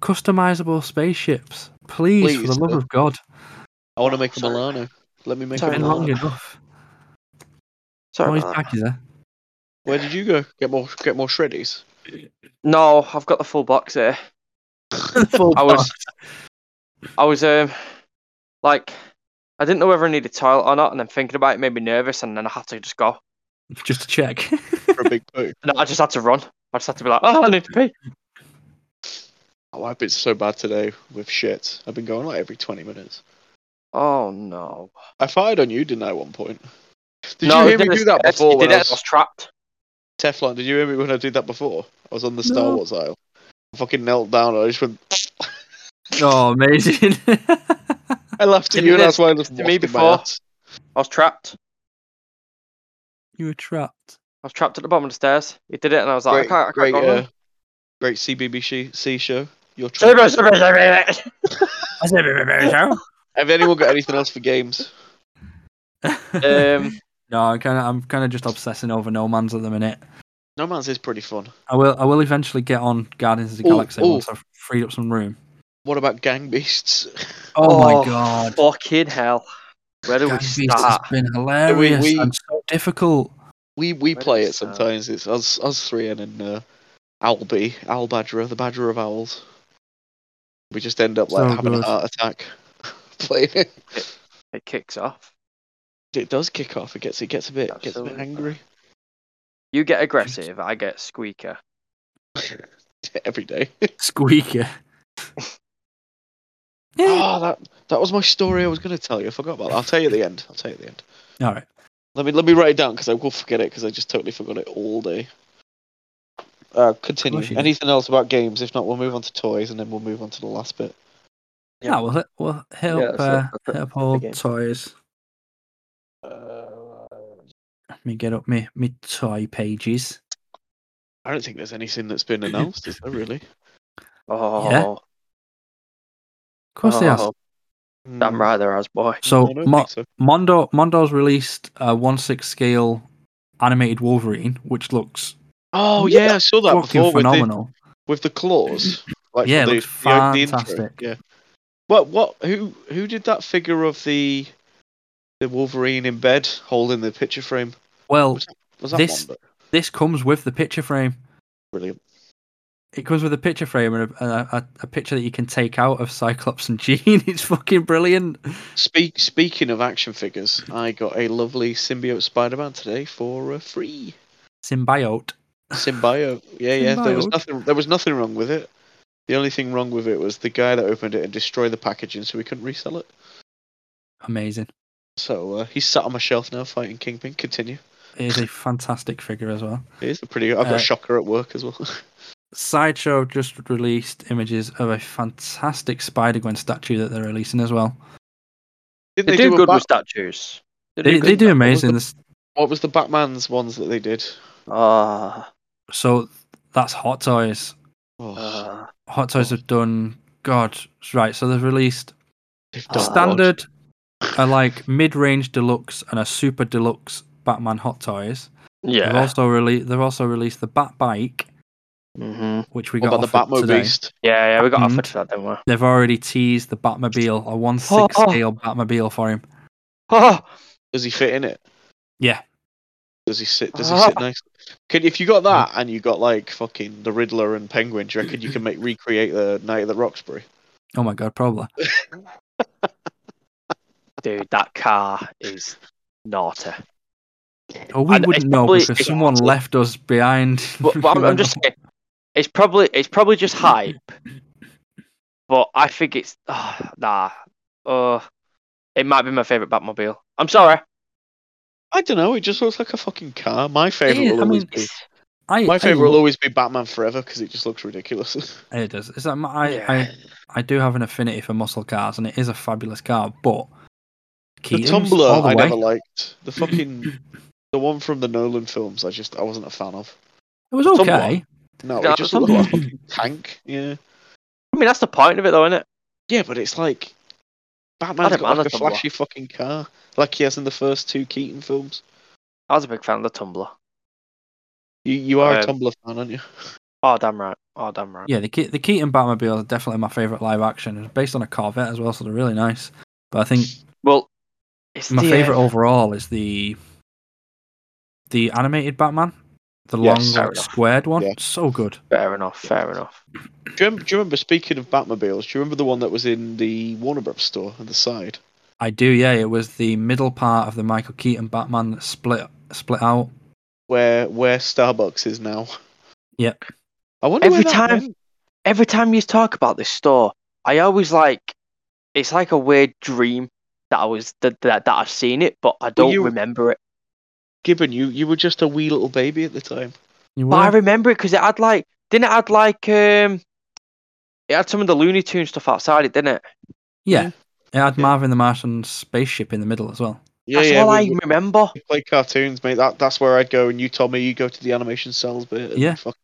Speaker 2: customizable spaceships, please, for
Speaker 1: Please,
Speaker 2: the love
Speaker 1: sir.
Speaker 2: of God,
Speaker 1: I want to make a
Speaker 3: Sorry.
Speaker 1: Milano. Let me make
Speaker 2: it's
Speaker 1: a
Speaker 3: Sorry,
Speaker 2: been
Speaker 1: Milano.
Speaker 2: long enough.
Speaker 3: Sorry
Speaker 2: oh, he's
Speaker 3: about that.
Speaker 2: back, is there?
Speaker 1: Where did you go? Get more get more shreddies.
Speaker 3: No, I've got the full box here.
Speaker 2: Full
Speaker 3: I was-
Speaker 2: box.
Speaker 3: I was um like I didn't know whether I needed toilet or not, and then thinking about it made me nervous, and then I had to just go.
Speaker 2: just to check.
Speaker 1: for a big poo.
Speaker 3: No, I just had to run. I just had to be like, oh, I need to pee.
Speaker 1: Oh, I've been so bad today with shit. I've been going like every 20 minutes.
Speaker 3: Oh no!
Speaker 1: I fired on you, didn't I, at one point? Did
Speaker 3: no,
Speaker 1: you
Speaker 3: I
Speaker 1: hear me
Speaker 3: didn't
Speaker 1: do that
Speaker 3: expect-
Speaker 1: before?
Speaker 3: You
Speaker 1: when
Speaker 3: did
Speaker 1: I
Speaker 3: it. I
Speaker 1: was-
Speaker 3: was trapped.
Speaker 1: Teflon, did you hear me when I did that before? I was on the Star
Speaker 2: No.
Speaker 1: Wars aisle. I fucking knelt down and I just went.
Speaker 2: oh, amazing.
Speaker 1: I laughed at
Speaker 3: You
Speaker 1: you and
Speaker 3: did
Speaker 1: that's why I just
Speaker 3: to
Speaker 1: walked
Speaker 3: me
Speaker 1: in my
Speaker 3: before.
Speaker 1: ass.
Speaker 3: I was trapped.
Speaker 2: you were trapped.
Speaker 3: I was trapped at the bottom of the stairs. You did it, and I was
Speaker 1: Great,
Speaker 3: like, I can't, I
Speaker 1: great,
Speaker 3: can't go.
Speaker 1: uh,
Speaker 3: on.
Speaker 1: great CBBC show. Your
Speaker 3: Sorry,
Speaker 1: trip.
Speaker 3: sorry, sorry, sorry.
Speaker 2: I said,
Speaker 1: Have anyone got anything else for games?
Speaker 3: Um,
Speaker 2: no, I'm kind of I'm kind of just obsessing over No Man's at the minute.
Speaker 1: No Man's is pretty fun.
Speaker 2: I will. I will eventually get on Guardians of the
Speaker 1: Ooh,
Speaker 2: Galaxy
Speaker 1: ooh.
Speaker 2: once I've freed up some room.
Speaker 1: What about Gang Beasts?
Speaker 2: Oh, my god!
Speaker 3: Fucking hell! Where do
Speaker 2: Gang Beasts
Speaker 3: we
Speaker 2: has
Speaker 3: start?
Speaker 2: been hilarious
Speaker 1: we-
Speaker 2: and so difficult.
Speaker 1: We we
Speaker 3: Where
Speaker 1: play
Speaker 3: is uh,
Speaker 1: it
Speaker 3: that?
Speaker 1: sometimes. It's us us three and then uh, Albie, Owl Badger, the Badger of Owls. We just end up like
Speaker 2: So
Speaker 1: having
Speaker 2: good.
Speaker 1: a heart attack playing it.
Speaker 3: It kicks off.
Speaker 1: It does kick off. It gets it gets a bit gets a bit
Speaker 3: Absolutely.
Speaker 1: angry
Speaker 3: You get aggressive, I get squeaker.
Speaker 1: every day.
Speaker 2: Squeaker. yeah.
Speaker 1: oh, that that was my story. I was going to tell you. I forgot about that. I'll tell you at the end. I'll tell you at the end.
Speaker 2: All right.
Speaker 1: Let me let me write it down because I will forget it because I just totally forgot it all day. Uh, continue.
Speaker 2: you did.
Speaker 1: Anything else about games? If not, we'll move on to toys and then we'll move on to the last bit.
Speaker 3: Yeah.
Speaker 2: Yeah. We'll, we'll help.
Speaker 3: that's it.
Speaker 2: uh,
Speaker 3: That's it.
Speaker 2: help
Speaker 3: game.
Speaker 2: old toys.
Speaker 1: Uh,
Speaker 2: Let me get up me me toy pages.
Speaker 1: I don't think there's anything that's been announced, is there really?
Speaker 3: Oh,
Speaker 2: Of course they are.
Speaker 3: oh, damn right there has, boy.
Speaker 2: So,
Speaker 1: Hmm. I don't
Speaker 2: Mo-
Speaker 1: think so.
Speaker 2: Mondo Mondo's released a one six scale animated Wolverine, which looks
Speaker 1: Oh
Speaker 2: Yeah.
Speaker 1: yeah, I saw that
Speaker 2: fucking
Speaker 1: before with the,
Speaker 2: phenomenal.
Speaker 1: with the claws. Like
Speaker 2: Yeah, it
Speaker 1: the,
Speaker 2: looks
Speaker 1: the- the intro,
Speaker 2: fantastic.
Speaker 1: yeah. What what who who did that figure of the the Wolverine in bed holding the picture frame?
Speaker 2: Well,
Speaker 1: Was that
Speaker 2: This-
Speaker 1: Mondo?
Speaker 2: this comes with the picture frame.
Speaker 1: Brilliant.
Speaker 2: It comes with a picture frame and a, a, a- a picture that you can take out of Cyclops and Jean. It's fucking brilliant.
Speaker 1: Speak, speaking of action figures, I got a lovely symbiote Spider-Man today for uh, free.
Speaker 2: Symbiote.
Speaker 1: Symbiote. Yeah, yeah. There was
Speaker 2: Symbiote.
Speaker 1: nothing. There was nothing wrong with it. The only thing wrong with it was the guy that opened it and destroyed the packaging, so we couldn't resell it.
Speaker 2: Amazing.
Speaker 1: So uh, he's sat on my shelf now, fighting Kingpin. Continue.
Speaker 2: It is a fantastic figure as well.
Speaker 1: It is a pretty. I've got
Speaker 2: Uh,
Speaker 1: a shocker at work as well.
Speaker 2: Sideshow just released images of a fantastic Spider Gwen statue that they're releasing as well.
Speaker 1: Did
Speaker 3: They, do,
Speaker 1: a
Speaker 3: good
Speaker 1: Bat-
Speaker 3: with statues.
Speaker 2: They, they
Speaker 1: good.
Speaker 2: do
Speaker 1: What was
Speaker 2: amazing.
Speaker 1: the-
Speaker 2: This-
Speaker 1: What was the Batman's ones that they did?
Speaker 3: Ah,
Speaker 2: So that's Hot Toys.
Speaker 1: Oh,
Speaker 3: ah.
Speaker 2: Hot Toys have done. God, right. So they've released
Speaker 1: they've
Speaker 3: Oh,
Speaker 1: done
Speaker 2: standard are like mid-range deluxe and a super deluxe Batman hot toys. They've
Speaker 3: Yeah.
Speaker 2: also released they've also released the Bat Bike,
Speaker 3: Mm-hmm.
Speaker 2: which we
Speaker 1: What
Speaker 2: got
Speaker 1: about the
Speaker 2: offered
Speaker 1: Batmo
Speaker 2: today.
Speaker 1: Beast?
Speaker 3: Yeah, yeah, we got
Speaker 2: Mhm.
Speaker 3: offered for that, didn't we?
Speaker 2: They've already teased the Batmobile, a one six
Speaker 3: Oh.
Speaker 2: scale Batmobile for him.
Speaker 3: Oh,
Speaker 1: Does he fit in it?
Speaker 2: Yeah.
Speaker 1: Does he sit? Does he
Speaker 2: Uh-huh.
Speaker 1: sit nice? Could if you got that and you got like fucking the Riddler and Penguin, do you reckon you can make recreate the Night of the Roxbury?
Speaker 2: Oh my god, probably.
Speaker 3: dude, that car is naughty.
Speaker 2: Oh, we
Speaker 3: And it's
Speaker 2: wouldn't know
Speaker 3: probably-
Speaker 2: because
Speaker 3: it's-
Speaker 2: someone left us behind.
Speaker 3: But, but I'm, I'm just saying, it's probably it's probably just hype. But I think it's oh, nah. Uh, it might be my favorite Batmobile. I'm sorry.
Speaker 1: I don't know. It just looks like a fucking car. My favorite
Speaker 2: is,
Speaker 1: will
Speaker 2: I
Speaker 1: always
Speaker 2: mean,
Speaker 1: be
Speaker 2: I,
Speaker 1: my
Speaker 2: I
Speaker 1: favorite will
Speaker 2: lo-
Speaker 1: always be Batman Forever because it just looks ridiculous.
Speaker 2: It does. Is that my, I, I I do have an affinity for muscle cars, and it is a fabulous car. But
Speaker 1: the
Speaker 2: Keaton's
Speaker 1: Tumbler
Speaker 2: all the
Speaker 1: I
Speaker 2: way.
Speaker 1: never liked. The fucking the one from the Nolan films. I just I wasn't a fan of.
Speaker 2: It was
Speaker 1: the Tumbler.
Speaker 2: okay.
Speaker 1: No,
Speaker 3: No,
Speaker 1: it just
Speaker 3: the
Speaker 1: looked like a fucking tank. Yeah.
Speaker 3: I mean, that's the point of it, though, isn't it?
Speaker 1: Yeah, but it's like Batman's
Speaker 3: don't
Speaker 1: got
Speaker 3: mind
Speaker 1: like a
Speaker 3: the Tumbler.
Speaker 1: flashy fucking car, like he has in the first two Keaton films.
Speaker 3: I was a big fan of the Tumbler.
Speaker 1: You you are a
Speaker 3: Um,
Speaker 1: Tumblr fan, aren't you?
Speaker 3: Oh damn right. Oh damn right.
Speaker 2: Yeah, the Ke- the Keaton Batmobile is definitely my favorite live action. It's based on a Corvette as well, so they're really nice. But I think
Speaker 3: Well, it's
Speaker 2: my
Speaker 3: the, uh,
Speaker 2: favorite overall is the the animated Batman, the long
Speaker 1: Yes,
Speaker 3: fair
Speaker 2: like,
Speaker 3: enough.
Speaker 2: squared one.
Speaker 1: Yeah.
Speaker 2: So good.
Speaker 3: Fair enough. Fair enough.
Speaker 1: Do you, remember, do you remember? Speaking of Batmobiles, do you remember the one that was in the Warner Bros. store on the side?
Speaker 2: I do. Yeah, it was the middle part of the Michael Keaton Batman that split split out.
Speaker 1: where where Starbucks is now.
Speaker 2: Yep.
Speaker 1: I wonder where
Speaker 3: Every
Speaker 1: that
Speaker 3: time-
Speaker 1: went.
Speaker 3: Every time you talk about this store, I always like it's like a weird dream that I was that that, that I've seen it, but I don't
Speaker 1: you-
Speaker 3: remember it.
Speaker 1: Gibbon, you you were just a wee little baby at the time.
Speaker 2: You
Speaker 3: But I
Speaker 2: were?
Speaker 3: remember it because it had like didn't it had like um it had some of the Looney Tune stuff outside it, didn't it?
Speaker 2: Yeah. It had
Speaker 1: Yeah.
Speaker 2: Marvin the Martian spaceship in the middle as well.
Speaker 1: Yeah,
Speaker 3: That's
Speaker 1: yeah.
Speaker 3: all
Speaker 1: we,
Speaker 3: I
Speaker 1: we
Speaker 3: remember.
Speaker 1: play cartoons, mate. That that's where I'd go, and you told me you go to the animation cells uh, bit. and
Speaker 2: Yeah.
Speaker 1: fucking-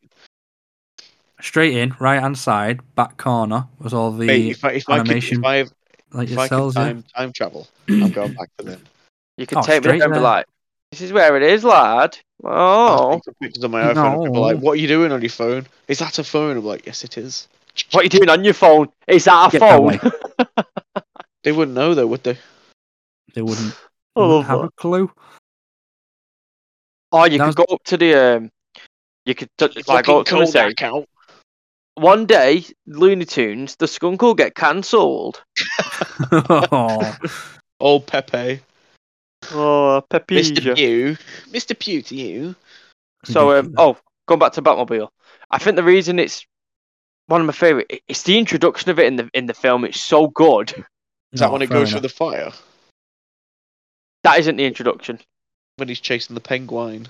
Speaker 2: Straight in, right hand side, back corner was all the
Speaker 1: mate, if I if I could,
Speaker 2: animation
Speaker 1: if I, have,
Speaker 2: like
Speaker 1: if I could
Speaker 2: yourselves. yeah.
Speaker 1: time time travel, I'm going back to them.
Speaker 3: You can
Speaker 2: Oh,
Speaker 3: take me
Speaker 2: straight
Speaker 3: there and be
Speaker 2: there.
Speaker 3: like, "This is where it is, lad."
Speaker 1: I'll
Speaker 3: Oh,
Speaker 1: take some pictures on my iPhone. and people are like,
Speaker 2: No.
Speaker 1: "What are you doing on your phone? Is that a phone?" I'm like, "Yes, it is."
Speaker 3: what are you doing on your phone? Is that a
Speaker 2: Get that
Speaker 3: phone?
Speaker 2: way.
Speaker 1: They wouldn't know though, would they?
Speaker 2: They wouldn't,
Speaker 3: I
Speaker 2: wouldn't
Speaker 3: love
Speaker 2: have
Speaker 3: that.
Speaker 2: a clue.
Speaker 3: Or Oh, you
Speaker 2: That
Speaker 3: could go up to the um, you could t- like go
Speaker 1: Fucking
Speaker 3: up to and
Speaker 1: call
Speaker 3: say,
Speaker 1: that out.
Speaker 3: "One day, Looney Tunes, the skunk will get cancelled."
Speaker 2: oh,
Speaker 1: Old Pepe,
Speaker 3: Oh,
Speaker 1: Mr.
Speaker 3: Pepija.
Speaker 1: Pew, Mr. Pew to you.
Speaker 3: So, um,
Speaker 2: ridiculous.
Speaker 3: oh, going back to Batmobile, I think the reason it's one of my favorite, it's the introduction of it in the in the film. It's so good.
Speaker 1: Is that
Speaker 2: No,
Speaker 1: when it
Speaker 2: Oh, fair
Speaker 1: goes
Speaker 2: enough.
Speaker 1: through the fire?
Speaker 3: That isn't the introduction.
Speaker 1: When he's chasing the penguin.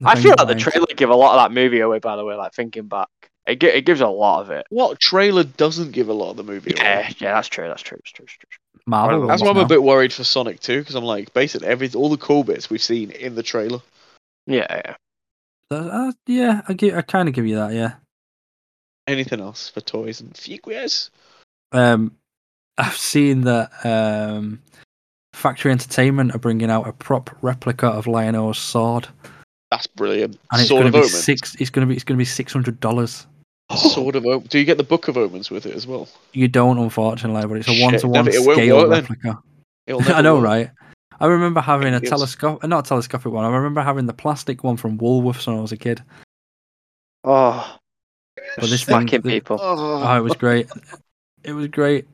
Speaker 2: The
Speaker 3: I
Speaker 2: thing
Speaker 3: feel like the
Speaker 2: is,
Speaker 3: trailer give a lot of that movie away. By the way, like thinking back, it gi- it gives a lot of it.
Speaker 1: What trailer doesn't give a lot of the movie away?
Speaker 3: Yeah, yeah, that's true. That's true. That's true. That's true.
Speaker 2: Marvel.
Speaker 3: That's
Speaker 1: That's
Speaker 2: ones
Speaker 1: why I'm
Speaker 2: now.
Speaker 1: a bit worried for Sonic 2 because I'm like, basically every all the cool bits we've seen in the trailer.
Speaker 3: Yeah, yeah.
Speaker 2: That- uh, yeah, I give, I kind of give you that. Yeah.
Speaker 1: Anything else for toys and figures?
Speaker 2: Um, I've seen that um, Factory Entertainment are bringing out a prop replica of Lionel's sword,
Speaker 1: That's brilliant.
Speaker 2: and it's
Speaker 1: Sword
Speaker 2: going
Speaker 1: of
Speaker 2: to be
Speaker 1: Omens.
Speaker 2: six. It's going to be it's going to be six hundred dollars.
Speaker 1: Sword of Omens. Do you get the Book of Omens with it as well?
Speaker 2: You don't, unfortunately, but it's a
Speaker 1: Shit,
Speaker 2: one to one
Speaker 1: David, it won't
Speaker 2: scale
Speaker 1: work then.
Speaker 2: replica.
Speaker 1: It'll
Speaker 2: I
Speaker 1: never
Speaker 2: know,
Speaker 1: work.
Speaker 2: right? I remember having a
Speaker 1: Yes.
Speaker 2: telescope, uh, not a telescopic one. I remember having the plastic one from Woolworths when I was a kid.
Speaker 3: Oh,
Speaker 2: But this thing,
Speaker 3: smacking
Speaker 2: the-
Speaker 3: people.
Speaker 1: Oh,
Speaker 2: Oh, it was great. It was great.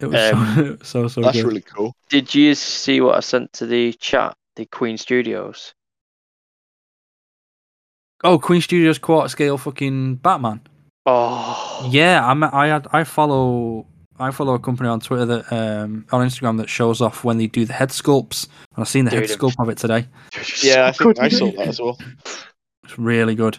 Speaker 2: It was so so so
Speaker 1: Um, that's
Speaker 2: good.
Speaker 1: really cool.
Speaker 3: Did you see what I sent to the chat? The Queen Studios.
Speaker 2: Oh, Queen Studios quarter scale fucking Batman.
Speaker 3: Oh,
Speaker 2: Yeah, I'm, I had I follow I follow a company on Twitter that um on Instagram that shows off when they do the head sculpts, and I've seen the head
Speaker 3: Dude, it-
Speaker 2: sculpt of it today.
Speaker 1: Yeah, I
Speaker 3: So
Speaker 1: think I
Speaker 3: good.
Speaker 1: saw that as well.
Speaker 2: It's really good,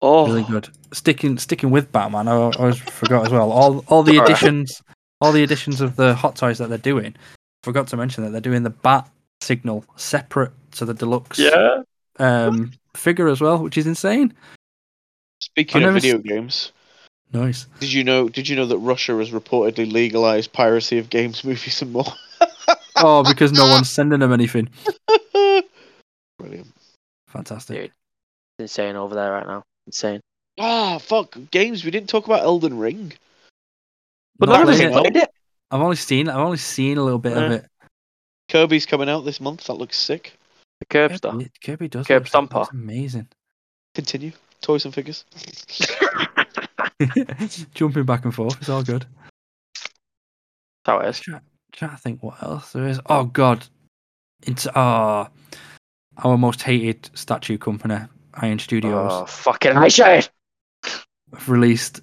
Speaker 3: Oh,
Speaker 2: really good. Sticking sticking with Batman, I, I always forgot as well. All all the
Speaker 3: Alright.
Speaker 2: additions, all the additions of the hot toys that they're doing. Forgot to mention that they're doing the bat signal separate to the deluxe
Speaker 3: yeah.
Speaker 2: um, figure as well, which is insane.
Speaker 1: Speaking
Speaker 2: I've
Speaker 1: of
Speaker 2: never s-
Speaker 1: video games,
Speaker 2: Nice.
Speaker 1: Did you know? Did you know that Russia has reportedly legalized piracy of games, movies, and more?
Speaker 2: Oh, because no one's sending them anything.
Speaker 1: Brilliant.
Speaker 2: Fantastic.
Speaker 3: Dude. It's insane over there right now. Insane.
Speaker 1: Ah, fuck games. We didn't talk about Elden Ring.
Speaker 3: But
Speaker 2: Not
Speaker 3: none of us
Speaker 1: really,
Speaker 2: played
Speaker 3: have
Speaker 2: it.
Speaker 1: no.
Speaker 3: played it.
Speaker 2: I've only seen. I've only seen a little bit of
Speaker 3: Yeah.
Speaker 2: it.
Speaker 1: Kirby's coming out this month. That looks sick.
Speaker 3: The curb stuff.
Speaker 2: Kirby, Kirby does.
Speaker 3: Curb
Speaker 2: look sick.
Speaker 3: Stomper.
Speaker 2: That's amazing.
Speaker 1: Continue. Toys and figures.
Speaker 2: Jumping back and forth. It's all good.
Speaker 3: That's how it
Speaker 2: Just
Speaker 3: is.
Speaker 2: try- trying to think what else there is. Oh God, it's ah our most hated statue company, Iron Studios,
Speaker 3: Oh, fucking I shade.
Speaker 2: have released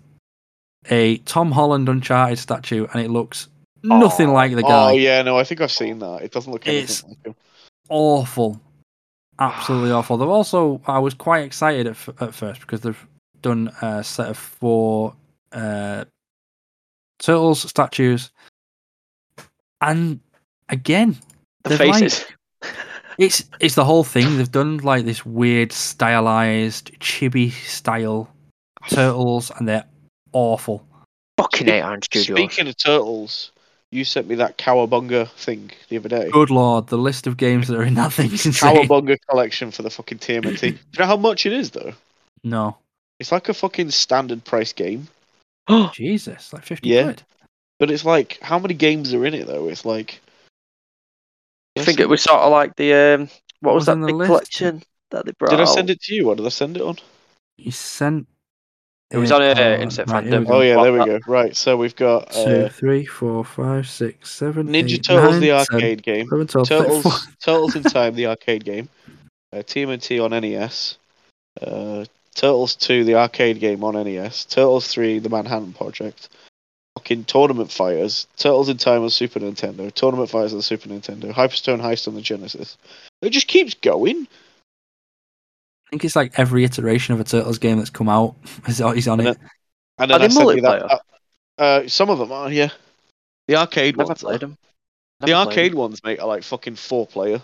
Speaker 2: a Tom Holland Uncharted statue, and it looks nothing
Speaker 3: Oh,
Speaker 2: like the
Speaker 1: Oh
Speaker 2: guy.
Speaker 1: yeah, no, I think I've seen that. It doesn't look anything
Speaker 2: It's-
Speaker 1: like him.
Speaker 2: Awful, absolutely
Speaker 3: Ah.
Speaker 2: awful. They've also I was quite excited at, f- at first because they've done a set of four uh, turtles statues, and again
Speaker 3: The
Speaker 2: They've lied.
Speaker 3: faces.
Speaker 2: It's it's the whole thing. They've done like this weird stylized chibi style turtles, and they're awful.
Speaker 3: Fucking hate Iron Studios.
Speaker 1: Speaking of turtles, you sent me that Cowabunga thing the other day.
Speaker 2: Good lord, the list of games that are in that thing is insane.
Speaker 1: Cowabunga collection for the fucking TMNT. Do you know how much it is though?
Speaker 2: No,
Speaker 1: It's like a fucking standard price game,
Speaker 2: Jesus, like fifty
Speaker 1: Yeah.
Speaker 2: quid.
Speaker 1: but it's like how many games are in it though? It's like
Speaker 3: I think it was sort of like the um, what was,
Speaker 2: was
Speaker 3: that
Speaker 2: on the
Speaker 3: big
Speaker 2: list?
Speaker 3: collection that they brought?
Speaker 1: Did I
Speaker 3: out?
Speaker 1: send it to you? What did I send it on?
Speaker 2: You sent.
Speaker 3: It was on, uh, Insect
Speaker 2: right, here we
Speaker 3: Fandom.
Speaker 1: Oh
Speaker 2: go.
Speaker 1: yeah, there we
Speaker 3: What
Speaker 1: go. Right, so we've got
Speaker 2: Two,
Speaker 1: uh,
Speaker 2: three, four, five, six, seven,
Speaker 1: Ninja
Speaker 2: eight,
Speaker 1: Turtles
Speaker 2: nine,
Speaker 1: the
Speaker 2: 10,
Speaker 1: arcade game,
Speaker 2: 11, 12, 13,
Speaker 1: Turtles
Speaker 2: 14.
Speaker 1: Turtles in Time the arcade game, uh, TMNT on NES, uh, Turtles 2 the arcade game on NES, Turtles 3 the Manhattan Project, fucking Tournament Fighters, Turtles in Time on Super Nintendo, Tournament Fighters on the Super Nintendo, Hyperstone Heist on the Genesis. It just keeps going.
Speaker 2: I think it's like every iteration of a turtles game that's come out. He's on he's on
Speaker 1: And
Speaker 2: it.
Speaker 1: And then
Speaker 3: Are
Speaker 1: I
Speaker 3: they
Speaker 1: sent you that.
Speaker 3: multiplayer?
Speaker 1: that- uh, some of them are, yeah. The arcade
Speaker 3: Never
Speaker 1: ones.
Speaker 3: played them.
Speaker 1: The arcade ones, mate, are like fucking four player.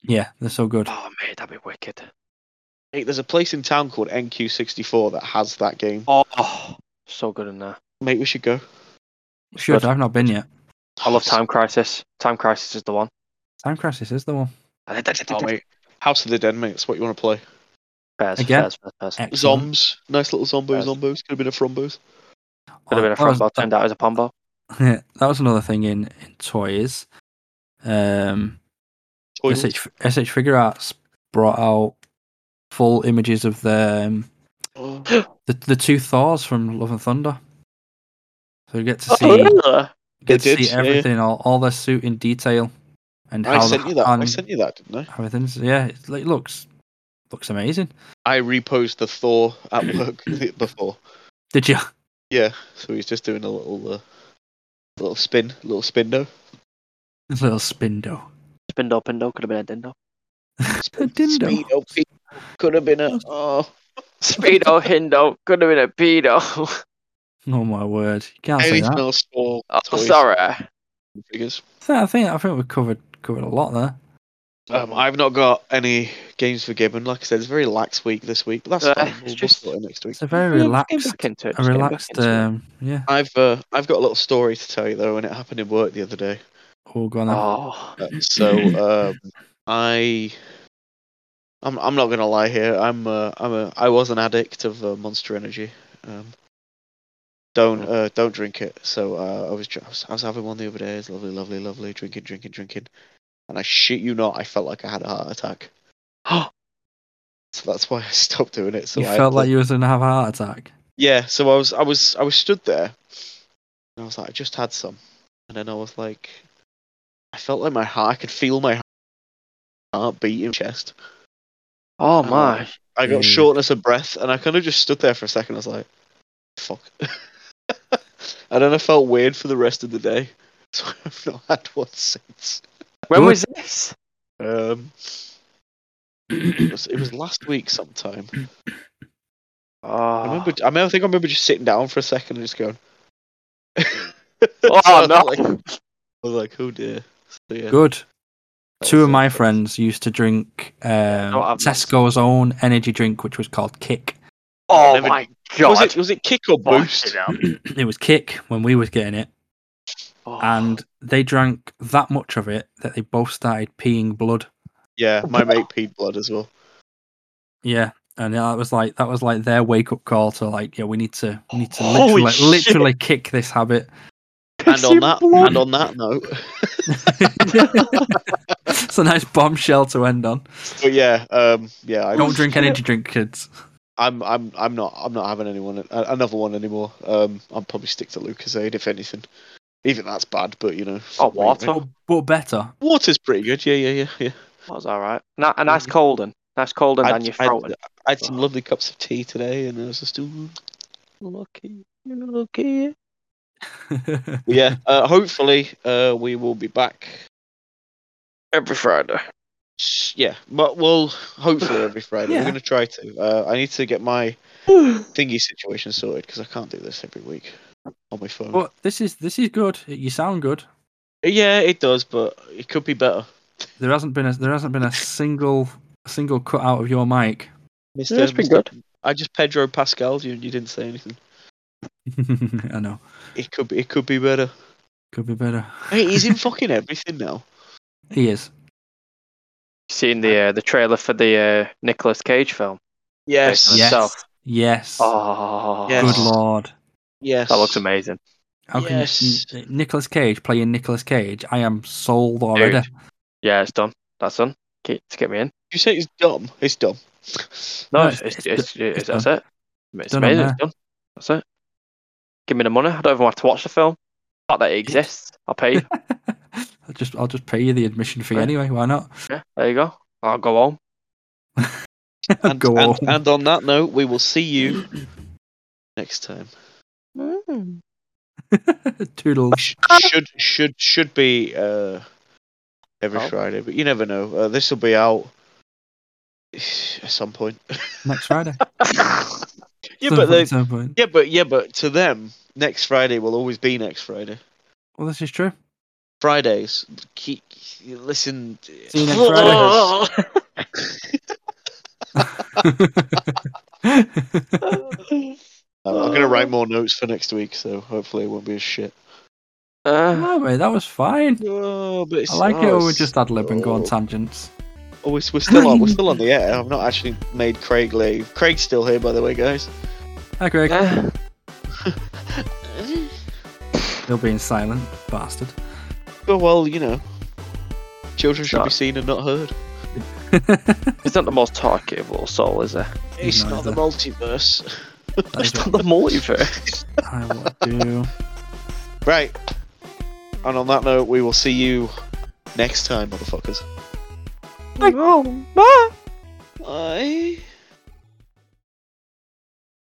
Speaker 2: Yeah, they're so good.
Speaker 1: Ah,
Speaker 3: Oh mate, that'd be wicked.
Speaker 1: Hey, there's a place in town called NQ64 that has that game. Oh,
Speaker 3: Oh, so good in there.
Speaker 1: Mate, we should go.
Speaker 2: Should I've not been yet.
Speaker 3: I love Time Crisis. Time Crisis is the one.
Speaker 2: Time Crisis is the one.
Speaker 1: Oh, mate. House of the Dead, mate. That's what you want to play.
Speaker 3: Fairs,
Speaker 2: Again?
Speaker 3: fairs, fairs, fairs.
Speaker 2: Excellent.
Speaker 1: Zombs. Nice little zombo
Speaker 3: Yes.
Speaker 1: zombos. Could have been a frombos.
Speaker 3: Could have been a
Speaker 2: Oh, That was-
Speaker 3: frombo. Turned out it was a pombo.
Speaker 2: Yeah, that was another thing in, in toys. Um,
Speaker 1: Toys.
Speaker 2: SH, SH Figure Arts brought out full images of the, um,
Speaker 1: Oh,
Speaker 2: the the two Thors from Love and Thunder. So you get to see
Speaker 3: Oh,
Speaker 1: They
Speaker 2: get to
Speaker 1: did,
Speaker 2: see
Speaker 1: yeah, yeah.
Speaker 2: everything, all, all their suit in detail, and
Speaker 1: I
Speaker 2: how
Speaker 1: sent
Speaker 2: the,
Speaker 1: you that. I
Speaker 2: and
Speaker 1: sent you that, didn't
Speaker 2: everything's yeah, it, it looks looks amazing.
Speaker 1: I? I reposed the Thor at work before.
Speaker 2: Did you?
Speaker 1: Yeah, so he's just doing a little, uh, little spin, little spindo.
Speaker 2: Little spindo.
Speaker 3: Spindo, pindo, could have been a dindo.
Speaker 1: Spin,
Speaker 2: Dindo.
Speaker 1: Speedo, pe- could have been a. Oh,
Speaker 3: Speedo, hindo, could have been a pedo.
Speaker 2: Oh my word! You can't say
Speaker 1: Haley
Speaker 2: that.
Speaker 1: smells small.
Speaker 3: Oh,
Speaker 1: toys
Speaker 3: sorry.
Speaker 1: and Figures.
Speaker 2: So I think I think we covered covered a lot there.
Speaker 1: Um, I've not got any games for Gibbon. Like I said, it's a very lax week this week, but that's
Speaker 3: Uh,
Speaker 1: fine.
Speaker 3: it's
Speaker 1: We'll, we'll
Speaker 3: just-
Speaker 1: sort it next week.
Speaker 2: It's a very
Speaker 3: Yeah, just came
Speaker 2: relaxed,
Speaker 3: back into it,
Speaker 2: a
Speaker 3: just came back
Speaker 2: relaxed.
Speaker 3: into it.
Speaker 2: Um, yeah.
Speaker 1: I've uh, I've got a little story to tell you though, and it happened in work the other day.
Speaker 2: Oh, go on. then.
Speaker 3: Oh,
Speaker 1: Uh, so um, I, I'm I'm not gonna lie here. I'm uh, I'm a I was an addict of uh, Monster Energy. Um, don't
Speaker 2: Oh.
Speaker 1: uh, don't drink it. So uh, I was dr- I was I was having one the other day. It's lovely, lovely, lovely. Drinking, drinking, drinking, and I shit you not, I felt like I had a heart attack. So that's why I stopped doing it. So
Speaker 2: you
Speaker 1: I
Speaker 2: felt like
Speaker 1: you.
Speaker 2: you was gonna have a heart attack.
Speaker 1: yeah so i was i was i was stood there and i was like i just had some and then i was like i felt like my heart i could feel my heart beat in my chest
Speaker 3: oh my.
Speaker 1: i got
Speaker 2: Mm.
Speaker 1: shortness of breath and i kind of just stood there for a second i was like fuck and then i felt weird for the rest of the day so i've not had one since
Speaker 3: When
Speaker 2: Good.
Speaker 3: was this?
Speaker 1: um it was, it was last week sometime i
Speaker 3: Oh,
Speaker 1: remember i, mean, I think i remember just sitting down for a second and just going So I
Speaker 3: oh
Speaker 1: was like-
Speaker 3: no.
Speaker 1: I was like, oh dear. So, yeah,
Speaker 2: Good.
Speaker 1: that
Speaker 2: Two
Speaker 1: was
Speaker 2: of
Speaker 1: it.
Speaker 2: my friends used to drink um,
Speaker 3: not have
Speaker 2: Tesco's own energy drink, which was called Kick.
Speaker 3: Oh
Speaker 1: Never-
Speaker 3: my god!
Speaker 1: Was it was it kick or
Speaker 3: Fucking
Speaker 1: boost?
Speaker 3: hell.
Speaker 2: It was kick when we was getting it,
Speaker 3: Oh.
Speaker 2: and they drank that much of it that they both started peeing blood.
Speaker 1: Yeah, my mate peed blood as well.
Speaker 2: Yeah, and that was like that was like their wake up call to like, yeah, we need to we need to
Speaker 3: Holy
Speaker 2: literally,
Speaker 3: shit.
Speaker 2: literally kick this habit.
Speaker 1: And on
Speaker 3: Pissing
Speaker 1: that
Speaker 3: blood.
Speaker 1: and on that note,
Speaker 2: it's a nice bombshell to end on.
Speaker 1: but yeah, um, yeah, I,
Speaker 2: Don't drink energy drink, kids.
Speaker 1: I'm I'm I'm not I'm not having anyone a- another one anymore. Um, I'll probably stick to Lucasade if anything. Even that's bad, but you know.
Speaker 3: Oh, water.
Speaker 2: But, but better.
Speaker 1: Water's pretty good. Yeah, yeah, yeah, yeah.
Speaker 3: That was all right. Na- a nice cold and nice cold and down your
Speaker 1: I,
Speaker 3: throat.
Speaker 1: had, I had some lovely cups of tea today, and I was just ooh, lucky, lucky. Yeah. Uh, hopefully, uh, we will be back.
Speaker 3: Every Friday.
Speaker 1: s- Yeah, but well, hopefully every Friday.
Speaker 2: Yeah.
Speaker 1: We're going to try to. Uh, I need to get my thingy situation sorted because I can't do this every week on my phone.
Speaker 2: But this is this is good. You sound good.
Speaker 1: Yeah, it does, but it could be better.
Speaker 2: There hasn't been a there hasn't been a single single cut out of your mic.
Speaker 1: Mister,
Speaker 3: Yeah, it's been good.
Speaker 1: I just Pedro Pascal you and you didn't say anything.
Speaker 2: I know.
Speaker 1: It could be. It could be better.
Speaker 2: Could be better.
Speaker 1: Hey, he's in fucking everything now.
Speaker 2: He is.
Speaker 3: You seen the uh, the trailer for the uh, Nicolas Cage film?
Speaker 1: Yes.
Speaker 3: Yes. So-
Speaker 2: Yes.
Speaker 3: Oh,
Speaker 1: Yes.
Speaker 2: Good lord.
Speaker 1: Yes.
Speaker 3: that looks amazing.
Speaker 2: How can
Speaker 1: Yes.
Speaker 2: Nicholas Cage playing Nicholas Cage? I am sold already.
Speaker 3: Yeah, it's done. That's done. Get, to get me in.
Speaker 1: You say it's dumb. It's dumb.
Speaker 3: No,
Speaker 2: No,
Speaker 3: it's, it's,
Speaker 2: it's- it's
Speaker 3: it's, it's-
Speaker 2: done.
Speaker 3: that's it. It's
Speaker 2: done on
Speaker 3: amazing.
Speaker 2: there.
Speaker 3: It's done. That's it. Give me the money. I don't even have to watch the film. Not that it exists. I'll pay you.
Speaker 2: I'll just I'll just pay you the admission fee
Speaker 3: Yeah.
Speaker 2: anyway. Why not?
Speaker 3: yeah, there you go. I'll go home.
Speaker 1: And,
Speaker 2: Go
Speaker 1: and,
Speaker 2: on.
Speaker 1: and on that note, we will see you next time.
Speaker 2: Toodles.
Speaker 1: Sh- Should should should be uh, every
Speaker 3: Oh.
Speaker 1: Friday, but you never know. Uh, this will be out at some point.
Speaker 2: Next Friday.
Speaker 1: yeah,
Speaker 2: Some
Speaker 1: but
Speaker 2: point,
Speaker 1: they,
Speaker 2: some point.
Speaker 1: yeah, but yeah, but to them, next Friday will always be next Friday.
Speaker 2: Well, this is true.
Speaker 1: Fridays, keep listen.
Speaker 2: See you next Friday.
Speaker 1: I'm gonna write more notes for next week, so hopefully it won't be as shit.
Speaker 3: Uh,
Speaker 2: no, Ah, mate, that was fine.
Speaker 1: Oh, but it's,
Speaker 2: I like it
Speaker 1: oh,
Speaker 2: when we
Speaker 1: it's-
Speaker 2: just ad lib and go on
Speaker 1: oh.
Speaker 2: tangents.
Speaker 1: Oh, we're, we're still on. We're still on the air. I've not actually made Craig leave. Craig's still here, by the way, guys.
Speaker 2: Hi, Greg.
Speaker 3: yeah.
Speaker 2: He'll be in silent, bastard.
Speaker 1: Oh well, you know, children should
Speaker 3: No.
Speaker 1: be seen and not heard.
Speaker 3: He's not the most talkative little soul, is he?
Speaker 1: It's not
Speaker 2: Neither.
Speaker 1: the multiverse.
Speaker 2: That is
Speaker 3: He's not
Speaker 2: what
Speaker 3: the multiverse.
Speaker 2: I want to do.
Speaker 1: Right. And on that note, we will see you next time, motherfuckers.
Speaker 3: oh, bye.
Speaker 1: Bye.